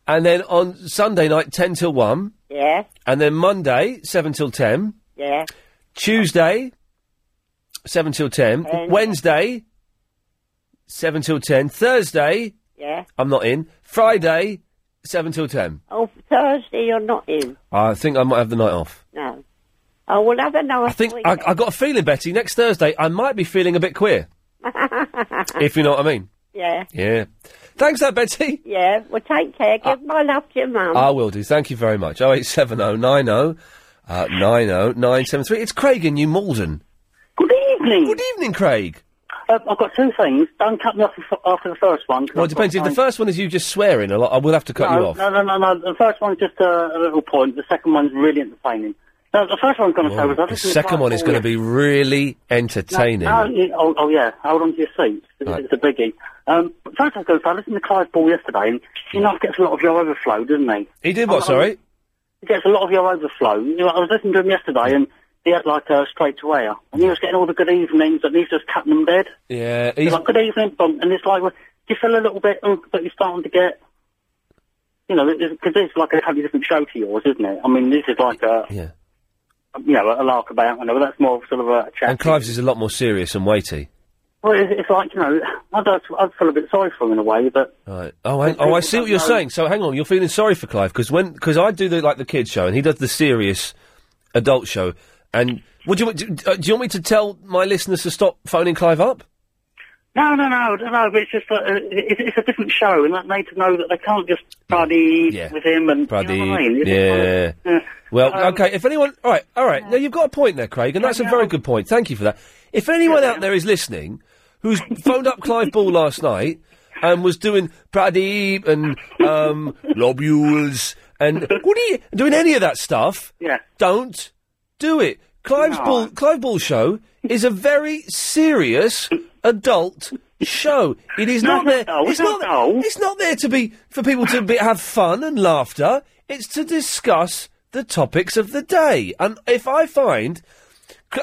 Speaker 3: And then on Sunday night, 10 till 1.
Speaker 38: Yeah,
Speaker 3: And then Monday, 7 till 10.
Speaker 38: yeah.
Speaker 3: Tuesday, 7 till 10.
Speaker 38: Ten.
Speaker 3: Wednesday, 7 till 10. Thursday,
Speaker 38: Yeah.
Speaker 3: I'm not in. Friday, 7 till 10.
Speaker 38: Oh, Thursday you're not in.
Speaker 3: I think I might have the night off.
Speaker 38: No. Oh, well, have a nice
Speaker 3: I think I,
Speaker 38: weekend.
Speaker 3: I got a feeling, Betty, next Thursday I might be feeling a
Speaker 14: [LAUGHS]
Speaker 3: bit queer, if you know what I mean.
Speaker 38: yeah,
Speaker 3: Yeah. Thanks, for that, Betty. Uh,
Speaker 38: yeah. Well, take care. Give my love to your
Speaker 14: Um.
Speaker 38: mum.
Speaker 3: I will do. Thank you very much. 08709090973. Uh, 90973. it's Craig in New Malden.
Speaker 14: Good evening.
Speaker 3: Good evening, Craig.
Speaker 14: Uh, I've got two things. Don't cut me off befo- after the first one. 'cause
Speaker 3: Well, it
Speaker 14: I've
Speaker 3: depends. If
Speaker 14: got
Speaker 3: the first one is you just swearing a lot, I will have to cut
Speaker 14: no,
Speaker 3: you off.
Speaker 14: No, no, no, no. The first one's just a, a little point. The second one's really entertaining. No, the first one's going to say was I
Speaker 3: the
Speaker 14: listened to
Speaker 3: second
Speaker 14: Brian
Speaker 3: one is
Speaker 14: Hall
Speaker 3: going to be really entertaining.
Speaker 14: No, no, you- oh, oh, yeah, hold on to your seats. It's,
Speaker 3: Right.
Speaker 14: it's a biggie. Um, first of all, I listened to Clive Ball yesterday, and he now gets a lot of your overflow, doesn't he?
Speaker 3: He did what,
Speaker 14: I- I-
Speaker 3: sorry?
Speaker 14: He gets a lot of your overflow. You know, I was listening to him yesterday, and he had like a straight to air, and he was getting all the good evenings, and he's just cutting them dead.
Speaker 3: Yeah, he's,
Speaker 14: like, good evening, bump, and it's like, well, do you feel a little bit oh, that you're starting to get, you know, because it's like a totally different show to yours, isn't it? I mean, this is like a,
Speaker 3: Yeah.
Speaker 14: you know, a lark about, I know, but that's more of sort of a chat.
Speaker 3: and Clive's is a lot more serious and weighty.
Speaker 14: Well, it's, it's like, you know, I, don't, I feel a bit sorry for him in a way, but
Speaker 3: Right. Oh, hang, oh, I see what you're saying. So, hang on, you're feeling sorry for Clive because when because I do the like the kids show and he does the serious adult show. And would you do, uh, do you want me to tell my listeners to stop phoning Clive up?
Speaker 14: no, no, no, no, no, but it's just, that, uh, it's, it's a different show, and they need to know that they can't just buddy with him and,
Speaker 3: Mm. Buddy,
Speaker 14: you know what I mean? It's
Speaker 3: yeah.
Speaker 14: like, uh,
Speaker 3: Well, okay. If anyone, all right, all right. Now you've got a point there, Craig, and that's a very good point. Thank you for that. If anyone out there is listening who's phoned up Clive Ball last night and was doing Pradeep and um, lobules and what are you doing any of that stuff?
Speaker 14: Yeah.
Speaker 3: Don't do it. Clive's
Speaker 14: No.
Speaker 3: Ball, Clive Ball show is a very serious adult show. It is
Speaker 14: No,
Speaker 3: not there.
Speaker 14: no,
Speaker 3: it's
Speaker 14: no,
Speaker 3: not. It's not there to be for people to be, have fun and laughter. It's to discuss the topics of the day. And if I find, C-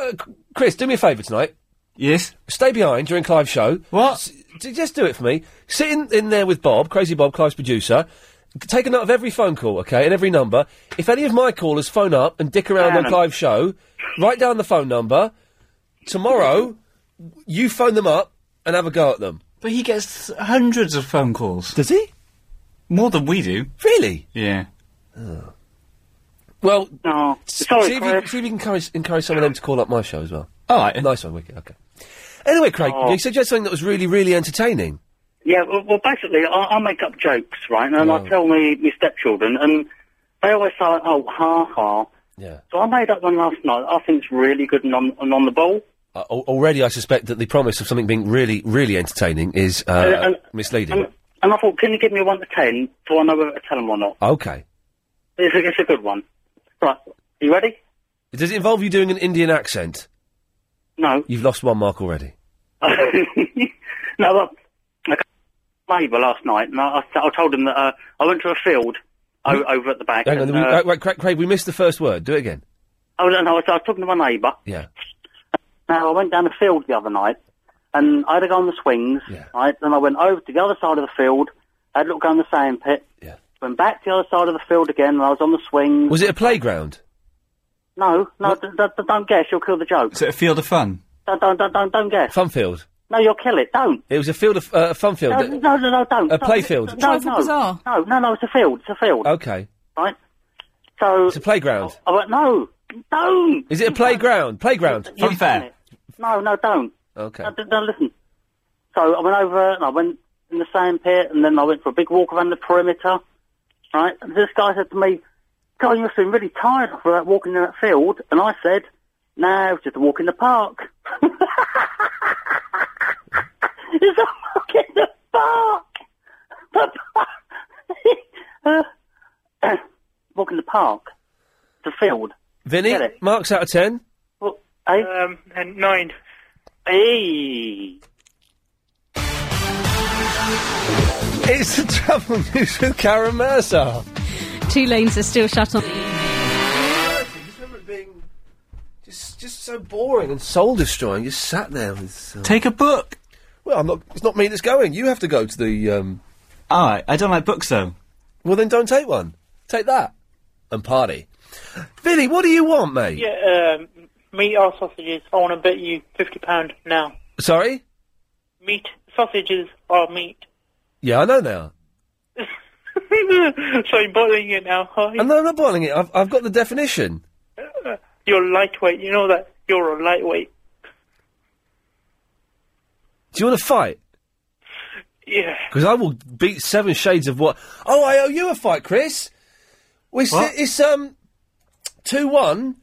Speaker 3: Chris, do me a favour tonight.
Speaker 26: Yes.
Speaker 3: Stay behind during Clive's show. What? just do it for me. Sit in, in there with Bob, Crazy Bob, Clive's producer. C- Take a note of every phone call, okay, and every number. If any of my callers phone up and dick around on
Speaker 14: Um.
Speaker 3: Clive's show, write down the phone number. Tomorrow, you phone them up and have a go at them.
Speaker 26: But he gets hundreds of phone calls.
Speaker 3: Does he?
Speaker 26: More than we do.
Speaker 3: Really?
Speaker 26: Yeah.
Speaker 3: Oh, Well,
Speaker 14: sorry,
Speaker 3: see, if you, see if you can encourage, encourage some of them to call up my show as well.
Speaker 26: All right.
Speaker 3: Nice one, Wicked. Okay. Anyway, Craig,
Speaker 14: Oh.
Speaker 3: you said you had something that was really, really entertaining.
Speaker 14: Yeah, well, well basically, I, I make up jokes, right? And I tell me my stepchildren, and they always say, "Oh, ha ha."
Speaker 3: Yeah.
Speaker 14: So I made up one last night. I think it's really good and on, and on the ball.
Speaker 3: Uh, al- already, I suspect that the promise of something being really, really entertaining is uh,
Speaker 14: Uh, and-
Speaker 3: misleading.
Speaker 14: And, and I thought, can you give me a one to ten, so I know whether to tell them or not?
Speaker 3: okay.
Speaker 14: It's a, it's a good one. Right, you ready? [LAUGHS]
Speaker 3: Does it involve you doing an Indian accent?
Speaker 14: No.
Speaker 3: You've lost one mark already.
Speaker 14: no, I, I got a neighbour last night, and I, I, I told him that uh, I went to a field o- over at the back.
Speaker 3: Hmm? Hang on,
Speaker 14: and,
Speaker 3: we,
Speaker 14: uh,
Speaker 3: uh, wait, Craig, Craig, we missed the first word. Do it again.
Speaker 14: Oh, no, no, I was, I was talking to my neighbour.
Speaker 3: Yeah.
Speaker 14: Now, I went down the field the other night, and I had a go on the swings, right? Then I went over to the other side of the field, had a look down the sand pit,
Speaker 3: yeah.
Speaker 14: went back to the other side of the field again, and I was on the swings.
Speaker 3: Was it a playground?
Speaker 14: No, no, d- d- d- don't guess, you'll kill the joke.
Speaker 26: Is it a field of fun?
Speaker 14: Don't, don't, don't, don't, don't guess.
Speaker 3: Funfield.
Speaker 14: No, you'll kill it, don't.
Speaker 3: It was a field of uh, a fun field.
Speaker 14: No,
Speaker 3: that-
Speaker 14: no, no, no, don't.
Speaker 3: A
Speaker 14: Don't.
Speaker 3: playfield.
Speaker 14: No, no, no, no, no, it's a field, it's a field,
Speaker 3: Okay.
Speaker 14: right? So,
Speaker 3: It's a playground.
Speaker 14: I went, no, don't.
Speaker 3: Is it a playground? Playground.
Speaker 14: You've done it. No, no, don't.
Speaker 3: Okay.
Speaker 14: No, don't- don't listen. So I went over and I went in the sand pit and then I went for a big walk around the perimeter, right? And this guy said to me, God, you must have been really tired after that walking in that field. And I said, no, it's just a walk in the park. [LAUGHS] it's a walk in the park. The park. [LAUGHS] Uh, [CLEARS THROAT] walk in the park. The field.
Speaker 3: Vinny,
Speaker 14: Get it.
Speaker 3: marks out of ten.
Speaker 14: Um, and nine. Hey.
Speaker 3: It's the [LAUGHS] travel news with Karen Mercer.
Speaker 21: Two lanes are still shut on the evening.
Speaker 3: Just, just so boring and soul destroying. Just sat there with. Uh...
Speaker 26: Take a book.
Speaker 3: Well, I'm not. It's not me that's going. You have to go to the. Um...
Speaker 26: All right. Ah, I don't like books though.
Speaker 3: Well, then don't take one. Take that and party. Vinny, what do you want, mate?
Speaker 39: Yeah, um, meat or sausages. I want to bet you fifty pound now.
Speaker 3: Sorry.
Speaker 39: Meat sausages or meat. [LAUGHS]
Speaker 3: Yeah, I know now.
Speaker 39: so you're boiling it now, huh?
Speaker 3: And no, I'm not boiling it. I've, I've got the definition.
Speaker 39: You're lightweight. You know that you're a lightweight.
Speaker 3: Do you want to fight?
Speaker 39: Yeah.
Speaker 3: Because I will beat Seven Shades of what? Oh, I owe you a fight, Chris. We s-
Speaker 40: What?
Speaker 3: it's um two one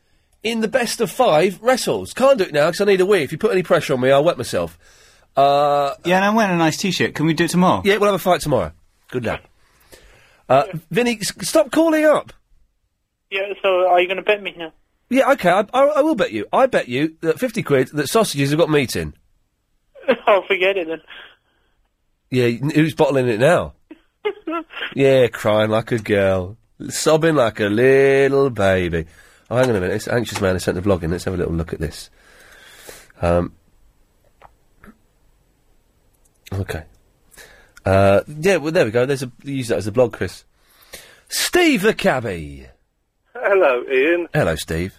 Speaker 3: in the best of five wrestles. Can't do it now because I need a wee. If you put any pressure on me, I'll wet myself. Uh,
Speaker 26: yeah, and I'm wearing a nice t-shirt. Can we do it tomorrow?
Speaker 3: Yeah, we'll have a fight tomorrow. Good luck. Uh, Vinny, s- stop calling up.
Speaker 39: Yeah. So are you going to bet me now? [LAUGHS]
Speaker 3: Yeah, okay, I, I, I will bet you. I bet you that 50 quid that sausages have got meat in.
Speaker 39: I'll forget it then.
Speaker 3: Yeah, n- who's bottling it now?
Speaker 39: [LAUGHS]
Speaker 3: yeah, crying like a girl, sobbing like a little baby. Oh, hang on a minute. This anxious man has sent the blog in. Let's have a little look at this. Um, okay. Uh, yeah, well, there we go. There's a use that as a blog, Chris. Steve the cabbie.
Speaker 6: Hello, Ian.
Speaker 3: Hello, Steve.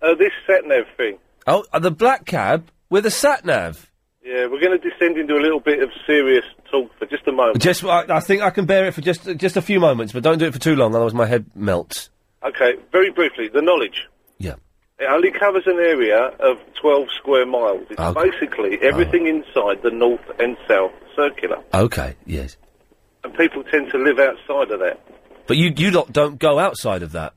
Speaker 6: Uh, this set and everything.
Speaker 3: Oh, uh, the black cab with a sat nav.
Speaker 6: Yeah, we're going to descend into a little bit of serious talk for just a moment.
Speaker 3: Just, I, I think I can bear it for just just a few moments, but don't do it for too long, otherwise my head melts.
Speaker 6: Okay, very briefly, the knowledge.
Speaker 3: Yeah.
Speaker 6: It only covers an area of 12 square miles. It's
Speaker 3: Okay.
Speaker 6: basically everything inside the north and south circular.
Speaker 3: Okay. Yes.
Speaker 6: And people tend to live outside of that.
Speaker 3: But you you lot don't go outside of that.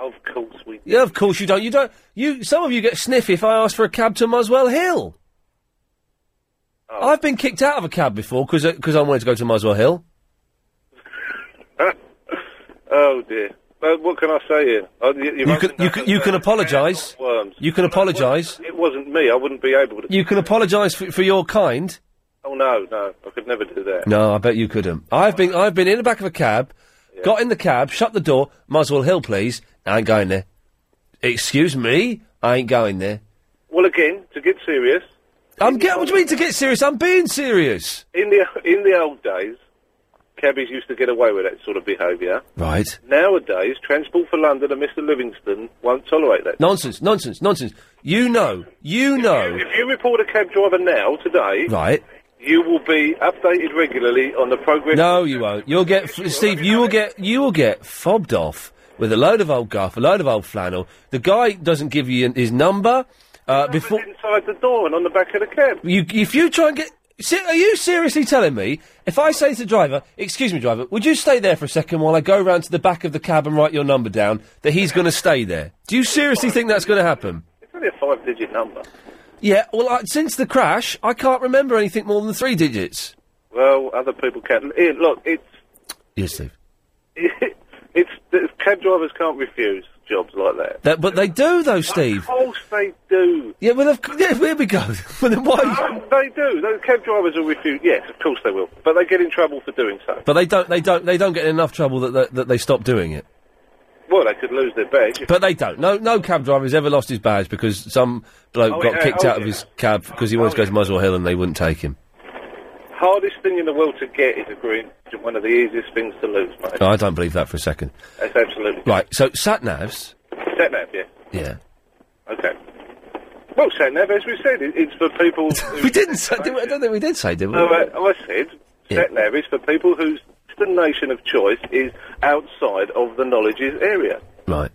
Speaker 6: Of course we
Speaker 3: Yeah, of course you don't. You don't. You some of you get sniffy if I ask for a cab to Muswell Hill. I've been kicked out of a cab before uh, because I wanted to go to Muswell Hill.
Speaker 6: Oh, dear. Well, what can I say, Ian? Uh, you, you
Speaker 3: You can
Speaker 6: mustn't
Speaker 3: you
Speaker 6: know
Speaker 3: can you
Speaker 6: that
Speaker 3: can
Speaker 6: I'm a fan
Speaker 3: apologise.
Speaker 6: of Worms.
Speaker 3: You can apologise.
Speaker 6: It wasn't me. I wouldn't be able to.
Speaker 3: You can apologise for, for your kind.
Speaker 6: Oh, no, no. I could never do that.
Speaker 3: No, I bet you couldn't. I've been I've been in the back of a cab, got in the cab, shut the door, Muswell Hill, please. I ain't going there. Excuse me, I ain't going there.
Speaker 6: Well, again, to get serious,
Speaker 3: I'm get. What do you mean to get serious? I'm being serious.
Speaker 6: in the in the old days, cabbies used to get away with that sort of behaviour.
Speaker 3: Right.
Speaker 6: Nowadays, Transport for London and Mr. Livingston won't tolerate that.
Speaker 3: Nonsense. Nonsense. Nonsense. You know. You know.
Speaker 6: If you report a cab driver now today,
Speaker 3: Right.
Speaker 6: you will be updated regularly on the progress.
Speaker 3: No, you won't. You'll get f- Steve. You will get you will get fobbed off with a load of old guff, a load of old flannel. The guy doesn't give you his number uh, before
Speaker 6: inside the door and on the back of the cab.
Speaker 3: You, if you try and get, se- are you seriously telling me if I say to the driver, "Excuse me, driver, would you stay there for a second while I go round to the back of the cab and write your number down?" That he's going to stay there? Do you seriously think that's going to happen?
Speaker 6: It's only a five-digit number.
Speaker 3: Yeah. Well, I, since the crash, I can't remember anything more than three digits.
Speaker 6: Well, other people can. Ian, look, it's [LAUGHS]
Speaker 3: Yes, Steve.
Speaker 6: it's the cab drivers can't refuse. jobs like that.
Speaker 3: That, but they do though, Steve.
Speaker 6: Of course they do.
Speaker 3: Yeah, well, of, c- yeah, here we go. [LAUGHS] well, then why?
Speaker 6: Um, they do. Those cab drivers will refuse. Yes, of course they will. But they get in trouble for doing so.
Speaker 3: But they don't. They don't. They don't get in enough trouble that that, that they stop doing it.
Speaker 6: Well, they could lose their badge.
Speaker 3: But they don't. No, no cab driver has ever lost his badge because some bloke
Speaker 6: Oh,
Speaker 3: got
Speaker 6: yeah,
Speaker 3: kicked
Speaker 6: oh,
Speaker 3: out of his cab because he wanted to go to Muswell Hill and they wouldn't take him.
Speaker 6: Hardest thing in the world to get is a green. One of the easiest things to lose, mate.
Speaker 3: No, I don't believe that for a second.
Speaker 6: That's absolutely
Speaker 3: Right. So sat navs.
Speaker 6: Sat nav, yeah.
Speaker 3: Yeah.
Speaker 6: Okay. Well, sat nav, as we said, it, it's for people. Who
Speaker 3: [LAUGHS] We didn't. Say, did we? I don't think we did say, did we?
Speaker 6: No, I, I said sat nav is for people whose destination of choice is outside of the knowledges area.
Speaker 3: Right.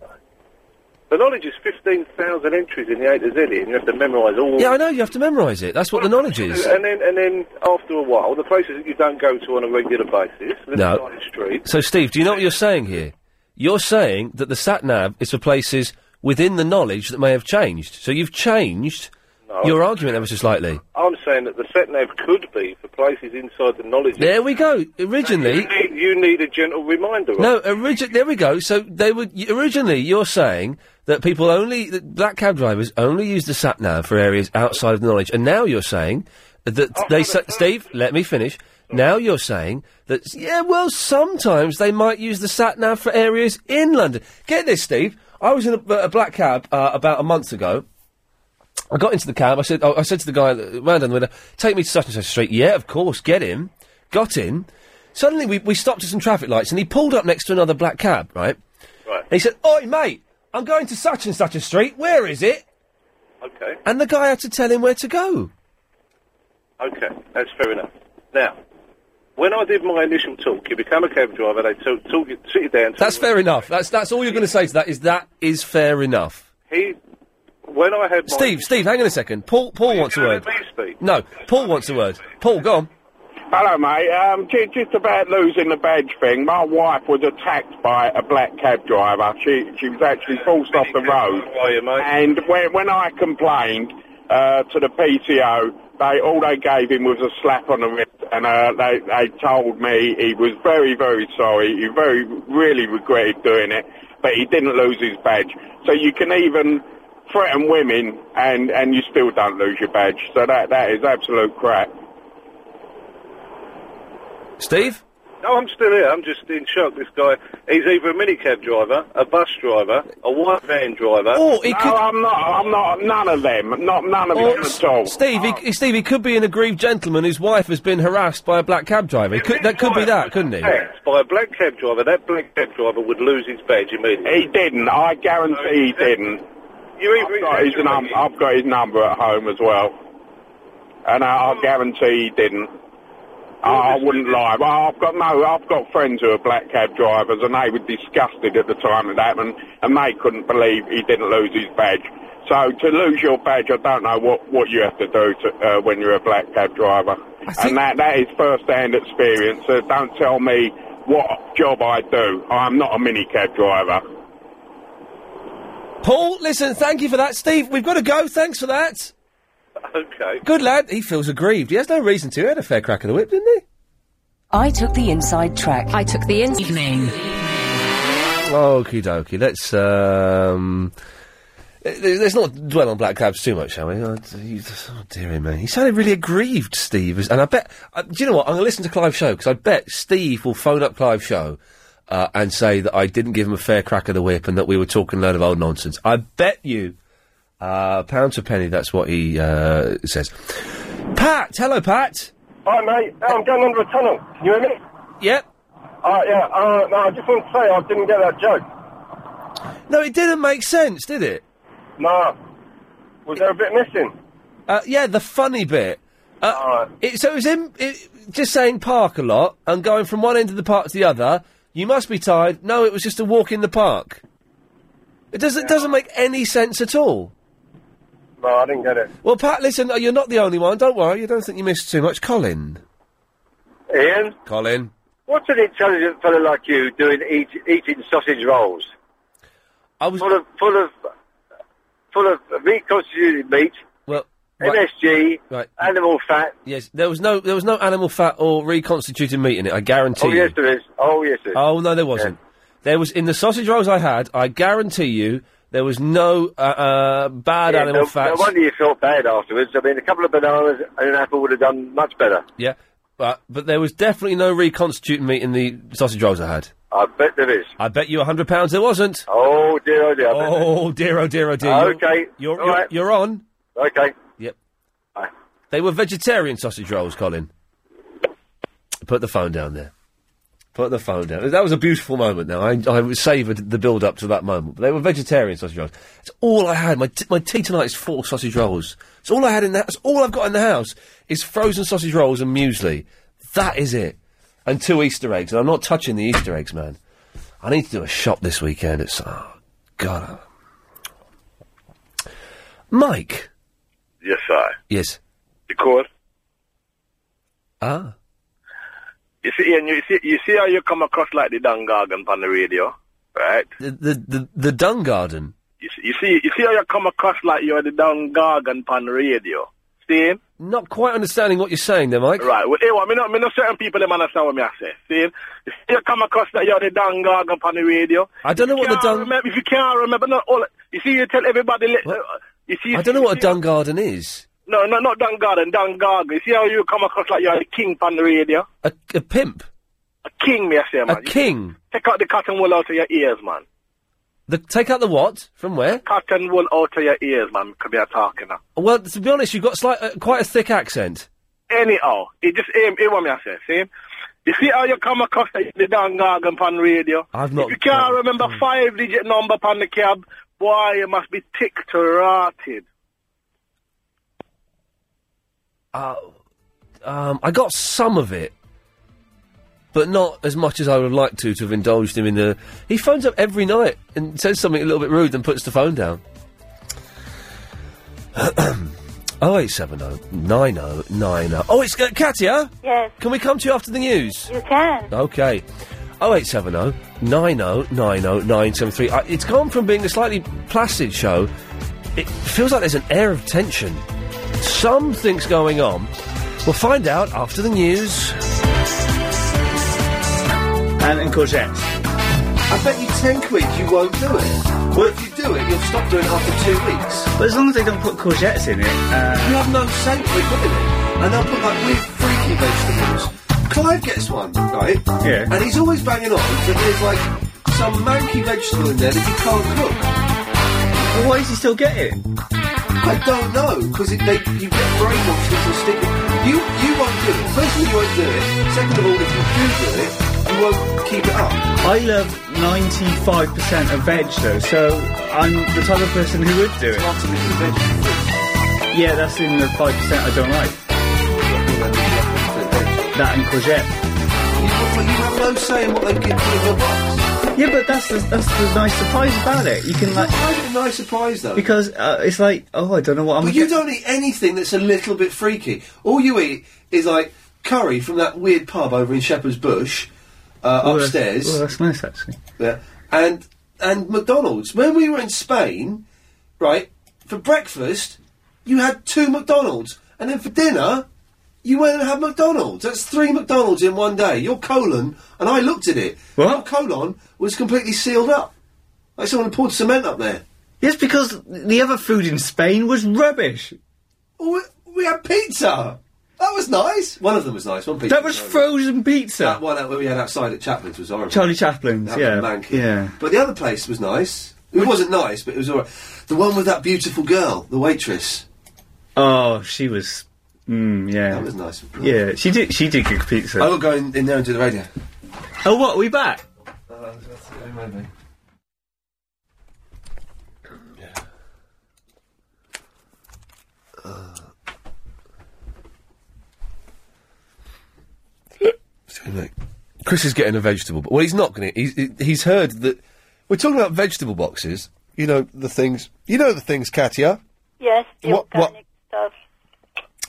Speaker 6: The knowledge is 15,000 entries in the A to Z, and you have to memorise all
Speaker 3: Yeah, I know. You have to memorise it. That's what the knowledge is.
Speaker 6: And then, and then after a while, the places that you don't go to on a regular basis, the
Speaker 3: No.
Speaker 6: side streets.
Speaker 3: So, Steve, do you know what you're saying here? You're saying that the sat nav is for places within the knowledge that may have changed. So you've changed your argument ever so slightly.
Speaker 6: I'm saying that the sat nav could be for places inside the knowledge.
Speaker 3: There we go. Originally,
Speaker 6: You need, you need a gentle reminder. of
Speaker 3: no. Origi- there we go. So they would y- originally. You're saying that people only that black cab drivers only use the sat nav for areas outside of the knowledge, and now you're saying that they. Sa- Steve, let me finish. Now you're saying that yeah, well, sometimes they might use the sat nav for areas in London. Get this, Steve. I was in a, a black cab uh, about a month ago. I got into the cab. I said, I I said to the guy, that ran down the window, take me to such and such street. Yeah, of course, get in. Got in. Suddenly we, we stopped at some traffic lights and he pulled up next to another black cab, right?
Speaker 6: Right.
Speaker 3: And he said, Oi, mate, I'm going to such and such a street. Where is it?
Speaker 6: Okay.
Speaker 3: And the guy had to tell him where to go.
Speaker 6: Okay, that's fair enough. Now, when I did my initial talk, you become a cab driver, they talk, talk you, sit you down.
Speaker 3: That's fair enough. That's, that's all you're going to say to that is that is fair enough.
Speaker 6: He, when I had my...
Speaker 3: Steve, Steve, hang on a second. Paul, Paul wants a word. No, Paul wants a word. Paul, go on.
Speaker 40: Hello, mate. Um, ju- just about losing the badge thing. My wife was attacked by a black cab driver. She she was actually forced off the road. And when when I complained uh, to the PTO, they all they gave him was a slap on the wrist, and uh, they they told me he was very very sorry. He very really regretted doing it, but he didn't lose his badge. So you can even threaten women, and and you still don't lose your badge. So that that is absolute crap.
Speaker 3: Steve?
Speaker 6: No, I'm still here. I'm just in shock. This guy, he's either a minicab driver, a bus driver, a white van driver...
Speaker 40: no, I'm not. I'm not. None of them. Not none of them at all.
Speaker 3: Steve, he, he- Steve, he could be an aggrieved gentleman whose wife has been harassed by a black cab driver. He could, that could be that, couldn't he?
Speaker 6: attacked by a black cab driver, that black cab driver would lose his badge immediately.
Speaker 40: He didn't. I guarantee he didn't.
Speaker 6: You either
Speaker 40: I've got, his num- I've got his number at home as well, and I, I guarantee he didn't. I I wouldn't lie. Well, I've got no. I've got friends who are black cab drivers, and they were disgusted at the time it happened, and they couldn't believe he didn't lose his badge. So to lose your badge, I don't know what, what you have to do to, uh, when you're a black cab driver, and that that is first hand experience. So don't tell me what job I do. I'm not a minicab driver.
Speaker 3: Paul, listen, thank you for that. Steve, we've got to go. Thanks for that.
Speaker 6: Okay.
Speaker 3: Good lad. He feels aggrieved. He has no reason to. He had a fair crack of the whip, didn't he?
Speaker 33: I took the inside track. I took the inside evening.
Speaker 3: Okie dokie. Let's, um... eh, Let's not dwell on black cabs too much, shall we? Oh, d- you- oh dearie me. He sounded really aggrieved, Steve. is- And I bet... Uh, do you know what? I'm going to listen to Clive's show, because I bet Steve will phone up Clive's show uh, and say that I didn't give him a fair crack of the whip and that we were talking a load of old nonsense. I bet you... Uh, pound to penny, that's what he uh, says. Pat! Hello, Pat!
Speaker 41: Hi, mate. Oh, I'm going under a tunnel. Can you hear me?
Speaker 3: Yep.
Speaker 41: Uh, yeah, uh, no, I just want to say I didn't get that joke.
Speaker 3: No, it didn't make sense, did it?
Speaker 41: Nah. Was there a bit missing?
Speaker 3: Uh, yeah, the funny bit. Uh, it, so it was him it, just saying park a lot and going from one end of the park to the other. You must be tired. No, it was just a walk in the park. It doesn't doesn't make any sense at all.
Speaker 41: No, I didn't get it.
Speaker 3: Well, Pat, listen, uh, you're not the only one. Don't worry. You don't think you missed too much, Colin.
Speaker 42: Ian,
Speaker 3: Colin.
Speaker 42: what's an intelligent fellow like you doing eat, eating sausage rolls?
Speaker 3: I was
Speaker 42: full of full of full of reconstituted meat,
Speaker 3: Well,
Speaker 42: MSG,
Speaker 3: right.
Speaker 42: animal fat.
Speaker 3: Yes, there was no there was no animal fat or reconstituted meat in it. I guarantee.
Speaker 42: Oh yes,
Speaker 3: you.
Speaker 42: there is. Oh yes, there is.
Speaker 3: Oh no, there wasn't. There was in the sausage rolls I had. I guarantee you, there was no uh, uh, bad
Speaker 39: Yeah,
Speaker 3: animal
Speaker 39: no,
Speaker 3: fats.
Speaker 39: No wonder you felt bad afterwards. I mean, a couple of bananas and an apple would have done much better.
Speaker 3: Yeah, but but there was definitely no reconstituting meat in the sausage rolls I had.
Speaker 39: I bet there is.
Speaker 3: I bet you a hundred pounds there wasn't.
Speaker 39: Oh dear, oh dear. I bet there is.
Speaker 3: Oh dear, oh dear, oh dear.
Speaker 39: Ah,
Speaker 3: You're-
Speaker 39: okay.
Speaker 3: you're
Speaker 39: All
Speaker 3: you're,
Speaker 39: right.
Speaker 3: you're on.
Speaker 39: Okay.
Speaker 3: Yep. They were vegetarian sausage rolls, Colin. Put the phone down there. Put the phone down. That was a beautiful moment. Now I, I savoured the build up to that moment. But they were vegetarian sausage rolls. It's all I had. My t- my tea tonight is four sausage rolls. It's all I had in that. It's all I've got in the house is frozen sausage rolls and muesli. That is it. And two Easter eggs. And I'm not touching the Easter eggs, man. I need to do a shop this weekend. It's oh god. Mike.
Speaker 8: Yes, I.
Speaker 3: Yes.
Speaker 8: You call?
Speaker 3: Ah.
Speaker 8: You see, and you see, you see how you come across like the Dan Gargan on the radio, right?
Speaker 3: The the the, the Dung Garden.
Speaker 8: You see, you see, you see how you come across like you're the Dan Gargan on the radio. See?
Speaker 3: Not quite understanding what you're saying there, Mike.
Speaker 8: Right. Well, anyway, me know, me know certain people them understand what me I say. See? You see, you come across like you're the Dan Gargan on the radio.
Speaker 3: I don't know what the
Speaker 8: Can't remember- if you can't remember, no, all, you see, you tell everybody. Let, uh, you see,
Speaker 3: I don't know what a Dung Garden is.
Speaker 8: no, no, not Dan Garden, Dan Gargan. You see how you come across like you're the king on the radio.
Speaker 3: A, a pimp.
Speaker 8: A king, me I say, man.
Speaker 3: A king.
Speaker 8: Take out the cotton wool out of your ears, man.
Speaker 3: The, take out the what? From where?
Speaker 8: Cotton wool out of your ears, man, because you're talking now.
Speaker 3: Well, to be honest, you've got slight, uh, quite a thick accent.
Speaker 8: Anyhow, oh, it just aim, aim what me I say, see? You see how you come across the, the Dan Gargan pan radio?
Speaker 3: I've not.
Speaker 8: If you can't remember
Speaker 24: Mm.
Speaker 8: five digit number pan the cab, boy, you must be ticked to rotted.
Speaker 3: Uh, um, I got some of it, but not as much as I would have liked to to have indulged him in the. He phones up every night and says something a little bit rude, then puts the phone down. [CLEARS THROAT] 0870 9090. Oh, it's uh, Katia?
Speaker 5: Yes.
Speaker 3: Can we come to you after the news?
Speaker 5: You can.
Speaker 3: Okay. 0870 9090 973. Uh, It's gone from being a slightly placid show. It feels like there's an air of tension. Something's going on. We'll find out after the news.
Speaker 24: Anne and Courgette. I bet you 10 quid you won't do it. Well, if you do it, you'll stop doing it after two weeks. But as long as they don't put courgettes in it, You have no savoury pudding in it. And they'll put like weird freaky vegetables. Clive gets one, right? Yeah. And he's always banging on that there's like some manky vegetable in there that you can't cook. Well, why does he still get it? I don't know, because they, you get brainwashed into sticking. You, you won't do it. First of all, you won't do it. Second of all, if you do do it, you won't keep it up. I love 95% of veg though, so I'm the type of person who would do it. Yeah, that's in the 5% I don't like. That and courgette. You have no say in what they give in your box. Yeah, but that's the, that's the nice surprise about it. You can like. Why is it a nice surprise though? Because uh, it's like, oh, I don't know what I'm. But you don't eat anything that's a little bit freaky. All you eat is like curry from that weird pub over in Shepherd's Bush, uh, Oh, that's- upstairs. oh, that's nice actually. Yeah. And and McDonald's. When we were in Spain, right, for breakfast, you had two McDonald's. And then for dinner, you went and had McDonald's. That's three McDonald's in one day. Your colon, and I looked at it. Your colon was completely sealed up. Like someone had poured cement up there. Yes, because the other food in Spain was rubbish. We, we had pizza. That was nice. One of them was nice. One pizza. That was frozen pizza. That one that we had outside at Chaplin's was horrible. Charlie Chaplin's, That yeah. was manky. Yeah. But the other place was nice. It wasn't nice, but it was alright. The one with that beautiful girl, the waitress. Oh, she was. Mm, yeah. That was nice. Yeah, she did. She did cook pizza. I will go in, in there and do the radio. Oh, what? Are we back?
Speaker 3: Excuse me. Chris is getting a vegetable. Bo- well, he's not going to. He's, he's heard that we're talking about vegetable boxes. You know the things. You know the things, Katia.
Speaker 5: Yes, the
Speaker 3: What- what-
Speaker 5: organic stuff.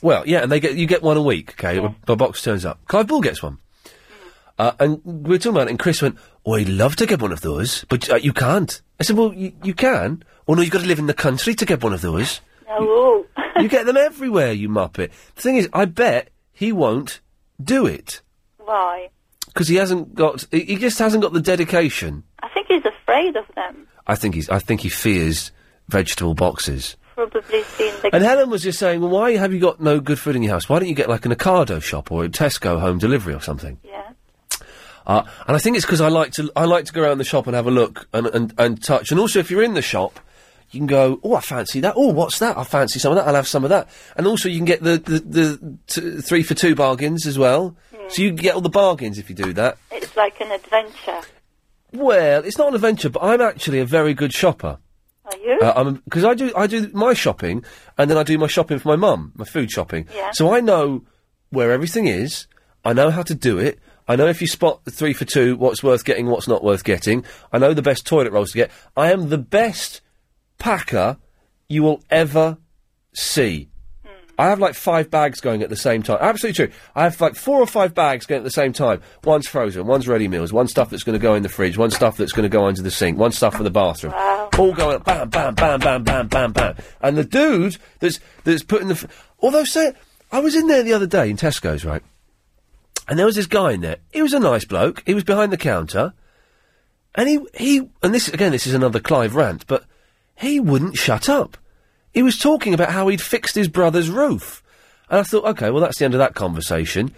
Speaker 3: Well, yeah, and they get you get one a week. Okay, my box turns up. Clive Ball gets one,
Speaker 5: Hmm.
Speaker 3: uh, and we were talking about it. And Chris went, "Oh, I'd love to get one of those, but uh, you can't." I said, "Well, you, you can. Oh no, you've got to live in the country to get one of those.
Speaker 5: [LAUGHS] No.
Speaker 3: you get them everywhere, you muppet." The thing is, I bet he won't do it
Speaker 5: Why?
Speaker 3: because he hasn't got. He he just hasn't got the dedication.
Speaker 5: I afraid of them.
Speaker 3: I think he's. I think he fears vegetable boxes.
Speaker 5: Probably seen the.
Speaker 3: And Helen was just saying, well, why have you got no good food in your house? Why don't you get like an Ocado shop or a Tesco home delivery or something?
Speaker 5: Yeah.
Speaker 3: Uh, and I think it's because I like to I like to go around the shop and have a look and, and, and touch. And also, if you're in the shop, you can go, oh, I fancy that. Oh, what's that? I fancy some of that. I'll have some of that. And also, you can get the the, the t- three for two bargains as well. So you get all the bargains if you do that.
Speaker 5: It's like an adventure.
Speaker 3: Well, it's not an adventure, but I'm actually a very good shopper.
Speaker 5: Are you?
Speaker 3: Because Uh, um, I do I do my shopping, and then I do my shopping for my mum, my food shopping.
Speaker 5: Yeah.
Speaker 3: So I know where everything is. I know how to do it. I know if you spot the three for two, what's worth getting, what's not worth getting. I know the best toilet rolls to get. I am the best packer you will ever see. Hmm. I have like five bags going at the same time. Absolutely true. I have like four or five bags going at the same time. One's frozen, one's ready meals, one stuff that's going to go in the fridge, one stuff that's going to go under the sink, one stuff for the bathroom. All going up, bam, bam, bam, bam, bam, bam, bam. And the dude that's that's putting the. F- Although, say, I was in there the other day in Tesco's, right? And there was this guy in there. He was a nice bloke. He was behind the counter, and he he and this again, this is another Clive rant, but he wouldn't shut up. He was talking about how he'd fixed his brother's roof. And I thought, okay, well, that's the end of that conversation.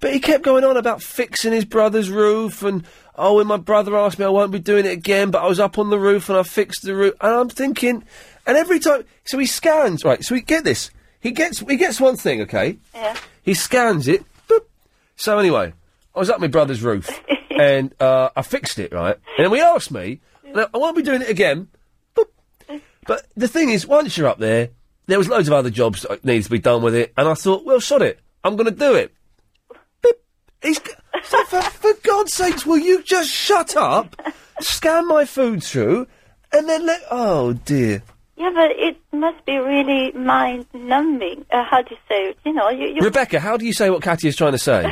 Speaker 3: But he kept going on about fixing his brother's roof and, oh, when my brother asked me, I won't be doing it again, but I was up on the roof and I fixed the roof. And I'm thinking, and every time, so he scans, right, so he, get this. He gets, he gets one thing, okay?
Speaker 5: Yeah.
Speaker 3: He scans it. Boop. So anyway, I was up my brother's roof and, uh, I fixed it, right? And then he asked me, and I, I won't be doing it again, but the thing is, once you're up there, there was loads of other jobs that needs to be done with it, and I thought, well, sod it, I'm going to do it. Beep. He's, g- so for, for God's sakes, will you just shut up, scan my food through, and then let? Oh dear.
Speaker 5: Yeah, but it must be really mind numbing. Uh, how do you say it? You know, you, you
Speaker 3: Rebecca, how do you say what Katya's trying to say?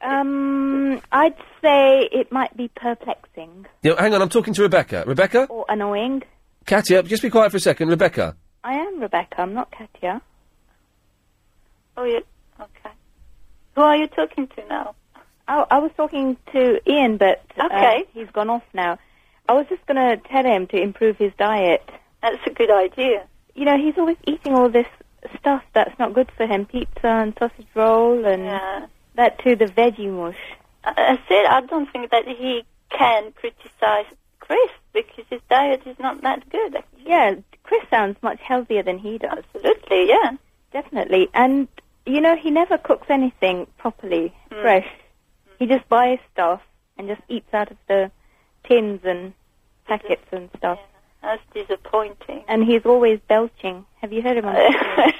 Speaker 9: Um, I'd say it might be perplexing
Speaker 3: Yeah, hang on, I'm talking to Rebecca. Rebecca,
Speaker 9: or annoying.
Speaker 3: Katya, just be quiet for a second. Rebecca,
Speaker 9: I am Rebecca. I'm not Katya.
Speaker 5: Oh, you okay? Who are you talking to now?
Speaker 9: Oh, I was talking to Ian, but uh,
Speaker 5: Okay.
Speaker 9: he's gone off now. I was just going to tell him to improve his diet.
Speaker 5: That's a good idea.
Speaker 9: You know, he's always eating all this stuff that's not good for him: pizza and sausage roll, and that too, the veggie mush.
Speaker 5: I, I said I don't think that he can criticize Chris because his diet is not that good.
Speaker 9: Yeah, Chris sounds much healthier than he does.
Speaker 5: Absolutely, yeah.
Speaker 9: Definitely. And, you know, he never cooks anything properly,
Speaker 5: Mm.
Speaker 9: fresh. He just buys stuff and just eats out of the tins and packets and stuff.
Speaker 5: That's disappointing.
Speaker 9: And he's always belching. Have you heard him on the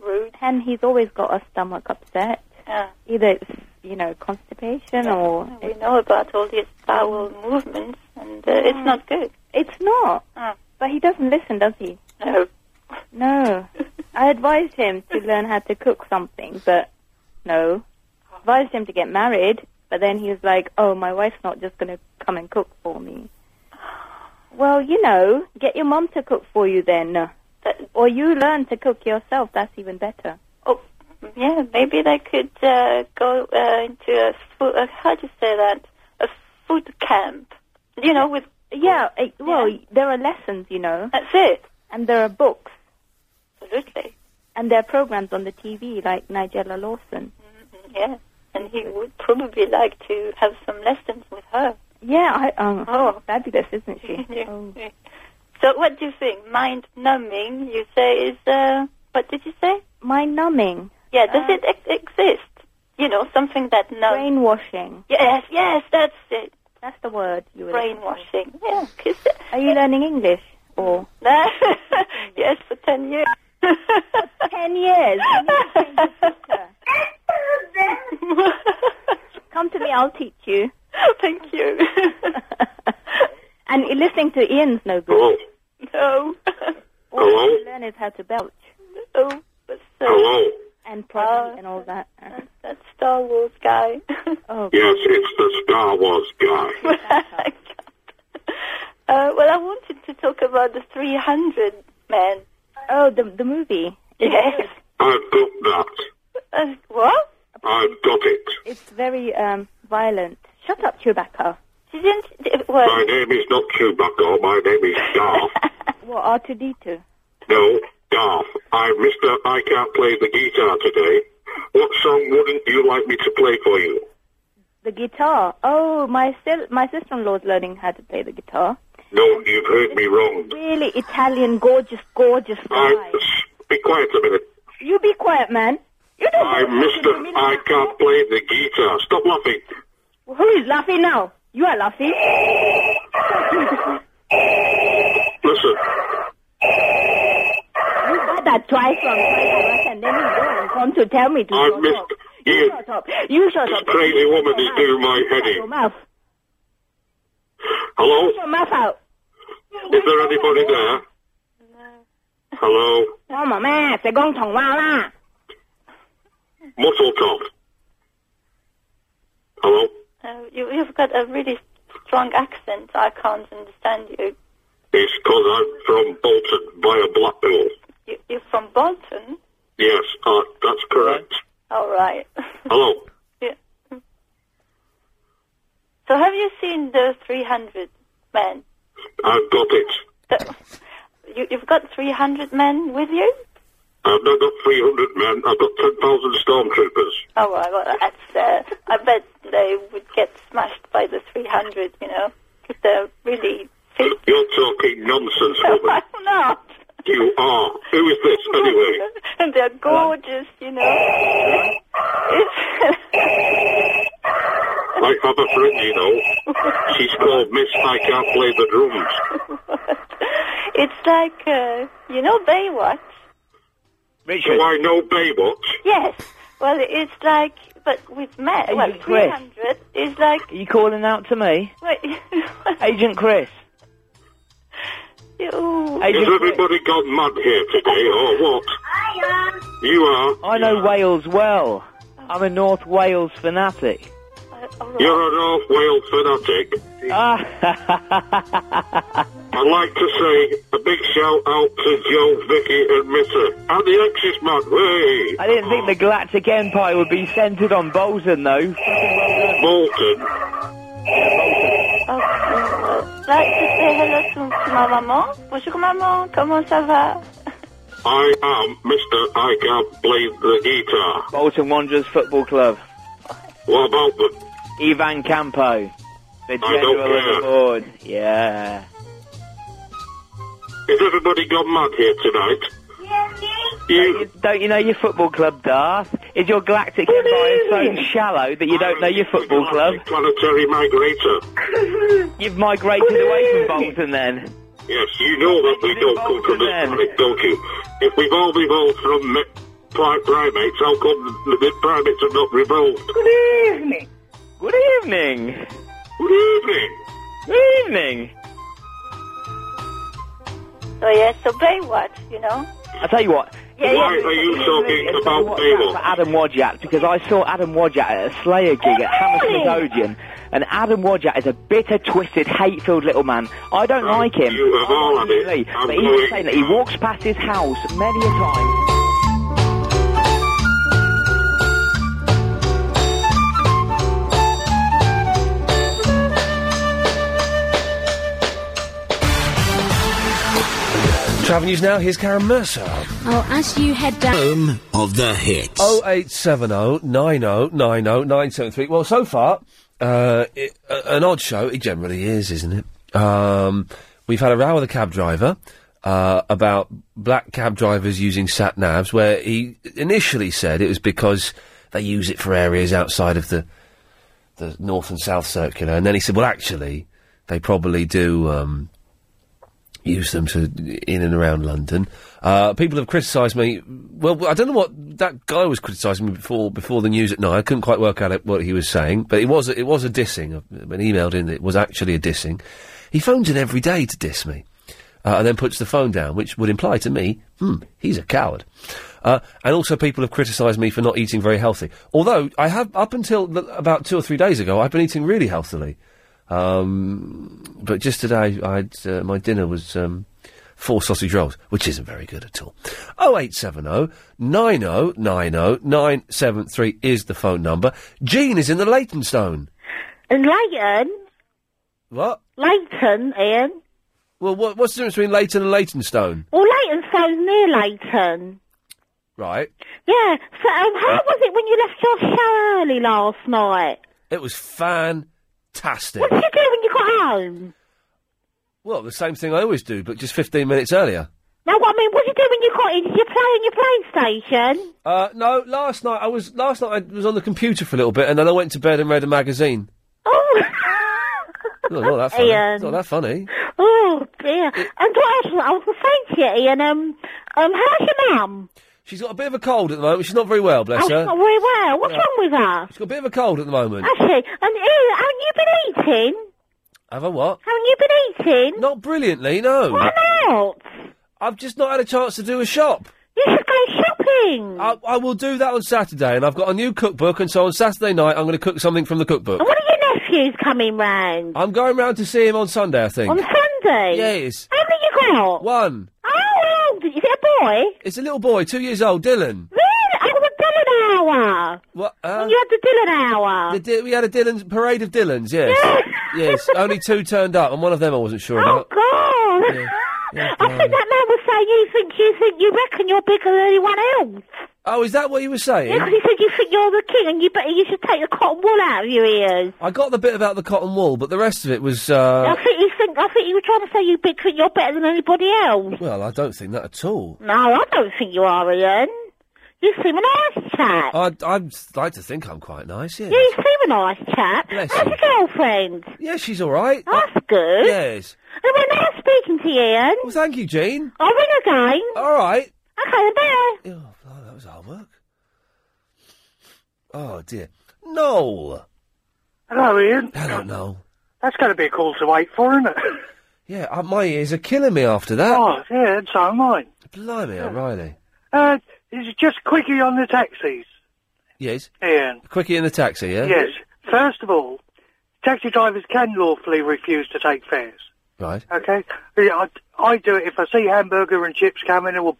Speaker 5: [LAUGHS] Rude.
Speaker 9: And he's always got a stomach upset.
Speaker 5: Yeah.
Speaker 9: Either it's, you know, constipation or...
Speaker 5: We know about all these bowel movements, and uh, it's
Speaker 9: Mm.
Speaker 5: not good.
Speaker 9: It's not.
Speaker 5: Mm.
Speaker 9: But he doesn't listen, does he?
Speaker 5: No. [LAUGHS]
Speaker 9: No. I advised him to learn how to cook something, but no. Advised him to get married, but then he was like, "Oh, my wife's not just going to come and cook for me."
Speaker 5: Mm.
Speaker 9: Well, you know, get your mum to cook for you then, or you learn to cook yourself. That's even better.
Speaker 5: Oh, Yeah, maybe they could uh, go uh, into a food. Uh, how do you say that? A food camp. You know, with
Speaker 9: yeah. eh, Well, there are lessons, you know.
Speaker 5: That's it.
Speaker 9: And there are books,
Speaker 5: Absolutely.
Speaker 9: and there are programs on the TV, like Nigella Lawson.
Speaker 5: Yeah, and he would probably like to have some lessons with her.
Speaker 9: Yeah, I, um, oh, fabulous,
Speaker 5: [LAUGHS]
Speaker 9: isn't she? [LAUGHS] Oh.
Speaker 5: So, what do you think? Mind numbing? You say is uh, what did you say?
Speaker 9: Mind numbing.
Speaker 5: Yeah, does
Speaker 9: Uh,
Speaker 5: it ex- exist? You know, something that numbs.
Speaker 9: Brainwashing.
Speaker 5: Yes, yes, that's it.
Speaker 9: That's the word you were
Speaker 5: Brainwashing. Yeah.
Speaker 9: Are you learning English or?
Speaker 5: [LAUGHS] yes, for ten years.
Speaker 9: ten years. You need to change your teacher.
Speaker 5: [LAUGHS]
Speaker 9: Come to me, I'll teach you.
Speaker 5: Thank you.
Speaker 9: [LAUGHS] and you're listening to Ian's no good.
Speaker 5: No.
Speaker 9: All you have to learn is how to belch.
Speaker 5: Oh,
Speaker 9: And potty and all that.
Speaker 5: That Star Wars guy.
Speaker 9: oh.
Speaker 8: Yes, it's the Star Wars guy.
Speaker 5: Uh, well, I wanted to talk about the 300 man.
Speaker 9: Oh, the the movie.
Speaker 5: Yes.
Speaker 8: I've got that.
Speaker 9: Uh, [LAUGHS]
Speaker 5: what?
Speaker 8: I've got it.
Speaker 9: It's very um, violent. Shut up, Chewbacca.
Speaker 5: Didn't
Speaker 9: What?
Speaker 8: My name is not Chewbacca, my name is Darth.
Speaker 9: [LAUGHS] What? R two D two.
Speaker 8: no, Darth. I'm Mr. I can't play the guitar today. What song wouldn't you like me to play for you?
Speaker 9: The guitar. Oh, my sil- my sister in law's learning how to play the guitar.
Speaker 8: No, you've heard me wrong.
Speaker 9: Really Italian, gorgeous, gorgeous guy.
Speaker 8: Be quiet a minute.
Speaker 9: You be quiet, man. You don't.
Speaker 8: I'm Mr. I can't play the guitar. Stop laughing.
Speaker 9: Who is laughing now? You are
Speaker 8: [LAUGHS]
Speaker 9: laughing.
Speaker 8: Listen,
Speaker 9: You got that twice from twice and then you go and come to tell me to
Speaker 8: I've missed
Speaker 9: you shut up. You shut
Speaker 8: this
Speaker 9: up.
Speaker 8: crazy woman is doing my head
Speaker 9: Your
Speaker 8: in.
Speaker 9: mouth.
Speaker 8: Hello?
Speaker 9: Put your mouth out.
Speaker 8: Is there anybody there? No. Hello?
Speaker 9: Oh my man, say gong tong wa la.
Speaker 8: Muscle top. Hello?
Speaker 5: Uh, you, you've got a really strong accent. I can't understand you.
Speaker 8: It's 'cause I'm from Bolton via Blackpool.
Speaker 5: you you're from Bolton?
Speaker 8: Yes, uh, that's correct.
Speaker 5: All right.
Speaker 8: Hello?
Speaker 5: Yeah. So have you seen the 300 men?
Speaker 8: I've got it.
Speaker 5: You, you've got 300 men with you?
Speaker 8: I've not got 300 men. I've got 10,000 stormtroopers.
Speaker 5: Oh, well, well, that's, uh, I bet they would get smashed by the 300, you know? 'cause They're really...
Speaker 8: You're talking nonsense, woman.
Speaker 5: I'm not.
Speaker 8: you are. Who is this, anyway?
Speaker 5: And [LAUGHS] they're gorgeous, you know?
Speaker 8: I have a friend, you know. She's called Miss I Can't Play the Drums.
Speaker 5: It's like, uh, you know Baywatch?
Speaker 8: Do I know Baywatch?
Speaker 5: Yes. Well, it's like, but with men,
Speaker 27: Agent
Speaker 5: well,
Speaker 27: Chris.
Speaker 5: 300 is like...
Speaker 27: Are you calling out to me?
Speaker 5: [LAUGHS]
Speaker 27: Agent Chris.
Speaker 5: you,
Speaker 27: Agent
Speaker 8: Has everybody gone mad here today, or what? You are.
Speaker 27: I know Wales well. I'm a North Wales fanatic. [LAUGHS]
Speaker 8: You're a North Wales fanatic.
Speaker 27: Ah. [LAUGHS]
Speaker 8: I'd like to say a big shout out to Joe, Vicky, and Missa. And the Axis Man, hey!
Speaker 27: I didn't think the Galactic Empire would be centered on Bolton, though.
Speaker 8: Bolton.
Speaker 5: Like to say hello to, to my maman. Bonjour maman, comment ça va?
Speaker 8: I am Mr. I Can't Play the Guitar.
Speaker 27: Bolton Wanderers Football Club.
Speaker 8: What about them?
Speaker 27: Ivan Campo. The
Speaker 8: I don't
Speaker 27: general of
Speaker 8: care.
Speaker 27: the board. Yeah.
Speaker 8: Has everybody gone mad here tonight?
Speaker 27: Don't you- Don't you know your football club, Darth? Is your Galactic Empire so shallow that you don't know your football club?
Speaker 8: Planetary Migrator.
Speaker 27: You've migrated away from Bolton then.
Speaker 8: Yes, you know that we don't come from this planet, don't you? If we've all evolved from mi- pri- primates, how come the the primates have not revolved?
Speaker 7: e-,
Speaker 27: Good evening. Good evening.
Speaker 8: Good evening.
Speaker 27: Good evening.
Speaker 5: So yes, so Baywatch, you know?
Speaker 27: I tell you what.
Speaker 5: Yeah, Why yeah.
Speaker 8: are you talking about
Speaker 27: Baywatch? For Adam Wojak, because I saw Adam Wojak at a Slayer gig at Hammersmith Odeon, and Adam Wojak is a bitter, twisted, hate-filled little man. I don't like him.
Speaker 8: Oh, You have all had it.
Speaker 27: Lee,
Speaker 8: I'm
Speaker 27: But he was
Speaker 8: going-
Speaker 27: saying that he walks past his house many a time.
Speaker 3: Travel news now. Here's Karen Mercer.
Speaker 33: Oh, as you head down.
Speaker 3: Home of the hits. 0870 90 90 973. Well, so far, uh, it, uh, an odd show. It generally is, isn't it? Um, we've had a row with a cab driver uh, about black cab drivers using sat navs, where he initially said it was because they use it for areas outside of the the north and south circular, and then he said, well, actually, they probably do. Um, use them to in and around London. Uh, people have criticised me. Well, I don't know what that guy was criticising me before before the news at night. I couldn't quite work out it, what he was saying, but it was it was a dissing. I've been emailed in. that It was actually a dissing. He phones in every day to diss me, uh, and then puts the phone down, which would imply to me, hmm, he's a coward. Uh, and also, people have criticised me for not eating very healthy. Although I have, up until th- about two or three days ago, I've been eating really healthily. Um, but just today, I had, uh, my dinner was um, four sausage rolls, which isn't very good at all. 0870 9090 973 is the phone number. Jean is in the Leytonstone.
Speaker 37: And Leighton,
Speaker 3: What?
Speaker 10: Leighton, Ian.
Speaker 3: Well, what, what's the difference between Leighton and Leytonstone?
Speaker 10: Well, Leightonstone's near Leighton.
Speaker 3: Right.
Speaker 10: Yeah. So, um,
Speaker 3: Uh,
Speaker 10: how was it when you left your show early last night?
Speaker 3: It was
Speaker 10: [LAUGHS]
Speaker 3: fantastic.
Speaker 10: What did you do when you got home?
Speaker 3: Well, the same thing I always do, but just 15 minutes earlier.
Speaker 10: No, what I mean, what did you do when you got in? Did you play on your PlayStation?
Speaker 3: Uh, no, last night I was last night I was on the computer for a little bit, and then I went to bed and read a magazine.
Speaker 10: Oh,
Speaker 3: Oh, not
Speaker 10: [LAUGHS]
Speaker 3: that funny.
Speaker 10: Ian.
Speaker 3: It's Not that funny.
Speaker 10: oh dear. And what else? I was saying to you, Ian. Um, um, how's your mum?
Speaker 3: She's got a bit of a cold at the moment. She's not very well, bless
Speaker 10: Oh, she's
Speaker 3: her.
Speaker 10: not very well. What's wrong with her?
Speaker 3: She's got a bit of a cold at the moment.
Speaker 10: Has she? And Ian, haven't you been eating?
Speaker 3: Have I what?
Speaker 10: Haven't you been eating?
Speaker 3: Not brilliantly, no.
Speaker 10: Why not?
Speaker 3: I've just not had a chance to do a shop.
Speaker 10: You should go shopping.
Speaker 3: I, I will do that on Saturday, and I've got a new cookbook, and so on Saturday night I'm going to cook something from the cookbook.
Speaker 10: And Oh, what are your nephews coming round?
Speaker 3: I'm going round to see him on Sunday, I think.
Speaker 10: On Sunday?
Speaker 3: Yes.
Speaker 10: How many you got?
Speaker 3: One.
Speaker 10: How old? Is it a boy?
Speaker 3: It's a little boy, two years old, Dylan.
Speaker 10: Really? Oh, the Dylan Hour.
Speaker 3: What? uh?
Speaker 10: When you had the Dylan Hour.
Speaker 3: The Dy- we had a Dylan's parade of Dylans, yes. yes, only two turned up, and one of them I wasn't sure about.
Speaker 10: Oh,
Speaker 3: Um,
Speaker 10: God. I think that man was saying you think you think you reckon you're bigger than anyone else.
Speaker 3: Oh, is that what you were saying?
Speaker 10: Yeah, 'cause he said you think you're the king and you better you should take the cotton wool out of your ears.
Speaker 3: I got the bit about the cotton wool, but the rest of it was. Uh,
Speaker 10: I think you think I think you were trying to say you big think you're better than anybody else.
Speaker 3: well, I don't think that at all.
Speaker 10: No, I don't think you are, Ian. You seem a nice chap.
Speaker 3: I, I'd like to think I'm quite nice, yeah.
Speaker 10: Yeah, you seem a nice chap.
Speaker 3: Bless
Speaker 10: How's
Speaker 3: you.
Speaker 10: your girlfriend?
Speaker 3: Yeah, she's all right. Uh,
Speaker 10: That's good.
Speaker 3: Yes.
Speaker 10: And we're now speaking to you, Ian.
Speaker 3: Well, thank you, Jean.
Speaker 10: I'll ring again.
Speaker 3: All right.
Speaker 10: Okay, bye.
Speaker 3: That was hard work. Oh, dear. Noel.
Speaker 37: Hello, Ian.
Speaker 3: Hello, Noel.
Speaker 37: That's going to be a call to wait for,
Speaker 3: [LAUGHS]
Speaker 37: isn't it?
Speaker 3: Yeah, uh, my ears are killing me after that.
Speaker 37: Oh, yeah, and so am I.
Speaker 3: Blimey, O'Reilly.
Speaker 37: Uh, is it just quickie on the taxis,
Speaker 3: Yes.
Speaker 37: Ian?
Speaker 3: Quickie in the taxi, yeah?
Speaker 37: Yes. First of all, taxi drivers can lawfully refuse to take fares.
Speaker 3: Right.
Speaker 37: Okay, yeah, I, I do it if I see hamburger and chips coming, or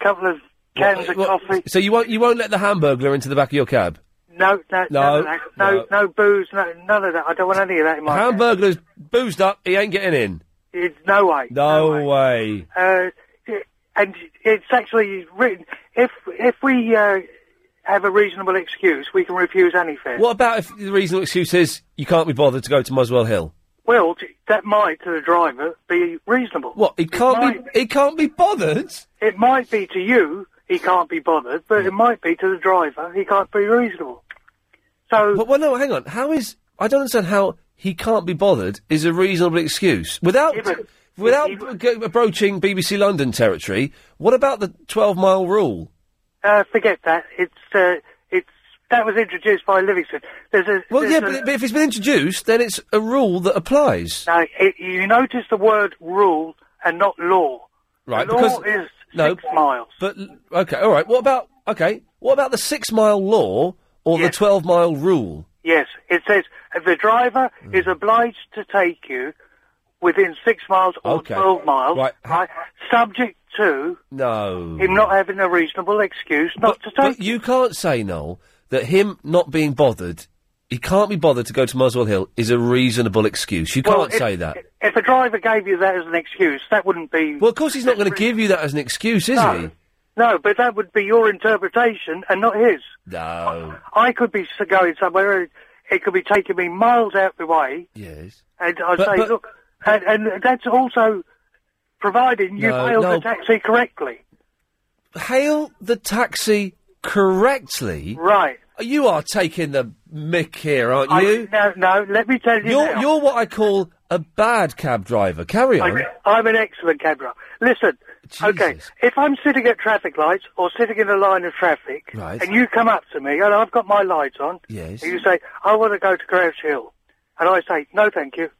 Speaker 37: a couple of cans of coffee.
Speaker 3: So you won't you won't let the hamburglar into the back of your cab?
Speaker 37: No, no,
Speaker 3: No,
Speaker 37: none of that. no, no, booze, no, none of that. I don't want any of that in my.
Speaker 3: Hamburglar's boozed up, he ain't getting in.
Speaker 37: It's no way.
Speaker 3: No, way.
Speaker 37: Uh, and it's actually written if if we uh, have a reasonable excuse, we can refuse any fare.
Speaker 3: What about if the reasonable excuse is you can't be bothered to go to Muswell Hill?
Speaker 37: Well, t- that might to the driver be reasonable.
Speaker 3: What he can't be he can't be bothered. Hmm.
Speaker 37: It might be to you he can't be bothered, but it might be to the driver he can't be reasonable. So,
Speaker 3: but well, no, hang on. How is I don't understand how he can't be bothered is a reasonable excuse without without g- approaching BBC London territory. What about the twelve mile rule?
Speaker 37: Uh, forget that. It's uh, it's that was introduced by Livingston. There's a
Speaker 3: Well,
Speaker 37: there's
Speaker 3: yeah,
Speaker 37: a-
Speaker 3: but, but if it's been introduced, then it's a rule that applies.
Speaker 37: No, it, you notice the word rule and not law.
Speaker 3: Right,
Speaker 37: law
Speaker 3: because-
Speaker 37: is
Speaker 3: no.
Speaker 37: six miles.
Speaker 3: But l- okay, all right. What about okay? What about the six mile law or the twelve mile rule?
Speaker 37: Yes, it says uh, the driver
Speaker 3: Hmm.
Speaker 37: is obliged to take you within six miles or
Speaker 3: Okay.
Speaker 37: twelve miles,
Speaker 3: Right.
Speaker 37: subject to
Speaker 3: No,
Speaker 37: him not having a reasonable excuse not to take.
Speaker 3: But you can't say Noel that him not being bothered, he can't be bothered to go to Muswell Hill is a reasonable excuse. You can't
Speaker 37: Well, if-
Speaker 3: say that.
Speaker 37: If a driver gave you that as an excuse, that wouldn't be.
Speaker 3: well, of course he's not going to give you that as an excuse, is
Speaker 37: No. No, but that would be your interpretation and not his.
Speaker 3: he? No.
Speaker 37: I could be s- going somewhere, it could be taking me miles out the way,
Speaker 3: Yes.
Speaker 37: and I
Speaker 3: But-
Speaker 37: say,
Speaker 3: but-
Speaker 37: look, and, and that's also providing you
Speaker 3: No,
Speaker 37: hailed
Speaker 3: no.
Speaker 37: the taxi correctly.
Speaker 3: Hail the taxi correctly.
Speaker 37: Right.
Speaker 3: You are taking the mick here, aren't
Speaker 37: I-
Speaker 3: you?
Speaker 37: no, no, let me tell you
Speaker 3: You're,
Speaker 37: now.
Speaker 3: you're what I call a bad cab driver. Carry on.
Speaker 37: I, I'm an excellent cab driver. Listen, okay, if I'm sitting at traffic lights or sitting in a line of traffic,
Speaker 3: Right.
Speaker 37: and you come up to me and I've got my lights on,
Speaker 3: Yes.
Speaker 37: and you say, I want to go to Grouch Hill, and I say, no thank you,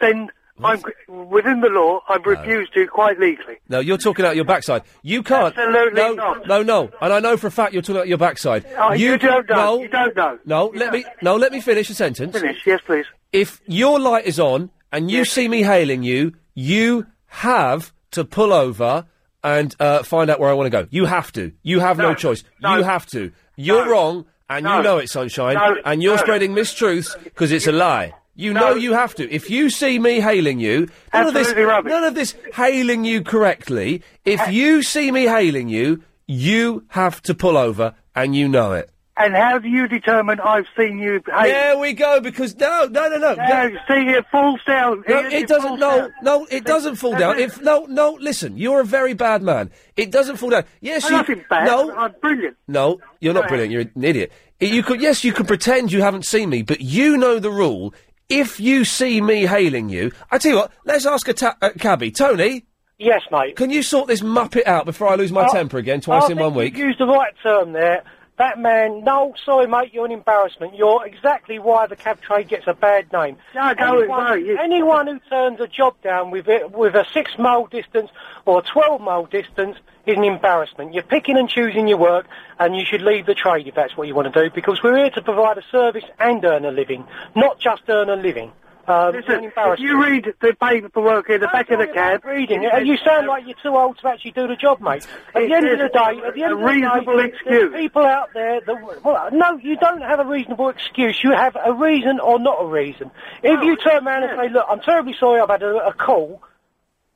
Speaker 37: then I'm, within the law, I've refused to quite legally.
Speaker 3: No, you're talking out your backside. You can't.
Speaker 37: Absolutely
Speaker 3: no,
Speaker 37: not.
Speaker 3: No, no. And I know for a fact you're talking out your backside.
Speaker 37: Oh, you don't know. You don't know.
Speaker 3: No, let me. No, let me finish a sentence.
Speaker 37: Finish. Yes, please.
Speaker 3: If your light is on and you see me hailing you, you have to pull over and uh, find out where I want to go. You have to. You have no, choice. You have to. You're wrong, and you know it, sunshine.
Speaker 37: No.
Speaker 3: And you're
Speaker 37: No.
Speaker 3: spreading mistruths because it's a lie. You know you have to. If you see me hailing you, none of this,
Speaker 43: Absolutely rubbish.
Speaker 3: none of this hailing you correctly. If you see me hailing you, you have to pull over, and you know it.
Speaker 8: And how do you determine I've seen you?
Speaker 3: There we go. Because no, no, no, no.
Speaker 8: no see, it falls down.
Speaker 3: No, it doesn't.
Speaker 8: falls
Speaker 3: No,
Speaker 8: down.
Speaker 3: no, it doesn't fall down. If no, no, listen, you're a very bad man. It doesn't fall down. Yes,
Speaker 8: I'm
Speaker 3: you.
Speaker 8: nothing bad.
Speaker 3: No,
Speaker 8: I'm brilliant.
Speaker 3: No, you're not
Speaker 8: Go
Speaker 3: brilliant. You're an idiot. I- You could, yes, you could pretend you haven't seen me, but you know the rule. If you see me hailing you, I tell you what. Let's ask a, ta- a cabbie, Tony.
Speaker 37: Yes, mate.
Speaker 3: Can you sort this muppet out before I lose my
Speaker 37: I-
Speaker 3: temper again twice
Speaker 37: I
Speaker 3: in
Speaker 37: think
Speaker 3: one week?
Speaker 37: You used the right term there. That man, no, sorry, mate, you're an embarrassment. You're exactly why the cab trade gets a bad name.
Speaker 8: No, go with-
Speaker 37: anyone,
Speaker 8: no, you-
Speaker 37: anyone who turns a job down with it, with a six mile distance or a twelve mile distance is an embarrassment. You're picking and choosing your work, and you should leave the trade if that's what you want to do, because we're here to provide a service and earn a living, not just earn a living. Um, it's an
Speaker 8: Listen, if
Speaker 37: embarrassment.
Speaker 8: you read the paperwork in the back of the cab,
Speaker 37: reading it, and you sound like you're too old to actually do the job, mate. At the end of the day, at the end
Speaker 8: a
Speaker 37: of the day,
Speaker 8: reasonable
Speaker 37: there's
Speaker 8: excuse.
Speaker 37: people out there that well, no, you don't have a reasonable excuse. You have a reason or not a reason. If you turn around and say, "Look, I'm terribly sorry, I've had a, a call,"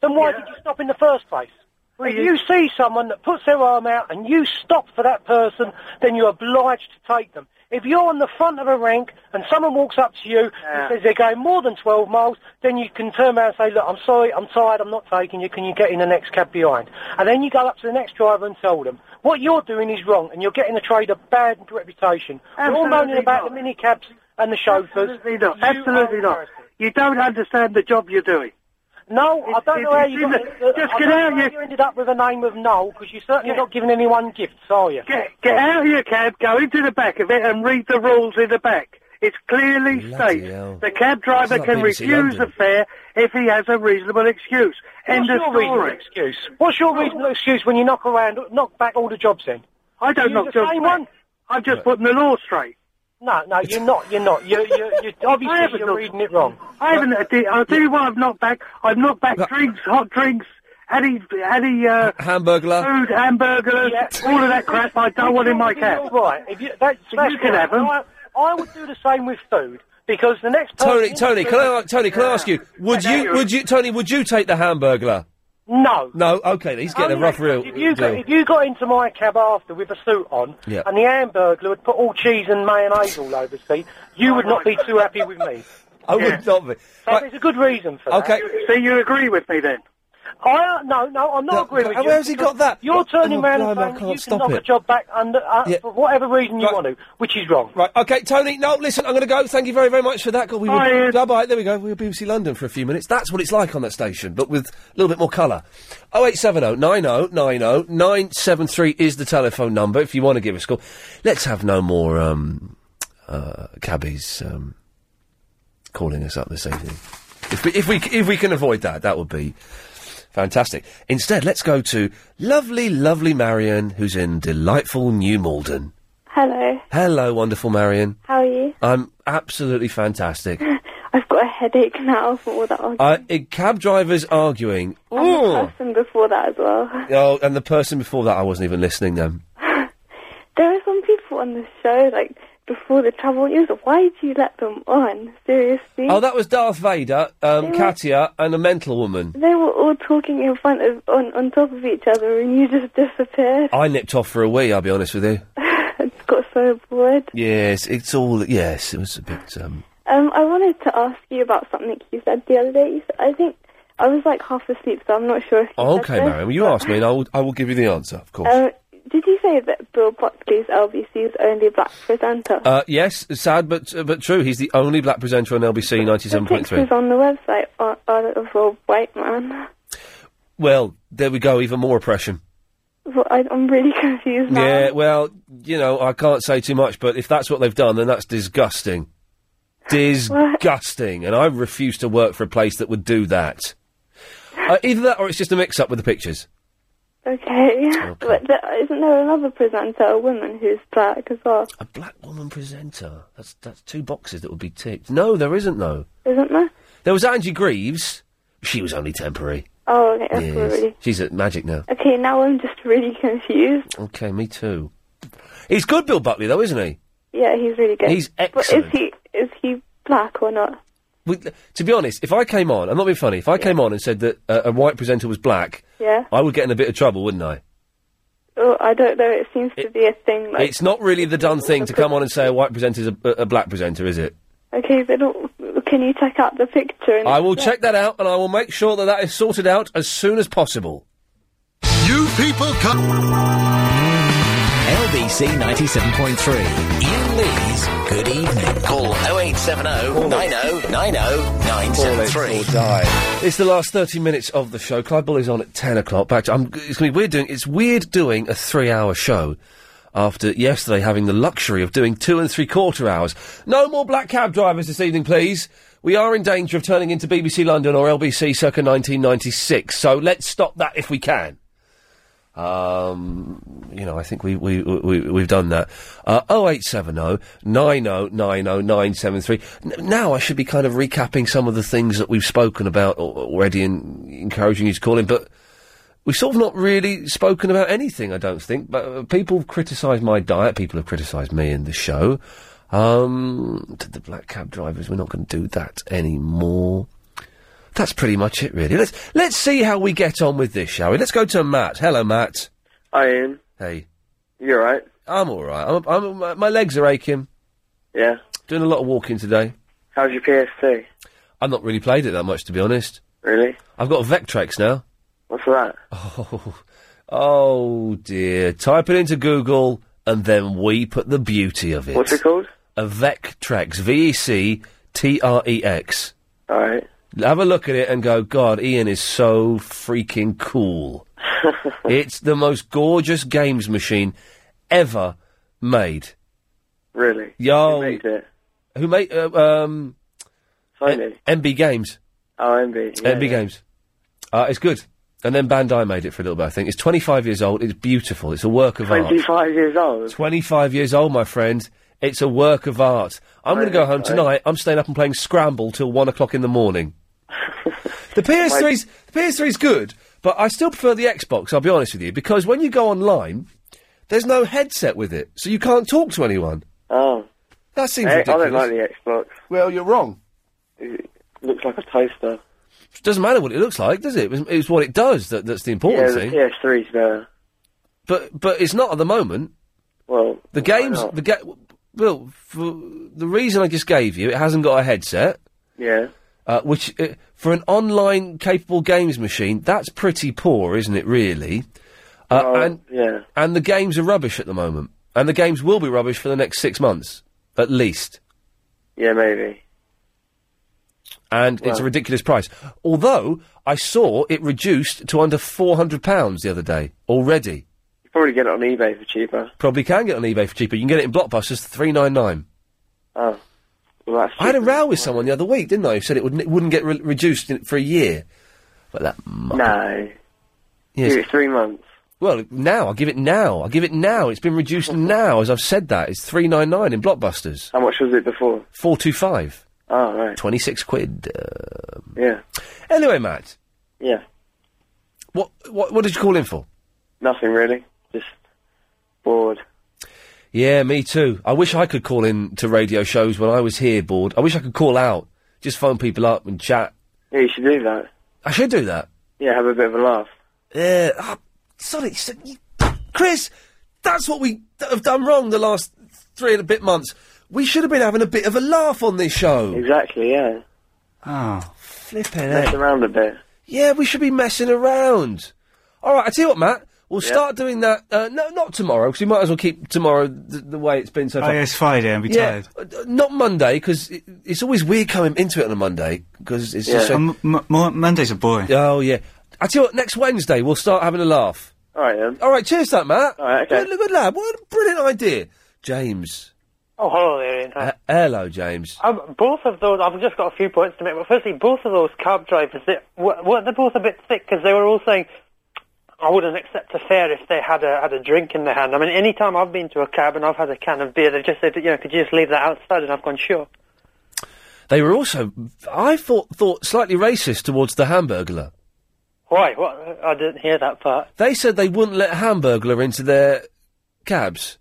Speaker 37: then why did you stop in the first place? if you see someone that puts their arm out and you stop for that person, then you're obliged to take them. If you're on the front of a rank and someone walks up to you
Speaker 8: Yeah.
Speaker 37: and says they're going more than 12 miles, then you can turn around and say, look, I'm sorry, I'm tired, I'm not taking you, can you get in the next cab behind? And then you go up to the next driver and tell them, what you're doing is wrong and you're getting the trade a bad reputation. We're all
Speaker 8: Absolutely
Speaker 37: moaning about
Speaker 8: not.
Speaker 37: the minicabs and the chauffeurs.
Speaker 8: Absolutely not. Absolutely not. You don't understand the job you're doing.
Speaker 37: No, I don't know how you got, uh,
Speaker 8: Just get
Speaker 37: I don't know
Speaker 8: out of
Speaker 37: how
Speaker 8: your
Speaker 37: you ended up with the name of Noel because you're certainly not giving anyone gifts, are you? Oh.
Speaker 8: Get, get out of your cab, go into the back of it, and read the rules in the back. It's clearly stated the cab driver
Speaker 37: That's
Speaker 8: can
Speaker 37: not BBC
Speaker 8: refuse
Speaker 37: London.
Speaker 8: the fare if he has a reasonable excuse. End
Speaker 37: What's
Speaker 8: of
Speaker 37: your
Speaker 8: story.
Speaker 37: reasonable excuse? What's your reasonable excuse when you knock around, knock back all the jobs in?
Speaker 8: I don't
Speaker 37: you
Speaker 8: knock
Speaker 37: the
Speaker 8: jobs
Speaker 37: same
Speaker 8: back.
Speaker 37: one?
Speaker 8: I'm just putting the law straight.
Speaker 37: No, no, you're not. You're not. You're, you're, you're
Speaker 8: [LAUGHS] I
Speaker 37: obviously
Speaker 8: haven't
Speaker 37: you're
Speaker 8: knocked-
Speaker 37: reading it wrong.
Speaker 8: I haven't. I did- I'll tell you what. I've knocked back. I've knocked back drinks, hot drinks, any, any uh,
Speaker 3: hamburglar,
Speaker 8: food, hamburgers, all of that crap. I don't want in my
Speaker 37: You're
Speaker 8: cab.
Speaker 37: right. If you, that's, that's
Speaker 8: You can
Speaker 37: right.
Speaker 8: have 'em.
Speaker 37: I, I would do the same with food because the next
Speaker 3: Tony,
Speaker 37: person-
Speaker 3: Tony, can I, Tony, can I ask you? Would you, would you, Tony, would you take the hamburger?
Speaker 37: No.
Speaker 3: No. Okay, he's getting a rough real
Speaker 37: Oh, If you, got,
Speaker 3: deal.
Speaker 37: if you got into my cab after with a suit on,
Speaker 3: Yeah.
Speaker 37: and the hamburger had put all cheese and mayonnaise all over, see, you would not be too happy with me.
Speaker 3: I would not be.
Speaker 37: So there's a good reason for
Speaker 3: Okay.
Speaker 37: that.
Speaker 8: So you agree with me then?
Speaker 37: I uh, no no I'm not agreeing with you.
Speaker 3: where's he got that?
Speaker 37: You're turning
Speaker 3: Oh,
Speaker 37: around and
Speaker 3: blimey, I
Speaker 37: saying
Speaker 3: can't
Speaker 37: you
Speaker 3: stop
Speaker 37: can knock
Speaker 3: it.
Speaker 37: a job back under uh,
Speaker 3: Yeah.
Speaker 37: for whatever reason you want to, which is wrong.
Speaker 3: Right, okay, Tony, no, listen, I'm going to go. Thank you very, very much for that. God, we
Speaker 37: Bye,
Speaker 3: were,
Speaker 37: Ian.
Speaker 3: bye, there we go. We were BBC London for a few minutes. That's what it's like on that station, but with a little bit more colour. 0870 90 90 973 is the telephone number if you want to give us a call. Let's have no more um, uh, cabbies um, calling us up this evening. If we, if we if we can avoid that, that would be fantastic. Instead, let's go to lovely, lovely Marion, who's in delightful New Malden.
Speaker 7: Hello,
Speaker 3: Hello, wonderful Marion.
Speaker 7: how are you?
Speaker 3: I'm absolutely fantastic.
Speaker 7: [LAUGHS] I've got a headache now from all that arguing.
Speaker 3: uh, i- Oh. cab drivers arguing.
Speaker 7: And the person before that as well.
Speaker 3: Oh, and the person before that, I wasn't even listening then.
Speaker 7: There are some people on the show, like, before the trouble news, why do you let them on? Seriously?
Speaker 3: Oh, that was Darth Vader, um, Katia, and a mental woman.
Speaker 7: They were all talking in front of, on, on top of each other and you just disappeared. [LAUGHS]
Speaker 3: I nipped off for a wee, I'll be honest with you.
Speaker 7: It's got so bored.
Speaker 3: Yes, it's all. Yes, it was a bit. Um,
Speaker 7: Um, I wanted to ask you about something you said the other day. You said, I think I was like half asleep, so I'm not sure if you
Speaker 3: oh,
Speaker 7: said
Speaker 3: okay,
Speaker 7: this.
Speaker 3: Marion, well, you asked me, and I will, I will give you the answer, of course.
Speaker 7: Um, did you say that Bill Buckley's LBC is only black presenter?
Speaker 3: Uh, yes, sad but uh, but true. He's the only black presenter on LBC
Speaker 7: Pictures
Speaker 3: 97.3.
Speaker 7: on the website are, are of a white man.
Speaker 3: Well, there we go, even more oppression.
Speaker 7: Well, I, I'm really [LAUGHS] confused now.
Speaker 3: Yeah, well, you know, I can't say too much, but if that's what they've done, then that's disgusting. Disgusting. And I refuse to work for a place that would do that. Uh, either that or it's just a mix up with the pictures.
Speaker 7: Okay. But there, isn't there another presenter, a woman, who's black as well?
Speaker 3: A black woman presenter. That's, that's two boxes that would be ticked. No, there isn't, though.
Speaker 7: Isn't there?
Speaker 3: There was Angie Greaves. She was only temporary.
Speaker 7: Oh, okay. That's
Speaker 3: Yes.
Speaker 7: really.
Speaker 3: She's at Magic now.
Speaker 7: Okay, now I'm just really confused.
Speaker 3: Okay, me too. He's good, Bill Buckley, though, isn't he?
Speaker 7: Yeah, he's really good.
Speaker 3: He's
Speaker 7: But is
Speaker 3: excellent.
Speaker 7: he is he black or not?
Speaker 3: we, to be honest, if I came on, I'm not being funny. If I came on and said that uh, a white presenter was black,
Speaker 1: Yeah.
Speaker 3: I would get in a bit of trouble, wouldn't I?
Speaker 1: Oh, I don't know. It seems to be a thing. Like,
Speaker 3: it's not really the done thing to come on and say a white presenter is a, a, a black presenter, is it?
Speaker 1: okay, but
Speaker 7: oh,
Speaker 1: don't- can you take out the picture? And
Speaker 3: I will check that out, and I will make sure that that is sorted out as soon as possible. You people come.
Speaker 38: LBC 97.3. Ian Lee's Good Evening. Call 0870 90 90 973.
Speaker 3: It's the last 30 minutes of the show. Clyde Bull is on at 10 o'clock. Back to, I'm, it's going to be weird doing, it's weird doing a three hour show after yesterday having the luxury of doing two and three quarter hours. No more black cab drivers this evening, please. We are in danger of turning into BBC London or LBC circa 1996, so let's stop that if we can. Um, you know, I think we, we, we, we've done that. Uh, 0870 90 90 973. N- now I should be kind of recapping some of the things that we've spoken about al- already and encouraging you to call in, but we've sort of not really spoken about anything, I don't think. But uh, people have criticised my diet, people have criticised me in the show. Um, to the black cab drivers, we're not going to do that anymore. That's pretty much it, really. Let's let's see how we get on with this, shall we? Let's go to Matt. Hello, Matt.
Speaker 23: I am.
Speaker 3: Hey,
Speaker 23: You're right.
Speaker 3: I'm all right. I'm, I'm my- my legs are aching.
Speaker 23: Yeah.
Speaker 3: Doing a lot of walking today.
Speaker 23: How's your PS2?
Speaker 3: I've not really played it that much, to be honest.
Speaker 23: Really?
Speaker 3: I've got a Vectrex now.
Speaker 23: What's that?
Speaker 3: Oh, [LAUGHS] oh dear. Type it into Google, and then we put the beauty of it.
Speaker 23: What's it called?
Speaker 3: A Vectrex. V E C T R E X.
Speaker 23: All right.
Speaker 3: Have a look at it and go, God, Ian is so
Speaker 23: [LAUGHS]
Speaker 3: freaking cool. it's the most gorgeous games machine ever made.
Speaker 23: Really?
Speaker 3: Yo,
Speaker 23: Made it.
Speaker 3: Oh. who made uh, um,
Speaker 23: Sony.
Speaker 3: M- MB Games?
Speaker 23: Oh, MB. Yeah,
Speaker 3: MB
Speaker 23: yeah.
Speaker 3: Games. Uh, it's good. And then Bandai made it for a little bit. I think it's 25 years old. It's beautiful. It's a work of art.
Speaker 23: 25 years old.
Speaker 3: 25 years old, my friend. It's a work of art. I'm going to go home tonight. I'm staying up and playing Scramble till one o'clock in
Speaker 23: [LAUGHS]
Speaker 3: the morning. the PS3's the PS3's good, but I still prefer the Xbox. I'll be honest with you, because when you go online, there's no headset with it, so you can't talk to anyone.
Speaker 23: Oh.
Speaker 3: That seems
Speaker 23: Hey, I
Speaker 3: ridiculous.
Speaker 23: don't like the Xbox.
Speaker 3: Well, you're wrong.
Speaker 23: It looks like a toaster.
Speaker 3: doesn't matter what it looks like, does it? It's, it's what it does that, that's the important
Speaker 23: yeah,
Speaker 3: thing.
Speaker 23: the PS3's better.
Speaker 3: But but it's not at the moment.
Speaker 23: Well,
Speaker 3: the games the ga- well for the reason I just gave you, it hasn't got a headset.
Speaker 23: Yeah.
Speaker 3: Uh, which uh, for an online capable games machine, that's pretty poor, isn't it? Really. Uh, and
Speaker 23: yeah.
Speaker 3: And the games are rubbish at the moment, and the games will be rubbish for the next six months at least.
Speaker 23: Yeah, maybe.
Speaker 3: And it's a
Speaker 23: Right.
Speaker 3: ridiculous price. Although I saw it reduced to under four hundred pounds the other day already.
Speaker 23: You probably get it on eBay for cheaper.
Speaker 3: Probably can get it on eBay for cheaper. You can get it in Blockbusters three nine nine.
Speaker 23: Oh. Well, that's
Speaker 3: I had a row with someone the other week, didn't I? Who said it wouldn't, it wouldn't get re- reduced in, for a year. But that muppet.
Speaker 23: No.
Speaker 3: Yes.
Speaker 23: Give it three months.
Speaker 3: Well, now I'll give it now. I'll give it now. It's been
Speaker 23: [LAUGHS]
Speaker 3: reduced now, as I've said. That it's three nine nine in blockbusters.
Speaker 23: How much was it before?
Speaker 3: Four two five.
Speaker 23: Oh, right.
Speaker 3: Twenty six quid. Um,
Speaker 23: Yeah.
Speaker 3: Anyway, Matt,
Speaker 23: Yeah.
Speaker 3: what what what did you call in for?
Speaker 23: Nothing really. Just bored.
Speaker 3: Yeah, me too. I wish I could call in to radio shows when I was here, bored. I wish I could call out, just phone people up and chat.
Speaker 23: Yeah, you should do that.
Speaker 3: I should do that.
Speaker 23: Yeah, have a bit of a laugh.
Speaker 3: Yeah. ah, sorry, so you- Chris, that's what we d- have done wrong the last three and a bit months. We should have been having a bit of a laugh on this show.
Speaker 23: Exactly, yeah.
Speaker 3: Oh. Flipping
Speaker 23: Mess
Speaker 3: heck.
Speaker 23: around a bit.
Speaker 3: Yeah, we should be messing around. All right, I tell you what, Matt. We'll
Speaker 23: Yeah.
Speaker 3: start doing that. Uh, no, not tomorrow, because we might as well keep tomorrow the, the way it's been so
Speaker 26: Oh,
Speaker 3: far.
Speaker 26: yeah, it's Friday and be
Speaker 3: Yeah,
Speaker 26: tired.
Speaker 3: uh, d- not Monday, because it, it's always weird coming into it on a Monday, because it's just so...
Speaker 26: Um, m- mo- Mondays are boring.
Speaker 3: Oh yeah. I tell you what, next Wednesday we'll start having a laugh.
Speaker 23: All right then.
Speaker 3: All right, cheers, to that Matt. All
Speaker 23: right,
Speaker 3: good, good lad. What a brilliant idea, James.
Speaker 11: Oh, hello there, Ian.
Speaker 3: Uh, hello, James.
Speaker 11: Um, both of those, I've just got a few points to make. But firstly, both of those cab drivers, they, were, weren't they both a bit thick? Because they were all saying, I wouldn't accept a fare if they had a had a drink in their hand. I mean, any time I've been to a cab and I've had a can of beer, they've just said, you know, could you just leave that outside? And I've gone, sure.
Speaker 3: They were also, I thought, thought slightly racist towards the Hamburglar.
Speaker 11: Why? What? I didn't hear that part.
Speaker 3: They said they wouldn't let Hamburglar into their cabs.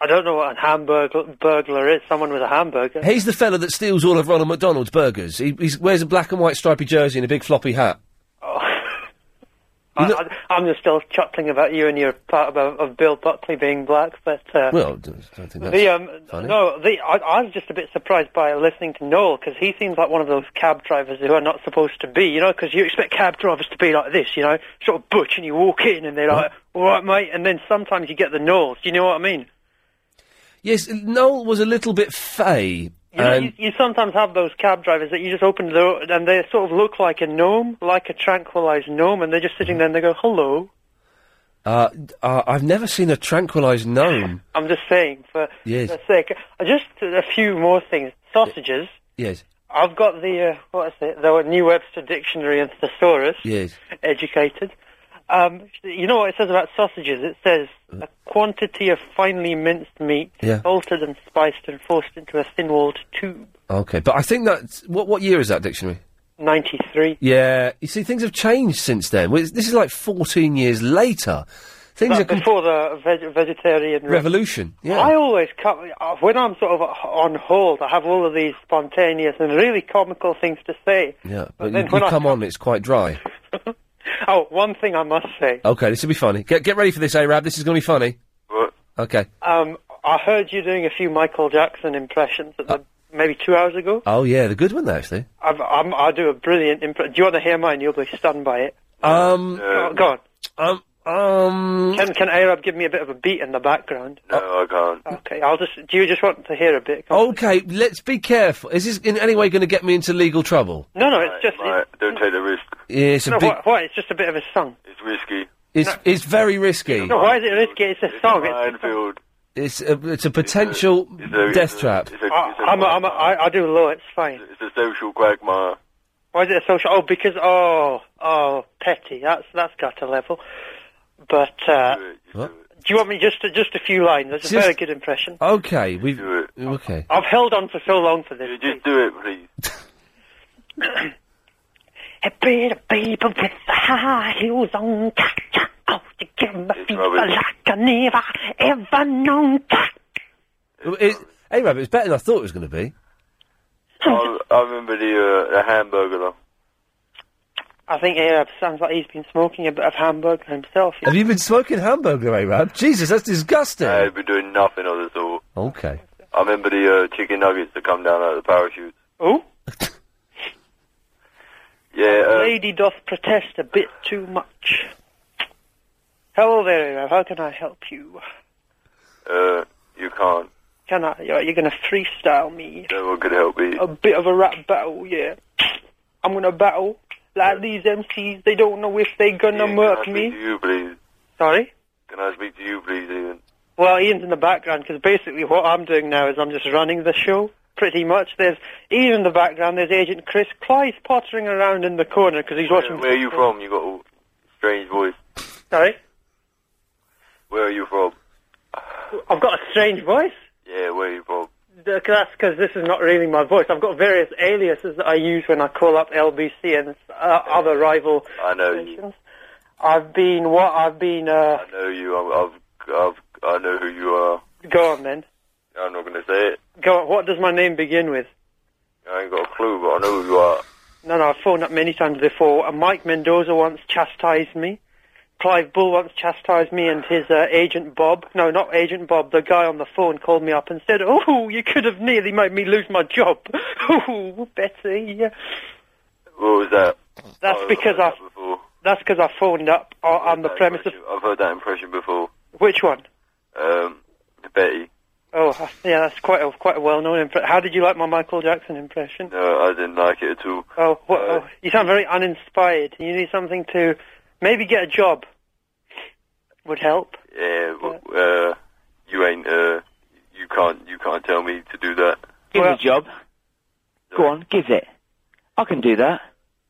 Speaker 11: I don't know what a hamburger burglar is. Someone with a hamburger.
Speaker 3: He's the fella that steals all of Ronald McDonald's burgers. He he's, wears a black and white stripy jersey and a big floppy hat.
Speaker 11: I, I, I'm just still chuckling about you and your part about, of Bill Buckley being black, but uh,
Speaker 3: Well, I don't don't think that's
Speaker 11: the um,
Speaker 3: funny.
Speaker 11: no, the I, I was just a bit surprised by listening to Noel because he seems like one of those cab drivers who are not supposed to be, you know, because you expect cab drivers to be like this, you know, sort of butch, and you walk in and they're like, "All right, mate," and then sometimes you get the Noels. Do you know what I mean?
Speaker 3: Yes, Noel was a little bit fey.
Speaker 11: You, know,
Speaker 3: and-
Speaker 11: you, you sometimes have those cab drivers that you just open the door and they sort of look like a gnome, like a tranquilized gnome, and they're just sitting there and they go, "Hello."
Speaker 3: Uh, d- uh, I've never seen a tranquilized gnome.
Speaker 11: I'm just saying for
Speaker 3: Yes.
Speaker 11: the sake. uh, Just a few more things. Sausages.
Speaker 3: yes,
Speaker 11: I've got the uh, what is it? The New Webster Dictionary and Thesaurus.
Speaker 3: yes.
Speaker 11: Educated. Um, you know what it says about sausages? It says a quantity of finely minced meat,
Speaker 3: Mm. Yeah.
Speaker 11: salted and spiced and forced into a thin-walled tube.
Speaker 3: Okay, but I think that's what. What year is that dictionary?
Speaker 11: Ninety-three.
Speaker 3: Yeah, you see, things have changed since then. Well, it's- This is like 14 years later. Things
Speaker 11: That
Speaker 3: are com-
Speaker 11: before the veg- vegetarian re-
Speaker 3: revolution. Yeah.
Speaker 11: I always come uh, when I'm sort of on hold. I have all of these spontaneous and really comical things to say.
Speaker 3: yeah,
Speaker 11: but
Speaker 3: but
Speaker 11: then
Speaker 3: you,
Speaker 11: when
Speaker 3: you
Speaker 11: I-
Speaker 3: come on, it's quite dry.
Speaker 11: Oh, one thing I must say.
Speaker 3: Okay, this will be funny. Get get ready for this, Arab. This is going to be funny.
Speaker 6: Right.
Speaker 3: Okay.
Speaker 11: Um, I heard you doing a few Michael Jackson impressions at the,
Speaker 3: Uh.
Speaker 11: maybe two hours ago.
Speaker 3: Oh yeah, the good one actually.
Speaker 11: I've, I'm, I do a brilliant impression. Do you want to hear mine? You'll be stunned by it.
Speaker 3: Um,
Speaker 11: Go- go on.
Speaker 3: Um, um.
Speaker 11: Can Can Arab give me a bit of a beat in the background?
Speaker 6: No, I can't.
Speaker 11: Okay, I'll just. Do you just want to hear a bit?
Speaker 3: Okay, let's be careful. Is this in any way going to get me into legal trouble?
Speaker 11: No, no, it's just.
Speaker 6: Right, don't take the risk.
Speaker 3: Yeah, it's a
Speaker 11: no,
Speaker 3: big.
Speaker 11: why, why? It's just a bit of a song.
Speaker 6: It's risky.
Speaker 3: It's it's very risky.
Speaker 11: No, why is it risky? It's a song. It's
Speaker 6: Minefield.
Speaker 3: It's a, it's a potential
Speaker 6: a-
Speaker 3: death
Speaker 6: it's a-
Speaker 3: trap.
Speaker 6: It's a,
Speaker 11: I,
Speaker 6: it's a,
Speaker 11: I'm a, I'm a, I, I do low. It's fine.
Speaker 6: it's a social quagmire.
Speaker 11: Why is it a social? Oh, because oh, oh, petty. That's that's got a level. But uh,
Speaker 3: What?
Speaker 11: do you want me just to, just a few lines? That's a
Speaker 3: Just-
Speaker 11: very good impression.
Speaker 3: Okay, we've okay.
Speaker 11: I've held on for so long for this.
Speaker 6: Just do it, please.
Speaker 10: A bit of people with the high heels on. Cha-cha, oh, you give me feet
Speaker 3: rubbish.
Speaker 10: like I never ever known.
Speaker 3: It's, hey, Rabbit, it's better than I thought it was going to be.
Speaker 6: I, I remember the uh, the hamburger. Though.
Speaker 11: I think Arab sounds like he's been smoking a bit of hamburger himself.
Speaker 3: Have you been smoking hamburger, Arab? Jesus, that's disgusting.
Speaker 6: I've been doing nothing of the sort.
Speaker 3: Okay.
Speaker 6: I remember the uh, chicken nuggets that come down out of the parachute.
Speaker 11: Oh,
Speaker 6: Yeah, uh,
Speaker 11: lady doth protest a bit too much. Hello there, Arab. How can I help you?
Speaker 6: uh, you can't.
Speaker 11: Can I? You're, you're going to freestyle me.
Speaker 6: No one could help me.
Speaker 11: a bit of a rap battle, yeah. I'm gonna battle like these MCs. They don't know if they gonna
Speaker 6: Ian,
Speaker 11: murk
Speaker 6: can I speak
Speaker 11: me.
Speaker 6: to you, please?
Speaker 11: Sorry.
Speaker 6: Can I speak to you, please, Ian?
Speaker 11: Well, Ian's in the background because basically what I'm doing now is I'm just running the show. Pretty much. There's Ian in the background. There's Agent Chris. Clyde's pottering around in the corner because he's watching.
Speaker 6: Where are you from? You got a strange voice.
Speaker 11: Sorry.
Speaker 6: Where are you from?
Speaker 11: I've got a strange voice.
Speaker 6: Yeah, where are you from?
Speaker 11: Th- That's because this is not really my voice. I've got various aliases that I use when I call up LBC and uh, other rival
Speaker 6: I know you.
Speaker 11: stations. I've been what? I've been. Uh,
Speaker 6: I know you. I've, I've, I've, I know who you are.
Speaker 11: go on then.
Speaker 6: I'm not gonna say it.
Speaker 11: Go. on, What does my name begin with?
Speaker 6: I ain't got a clue, but I know who you are.
Speaker 11: No, no, I've phoned up many times before. Uh, Mike Mendoza once chastised me. Clive Bull once chastised me, and his uh, agent Bob, no, not agent Bob, the guy on the phone called me up and said, Oh, you could have nearly made me lose my job. [LAUGHS] Oh, Betty.
Speaker 6: What was that?
Speaker 11: That's
Speaker 6: I've
Speaker 11: because I,
Speaker 6: heard Oh, that before.
Speaker 11: that's because I phoned up o- on the premise of.
Speaker 6: I've heard that impression before.
Speaker 11: Which one?
Speaker 6: Um, Betty.
Speaker 11: Oh, yeah, that's quite a, quite a well known impression. How did you like my Michael Jackson impression?
Speaker 6: No, I didn't like it at all.
Speaker 11: Oh, what,
Speaker 39: Uh,
Speaker 11: oh, you sound very uninspired. You need something to maybe get a job. Would help.
Speaker 6: Yeah, w uh, you ain't. Uh, you can't. You can't tell me to do that.
Speaker 27: Give me a job. Go on, give it. I can do that.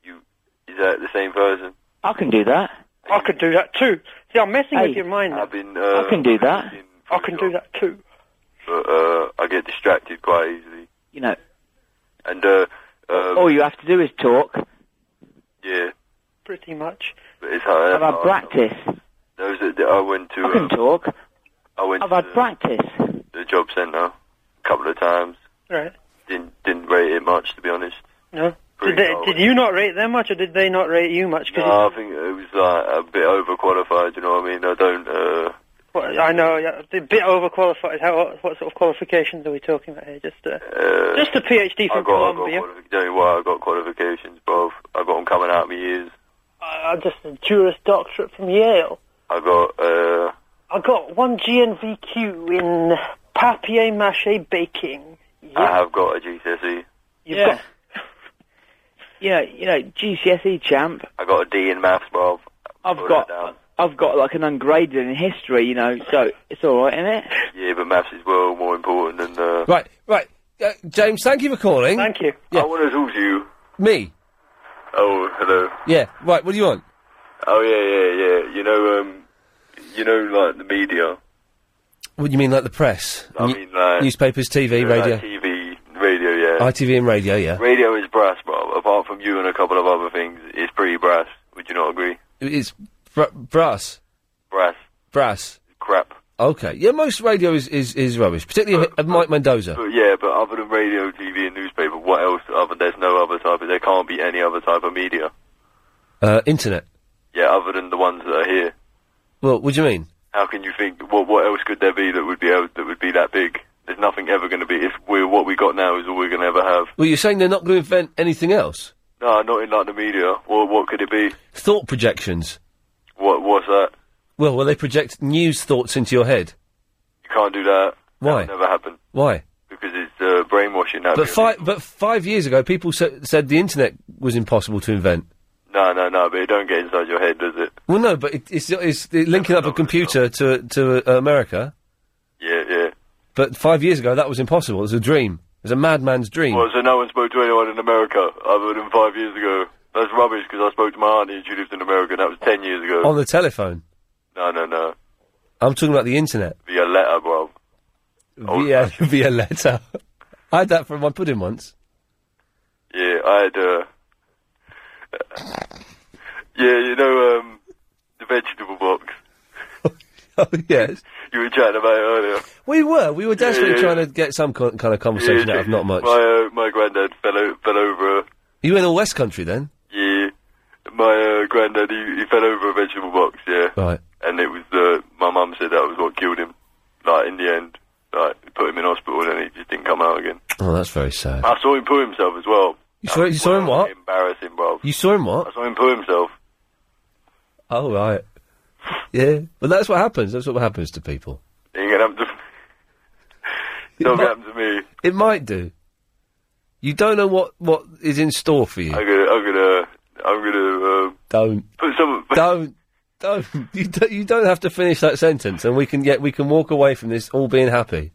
Speaker 6: Is that the same person?
Speaker 27: I can do that.
Speaker 11: I could do that too. See, I'm messing
Speaker 27: Hey,
Speaker 11: with your mind. now.
Speaker 6: I've been. Uh,
Speaker 27: I can do that.
Speaker 11: I can do that too.
Speaker 6: But uh, I get distracted quite easily.
Speaker 27: You know,
Speaker 6: And uh, um,
Speaker 27: all you have to do is talk.
Speaker 6: yeah,
Speaker 11: Pretty much.
Speaker 6: but it's hard.
Speaker 27: I've had practice.
Speaker 6: Those that, that I went to.
Speaker 39: uh,
Speaker 27: I can
Speaker 6: um,
Speaker 27: talk.
Speaker 6: I went.
Speaker 27: I've
Speaker 6: to
Speaker 27: had
Speaker 6: the-
Speaker 27: practice.
Speaker 39: job centre a couple of times.
Speaker 11: Right.
Speaker 39: Didn't didn't rate it much to be honest.
Speaker 11: No. Did, they, did you not rate them much, or did they not rate you much?
Speaker 39: No, I think it was like a bit overqualified. You know what I mean? I don't. Uh,
Speaker 11: Well, I know, yeah, a bit overqualified. How, what sort of qualifications are we talking about here? Just uh,
Speaker 39: uh,
Speaker 11: just a PhD
Speaker 39: I
Speaker 11: from
Speaker 39: got, I got
Speaker 11: Columbia.
Speaker 39: qualifi- don't know why I got qualifications, bro. I got them coming out of my ears.
Speaker 27: Uh,
Speaker 11: I just a Juris Doctorate from Yale.
Speaker 39: I got uh,
Speaker 11: I got one GNVQ in papier mâché baking.
Speaker 39: I have got a GCSE.
Speaker 11: You've
Speaker 39: Yeah.
Speaker 11: got
Speaker 27: Yeah, you know, GCSE E champ.
Speaker 39: I got a D in maths, bro.
Speaker 27: I've
Speaker 39: Put
Speaker 27: got-
Speaker 11: [LAUGHS]
Speaker 39: that down.
Speaker 27: I've got like an ungraded in history, you know, so it's all right, isn't it?
Speaker 39: Yeah, but maths is well more important than uh,
Speaker 3: Right, right. Uh, James, thank you for calling.
Speaker 11: Thank you.
Speaker 39: I want to talk to you.
Speaker 3: Me?
Speaker 39: Oh, hello.
Speaker 3: Yeah. Right, what do you want?
Speaker 39: Oh yeah, yeah, yeah. You know, um, you know, like the media.
Speaker 3: What do you mean, like the press?
Speaker 39: I
Speaker 3: New-
Speaker 39: mean, like
Speaker 3: newspapers, TV,
Speaker 39: you know,
Speaker 3: radio,
Speaker 39: like TV, radio. Yeah.
Speaker 3: ITV, and radio. Yeah,
Speaker 39: Radio is brass, bro. Apart from you and a couple of other things, it's pretty brass. Would you not agree?
Speaker 3: it's br- brass,
Speaker 39: Brass,
Speaker 3: brass.
Speaker 39: crap.
Speaker 3: Okay. Yeah, most radio is is, is rubbish, particularly of Mike Mendoza.
Speaker 39: But yeah, but other than radio, TV, and newspaper, what else? Other there's no other type. Of, there can't be any other type of media.
Speaker 3: Uh, internet.
Speaker 39: Yeah, other than the ones that are here.
Speaker 3: Well, what do you mean?
Speaker 39: How can you think? What what else could there be that would be able, that would be that big? There's nothing ever going to be. If we're what we got now is all we're going to ever have.
Speaker 3: Well, you're saying they're not going to invent anything else?
Speaker 39: No, not in like the media. What what could it be?
Speaker 3: Thought projections.
Speaker 39: What what's that?
Speaker 3: Well, will they project news thoughts into your head?
Speaker 39: You can't do that.
Speaker 3: Why?
Speaker 39: That'll never happen
Speaker 3: Why?
Speaker 39: because it's uh, brainwashing. That
Speaker 3: But five, but five years ago, people sa- said the internet was impossible to invent.
Speaker 39: no, no, no. But it don't get inside your head, does it?
Speaker 3: Well, no, but it, it's, it's linking up a computer to to uh, America.
Speaker 39: Yeah, yeah.
Speaker 3: But five years ago, that was impossible. It was a dream. It was a madman's dream.
Speaker 39: Well, so no one spoke to anyone in America other than five years ago. That's rubbish because I spoke to my auntie and she lived in America. and That was ten years ago.
Speaker 3: On the telephone.
Speaker 39: no, no, no.
Speaker 3: I'm talking about the internet.
Speaker 39: Via letter, bro. Oh,
Speaker 3: Via, [LAUGHS] via letter. I had that from my pudding once. [LAUGHS]
Speaker 39: Yeah, I had. Uh, yeah, you know um, the vegetable box
Speaker 3: oh, yes.
Speaker 39: you were chatting about earlier.
Speaker 3: We were. We were desperately
Speaker 39: yeah.
Speaker 3: trying to get some co- kind of conversation
Speaker 39: Yeah,
Speaker 3: out of not much.
Speaker 39: My uh, my granddad fell o- fell over. A,
Speaker 3: You went all West Country then?
Speaker 39: yeah, my uh, granddad he, he fell over a vegetable box. Yeah,
Speaker 3: Right.
Speaker 39: and it was uh, my mum said that was what killed him. Like in the end, like put him in hospital and then he just didn't come out again.
Speaker 3: Oh, that's very sad.
Speaker 39: I saw him poo himself as well.
Speaker 3: You saw, you saw him what?
Speaker 39: Embarrassing, bro.
Speaker 3: You saw him
Speaker 39: I
Speaker 3: what?
Speaker 39: saw him poo himself.
Speaker 3: Oh, right. Yeah. But that's what happens. That's what happens to people.
Speaker 39: It ain't gonna happen to. [LAUGHS] It's not gonna happen to me.
Speaker 3: It might do. You don't know what, what is in store for you.
Speaker 39: I'm gonna, I'm gonna, I'm gonna uh,
Speaker 3: Don't.
Speaker 39: put some.
Speaker 3: Don't. Don't. You, don't. you don't have to finish that sentence, and we can get we can walk away from this all being happy.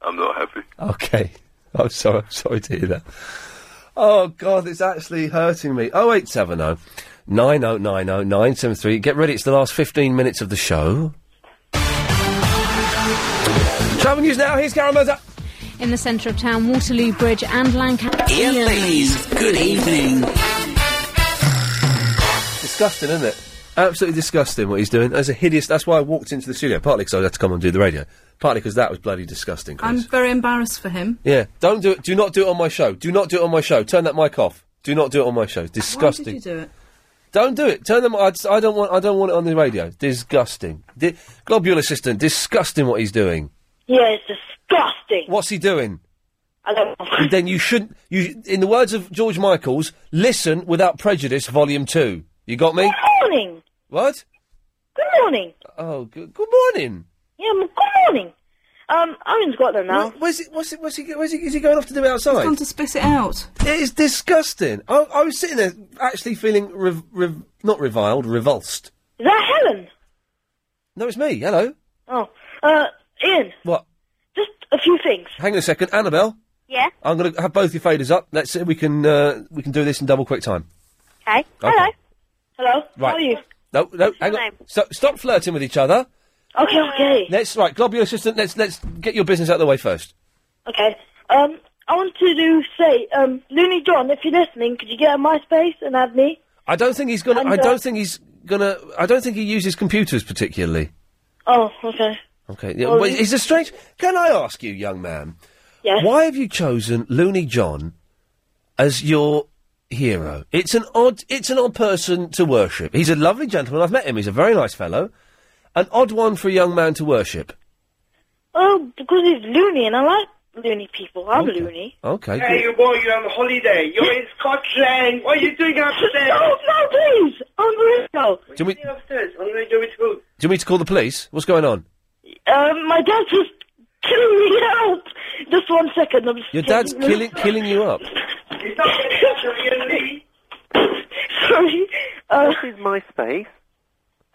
Speaker 39: I'm not happy.
Speaker 3: Okay. [LAUGHS] I'm sorry. I'm sorry to hear that. Oh God, it's actually hurting me. Oh eight seven oh nine oh nine oh nine seven three. Get ready. It's the last fifteen minutes of the show. Travel news now. Here's Karen Murdoch.
Speaker 14: In the centre of town, Waterloo Bridge and Lancaster.
Speaker 38: Ian Lee's Good Evening.
Speaker 3: Disgusting, isn't it? Absolutely disgusting what he's doing. That's a hideous. That's why I walked into the studio. Partly because I had to come and do the radio. Partly because that was bloody disgusting. Chris.
Speaker 21: I'm very embarrassed for him.
Speaker 3: Yeah, don't do it. Do not do it on my show. Do not do it on my show. Turn that mic off. Do not do it on my show. Disgusting.
Speaker 21: Why did you do it?
Speaker 3: Don't do it. Turn them. I, just- I don't want. I don't want it on the radio. Disgusting. Di- Globule assistant. Disgusting what he's doing.
Speaker 12: Yeah, it's disgusting.
Speaker 3: What's he doing?
Speaker 12: I don't know.
Speaker 3: And then you shouldn't. You, in the words of George Michael's, listen without prejudice, volume two. You got me?
Speaker 12: Good morning.
Speaker 3: What?
Speaker 12: Good morning.
Speaker 3: Oh, good, good morning.
Speaker 12: Yeah, m- good morning. Um, I'm in Scotland now.
Speaker 3: What, where's it? What's it? Where's he? Where's he? Is he going off to do it outside?
Speaker 21: He's gone to spit it out.
Speaker 3: It is disgusting. I, I was sitting there actually feeling rev, rev, not reviled, revulsed.
Speaker 12: Is that Helen?
Speaker 3: No, it's me. Hello.
Speaker 12: Oh, uh, Ian,
Speaker 3: What?
Speaker 12: just a few things.
Speaker 3: Hang on a second, Annabelle.
Speaker 12: Yeah.
Speaker 3: I'm going to have both your faders up. Let's see if we can uh, we can do this in double quick time.
Speaker 12: Hey.
Speaker 3: Okay.
Speaker 12: Hello. Hello.
Speaker 3: Right.
Speaker 12: How are you?
Speaker 3: No, no, hang on. So, stop flirting with each other.
Speaker 12: Okay. Okay.
Speaker 3: Let's right, Globular assistant. Let's let's get your business out of the way first.
Speaker 12: Okay. Um, I wanted to say, um, Looney John, if you're listening, could you get on MySpace and add me?
Speaker 3: I don't think he's gonna.
Speaker 12: And,
Speaker 3: I
Speaker 12: uh,
Speaker 3: don't think he's gonna. I don't think he uses computers particularly.
Speaker 12: Oh, okay.
Speaker 3: Okay. Yeah,
Speaker 44: Well,
Speaker 3: well,
Speaker 44: you-
Speaker 3: is this strange? Can I ask you, young man?
Speaker 44: Yes.
Speaker 3: Why have you chosen Looney John as your hero? It's an odd. It's an odd person to worship. He's a lovely gentleman. I've met him. He's a very nice fellow. An odd one for a young man to worship.
Speaker 7: Oh, because he's loony, and I like loony people. I'm loony.
Speaker 3: Okay.
Speaker 7: Hey,
Speaker 3: good.
Speaker 7: you-
Speaker 8: Boy, you're on holiday. You're in Scotland. What are you doing upstairs?
Speaker 7: No, no, please. I'm going to go.
Speaker 3: Do we?
Speaker 8: You're upstairs. I'm going to do it good.
Speaker 3: Do you need to call the police? What's going on?
Speaker 7: Um, my dad's just killing me. Help! Just one second. I'm just
Speaker 3: Your dad's
Speaker 7: taking-
Speaker 3: killing killing you up.
Speaker 8: [LAUGHS]
Speaker 7: Sorry. Uh,
Speaker 8: This is MySpace.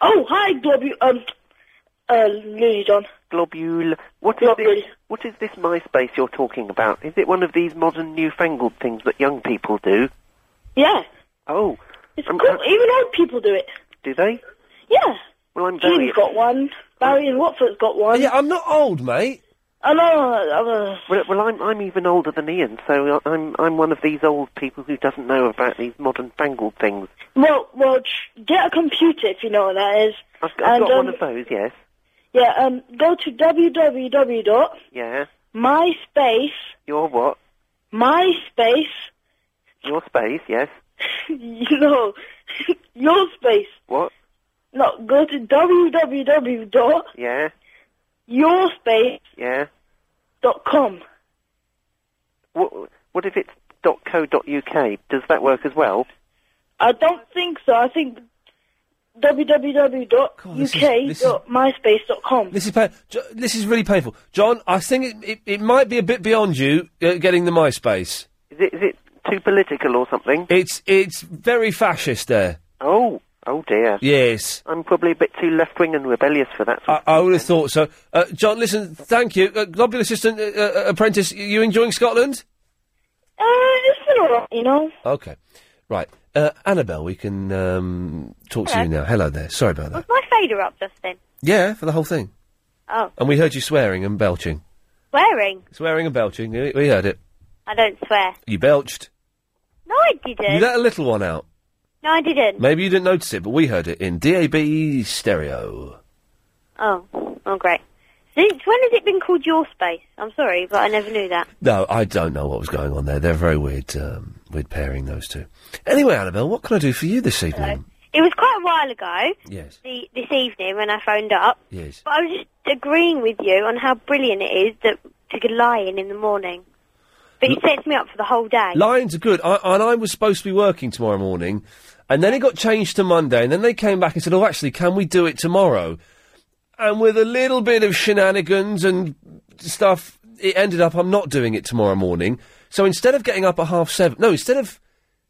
Speaker 7: oh, hi, Globby. Um, uh, Looney John.
Speaker 8: Globule. What is this? What is this MySpace you're talking about? Is it one of these modern, newfangled things that young people do?
Speaker 7: Yeah.
Speaker 8: Oh,
Speaker 7: It's cool. Even old people do it.
Speaker 8: do they?
Speaker 7: [LAUGHS] Yeah.
Speaker 8: Well, I'm
Speaker 7: Jim's
Speaker 8: very.
Speaker 7: got one. Barry in Watford's got one. uh,
Speaker 3: Yeah, I'm not old, mate.
Speaker 7: I know. I'm a...
Speaker 8: Well, well, I'm I'm even older than Ian, so I- I'm I'm one of these old people who doesn't know about these modern fangled things.
Speaker 7: Well, well, tr- get a computer if you know what that is.
Speaker 8: I've, I've
Speaker 7: and,
Speaker 8: got one
Speaker 7: um,
Speaker 8: of those, yes.
Speaker 7: Yeah, um, go to www.myspace,
Speaker 8: Yeah. Your what?
Speaker 7: myspace, [LAUGHS]
Speaker 8: Your space, yes.
Speaker 7: you know, [LAUGHS] your space.
Speaker 8: What?
Speaker 7: No, go to www.yourspace.com.
Speaker 8: Yeah. Yeah. What what if it's .co.uk? Does that work as well?
Speaker 7: I don't think so. I think www.uk.myspace.com.
Speaker 3: This is pa- Jo- this is really painful, John. I think it, it, it might be a bit beyond you uh, getting the MySpace.
Speaker 8: Is it, is it too political or something?
Speaker 3: It's it's very fascist there.
Speaker 8: Oh, oh dear.
Speaker 3: Yes.
Speaker 8: I'm probably a bit too left wing and rebellious for that.
Speaker 3: I, I would have thought so. Uh, John, listen, thank you. Uh, Global Assistant uh, uh, Apprentice, you enjoying Scotland?
Speaker 7: Uh, it's been alright, you know.
Speaker 3: Okay. Right. Uh, Annabelle, we can um, talk to you
Speaker 36: Hello.
Speaker 3: now. Hello there. Sorry about that.
Speaker 36: Was my fader up just then?
Speaker 3: Yeah, for the whole thing.
Speaker 36: Oh,
Speaker 3: And we heard you swearing and belching.
Speaker 36: swearing?
Speaker 3: Swearing and belching. We we heard it.
Speaker 36: I don't swear.
Speaker 3: You belched.
Speaker 36: No, I
Speaker 3: You
Speaker 36: didn't.
Speaker 3: let a little one out.
Speaker 36: No, I didn't.
Speaker 3: Maybe you didn't notice it, but we heard it in DAB stereo.
Speaker 36: Oh, oh, great. Since when has it been called your space? I'm sorry, but I never knew that.
Speaker 3: No, I don't know what was going on there. They're very weird, um, weird pairing those two. Anyway, Annabelle, what can I do for you this evening?
Speaker 36: It was quite a while ago.
Speaker 3: Yes.
Speaker 36: The, this evening when I phoned up.
Speaker 3: Yes.
Speaker 36: But I was just agreeing with you on how brilliant it is that to get lying in the morning. But it sets me up for the whole day.
Speaker 3: Lines are good. I, and I was supposed to be working tomorrow morning, and then it got changed to Monday, and then they came back and said, "Oh, actually, can we do it tomorrow?" And with a little bit of shenanigans and stuff, it ended up I'm not doing it tomorrow morning. So instead of getting up at half seven, no, instead of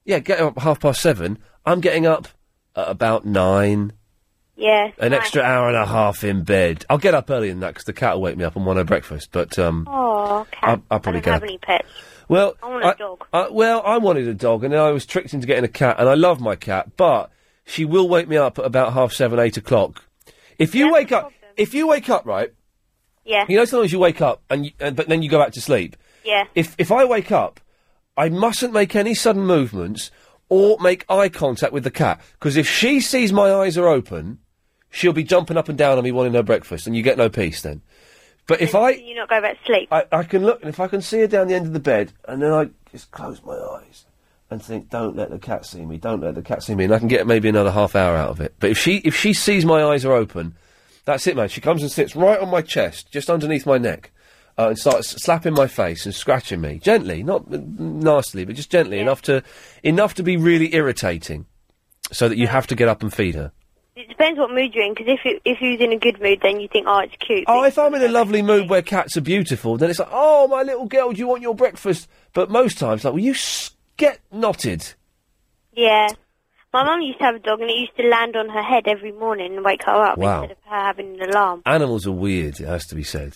Speaker 3: yeah, getting up at half past seven, I'm getting up at about nine.
Speaker 36: yeah.
Speaker 3: An extra hour and a half in bed. I'll get up earlier than that because the cat will wake me up and want her breakfast. But um,
Speaker 36: Oh, okay.
Speaker 3: I'll, I'll
Speaker 36: I
Speaker 3: probably
Speaker 36: don't
Speaker 3: get
Speaker 36: have
Speaker 3: up.
Speaker 36: any pets.
Speaker 3: Well,
Speaker 36: I want a dog.
Speaker 3: I- well, I wanted a dog, and then I was tricked into getting a cat, and I love my cat, but she will wake me up at about half seven, eight o'clock. If you wake up, if you wake up right,
Speaker 36: Yeah.
Speaker 3: you know sometimes you wake up and you, and, but then you go back to sleep.
Speaker 36: Yeah.
Speaker 3: If if I wake up, I mustn't make any sudden movements or make eye contact with the cat because if she sees my eyes are open, she'll be jumping up and down on me wanting her breakfast, and you get no peace then. But if I
Speaker 36: You not go back to sleep.
Speaker 3: I, I can look, and if I can see her down the end of the bed, and then I just close my eyes and think, "Don't let the cat see me. Don't let the cat see me." And I can get maybe another half hour out of it. But if she if she sees my eyes are open, that's it, man. She comes and sits right on my chest, just underneath my neck, uh, and starts slapping my face and scratching me gently, not uh, nastily, but just gently enough to enough to be really irritating, so that you have to get up and feed her.
Speaker 36: It depends what mood you're in, because if, you, if you're in a good mood, then you think, oh, it's cute.
Speaker 3: Oh, if I'm in a lovely mood where cats are beautiful, then it's like, oh, my little girl, do you want your breakfast? But most times, like, well, you s- get knotted.
Speaker 36: Yeah. My mum used to have a dog, and it used to land on her head every morning and wake her up
Speaker 3: Wow.
Speaker 36: instead of her having an alarm.
Speaker 3: Animals are weird, it has to be said.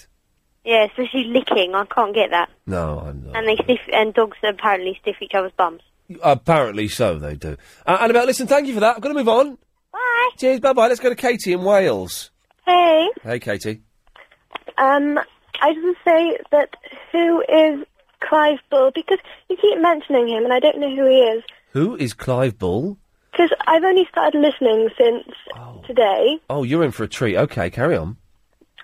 Speaker 36: Yeah, especially licking. I can't get that.
Speaker 3: No, I'm not.
Speaker 36: And they sniff, and dogs apparently sniff each other's bums.
Speaker 3: Apparently so, they do. Uh, Annabelle, listen, thank you for that. I'm going to move on. Bye. Cheers, bye-bye. Let's go to Katie in Wales.
Speaker 45: Hey,
Speaker 3: Hey, Katie.
Speaker 45: um, I just want to say that who is Clive Bull? Because you keep mentioning him, and I don't know who he is.
Speaker 3: Who is Clive Bull?
Speaker 45: Because I've only started listening since today.
Speaker 3: Oh, you're in for a treat. Okay, carry on.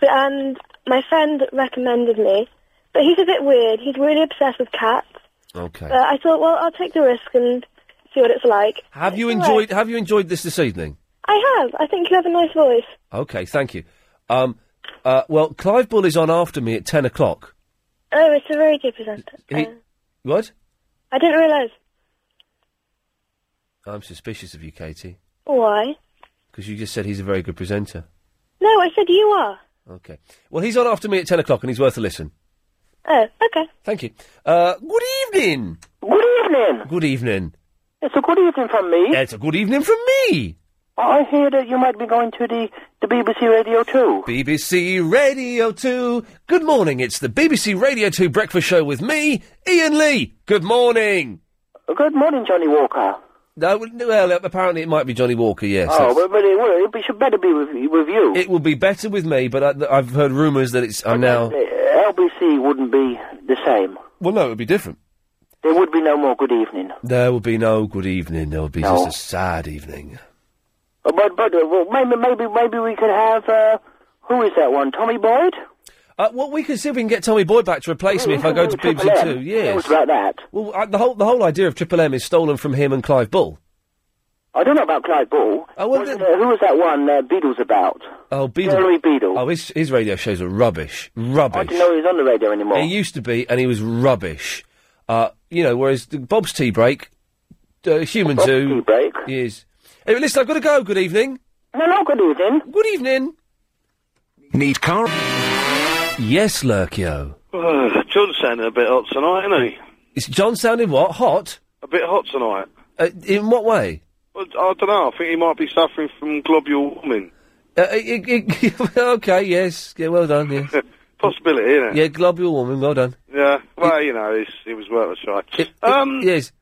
Speaker 7: and my friend recommended me. But he's a bit weird. He's really obsessed with cats.
Speaker 3: Okay.
Speaker 7: But I thought, well, I'll take the risk and see what it's like.
Speaker 3: have you
Speaker 7: Right.
Speaker 3: enjoyed? Have you enjoyed this this evening?
Speaker 7: I have. I think you have a nice voice.
Speaker 3: Okay, thank you. Um, uh, well, Clive Bull is on after me at ten o'clock.
Speaker 7: Oh, it's a very good presenter.
Speaker 3: He, what?
Speaker 7: I didn't realise.
Speaker 3: I'm suspicious of you, Katie,
Speaker 7: Why?
Speaker 3: because you just said he's a very good presenter.
Speaker 7: No, I said you are.
Speaker 3: Okay. Well, he's on after me at ten o'clock, and he's worth a listen.
Speaker 7: Oh, okay.
Speaker 3: Thank you. Uh, good evening.
Speaker 8: Good evening.
Speaker 3: Good evening.
Speaker 8: It's a good evening from me.
Speaker 3: It's a good evening from me.
Speaker 8: Oh, I hear that you might be going to the, the BBC Radio 2.
Speaker 3: BBC Radio 2. Good morning. It's the BBC Radio 2 breakfast show with me, Ian Lee. Good morning.
Speaker 8: Good morning, Johnny Walker.
Speaker 3: No, well, apparently it might be Johnny Walker, yes.
Speaker 8: oh,
Speaker 3: that's-
Speaker 8: well, but it, will, it should better be with, with you.
Speaker 3: It will be better with me, but I, I've heard rumours that it's. I'm now.
Speaker 8: Uh, LBC wouldn't be the same.
Speaker 3: Well, no, it would be different.
Speaker 8: There would be no more good evening.
Speaker 3: There will be no good evening. There will be
Speaker 8: No.
Speaker 3: just a sad evening.
Speaker 8: Uh, But, but uh, well, maybe, maybe, maybe we could have, uh, who is that one? Tommy Boyd?
Speaker 3: Uh, well, we can see if we can get Tommy Boyd back to replace me if I go to
Speaker 8: Triple
Speaker 3: BBC
Speaker 8: M.
Speaker 3: Two.
Speaker 8: It
Speaker 3: Yes.
Speaker 8: was about that.
Speaker 3: Well, I, the whole the whole idea of Triple M is stolen from him and Clive Bull.
Speaker 8: I don't know about Clyde Ball.
Speaker 3: Oh, well,
Speaker 8: Wasn't, uh, who was that one uh, Beatles about?
Speaker 3: Oh, Beadle.
Speaker 8: Jerry Beadle.
Speaker 3: Oh, his his radio shows are rubbish. Rubbish.
Speaker 8: I didn't know he was on the radio anymore.
Speaker 3: He used to be, and he was rubbish. Uh, you know, whereas the- Bob's Tea Break, uh, Human
Speaker 8: Bob's
Speaker 3: Zoo.
Speaker 8: Tea Break?
Speaker 3: Is. Anyway, listen, I've got to go. Good evening.
Speaker 8: No, no, good evening.
Speaker 3: Good evening. Need car. Yes, Lurkio.
Speaker 6: [SIGHS] Uh, John's sounding a bit hot tonight, isn't he?
Speaker 3: Is John sounding what? Hot?
Speaker 6: A bit hot tonight.
Speaker 3: Uh, in what way?
Speaker 6: Well, I don't know. I think he might be suffering from globule warming.
Speaker 3: Uh, it, it, [LAUGHS] okay, yes. Yeah, well done, yes.
Speaker 6: Possibility, isn't
Speaker 3: yeah,
Speaker 6: it?
Speaker 3: globule warming, well done.
Speaker 6: Yeah. Well, you know, it's, it was worth a try. um,
Speaker 3: yes.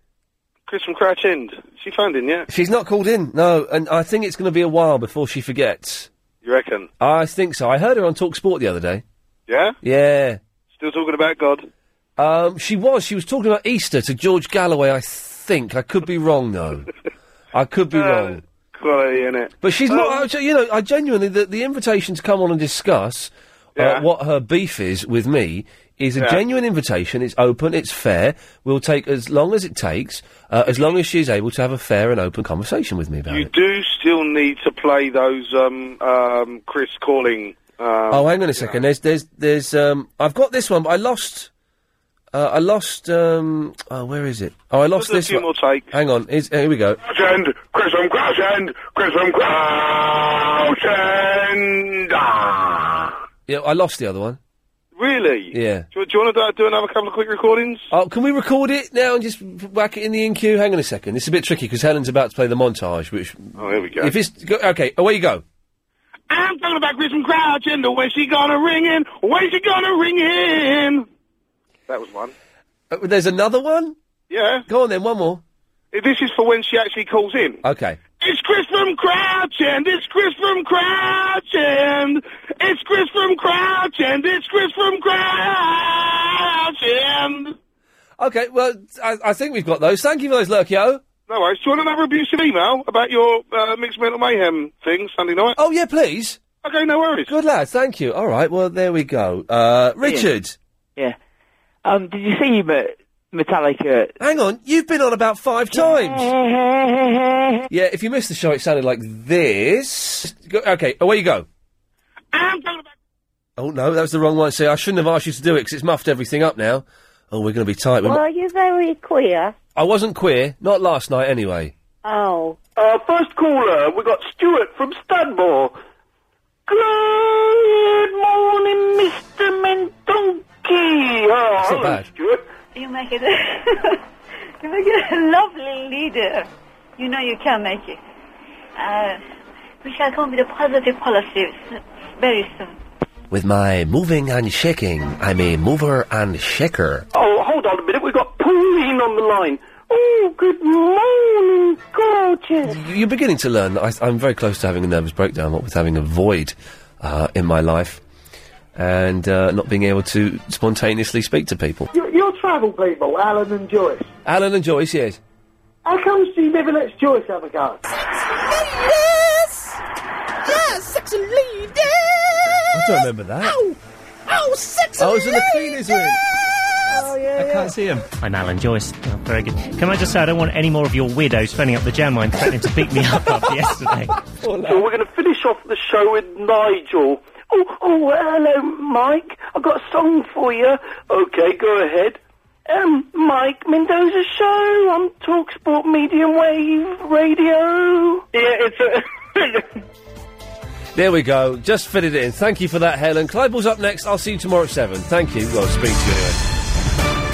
Speaker 6: Chris from Crouch End. She phoned in, yeah?
Speaker 3: She's not called in, no, and I think it's going to be a while before she forgets.
Speaker 6: You reckon?
Speaker 3: I think so. I heard her on Talk Sport the other day.
Speaker 6: Yeah?
Speaker 3: Yeah.
Speaker 6: Still talking about God?
Speaker 3: Um, she was. She was talking about Easter to George Galloway, I think. I could be wrong, though. I could be
Speaker 6: Uh, um,
Speaker 3: wrong.
Speaker 6: Quality, innit? Uh,
Speaker 3: But she's not. actually- You know, I genuinely the, the invitation to come on and discuss uh,
Speaker 6: Yeah.
Speaker 3: what her beef is with me is a
Speaker 6: Yeah.
Speaker 3: genuine invitation. It's open. It's fair. We'll take as long as it takes, uh, as long as she's able to have a fair and open conversation with me about
Speaker 6: You
Speaker 3: it.
Speaker 6: do still need to play those um, um, Chris calling. Um,
Speaker 3: oh, hang on a second. There's, there's, there's. Um, I've got this one, but I lost. Uh, I lost. Um, oh, where is it? Oh, I lost
Speaker 6: There's a few
Speaker 3: this one. Hang on. Here's, here we go.
Speaker 40: End, Chris from Crouch End, Chris from Crouch End. Ah.
Speaker 3: Yeah, I lost the other one.
Speaker 6: Really?
Speaker 3: Yeah.
Speaker 6: Do, do you want to do another couple of quick recordings?
Speaker 3: Oh, can we record it now and just whack it in the in queue? Hang on a second. This is a bit tricky because Helen's about to play the montage, which.
Speaker 6: Oh, here we go.
Speaker 3: If it's go, okay, away you go.
Speaker 40: I'm talking about Chris from Crouch End. Where's she gonna ring in? Where's she gonna ring in?
Speaker 6: That was one.
Speaker 3: Uh, there's another one.
Speaker 6: Yeah.
Speaker 3: Go on then. One more.
Speaker 6: This is for when she actually calls in.
Speaker 3: Okay.
Speaker 40: It's Chris from Crouch End. It's Chris from Crouch End. It's Chris from Crouch End. It's Chris from Crouch End.
Speaker 3: Okay. Well, I, I think we've got those. Thank you for those, Lurkio.
Speaker 6: No worries. Do you want another abusive email about your uh, mixed mental mayhem thing Sunday night?
Speaker 3: Oh yeah, please.
Speaker 6: Okay, no worries.
Speaker 3: Good lad. Thank you. All right. Well, there we go. Uh, Richard.
Speaker 8: Yeah. Um, did you see Me- Metallica?
Speaker 3: Hang on, you've been on about five times. yeah, if you missed the show, it sounded like this. Go, okay, away you go. Oh no, that was the wrong one. See, I shouldn't have asked you to do it because it's muffed everything up now. Oh, we're going to be tight. We mu-
Speaker 46: Are you very queer?
Speaker 3: I wasn't queer, not last night anyway.
Speaker 46: Oh.
Speaker 8: Uh, first caller, we got Stuart from Studmore. Good morning, Mr. Mendonki. Oh,
Speaker 3: It's not
Speaker 8: hello,
Speaker 3: bad.
Speaker 8: Stuart.
Speaker 5: You make it. [LAUGHS] you make it a lovely leader. You know you can make it. Uh, we shall come with a positive policy s- very soon.
Speaker 3: With my moving and shaking, I'm a mover and shaker.
Speaker 8: Oh, hold on a minute. We got Pauline on the line. Oh, good morning, gorgeous.
Speaker 3: You're beginning to learn that I, I'm very close to having a nervous breakdown, what with having a void uh, in my life and uh, not being able to spontaneously speak to people.
Speaker 37: Your, your travel people, Alan and Joyce.
Speaker 3: Alan and Joyce, yes.
Speaker 37: How come she never lets Joyce have a go?
Speaker 10: Yes! Yes, sexy lady!
Speaker 3: I don't remember that.
Speaker 10: Oh, six
Speaker 3: I was in the cleaners room.
Speaker 10: Oh, yeah,
Speaker 3: I can't see him.
Speaker 12: I'm Alan Joyce. Oh, very good. Can I just say I don't want any more of your weirdos phoning up the jam line threatening to beat me up after yesterday.
Speaker 8: So we're going to finish off the show with Nigel. Oh, oh, hello, Mike. I've got a song for you. Okay, go ahead. Um, Mike Mendoza Show on TalkSport Medium Wave Radio. Yeah, it's a...
Speaker 3: There we go. Just fitted it in. Thank you for that, Helen. Clybal's up next. I'll see you tomorrow at 7. Thank you. Well, speak to you anyway.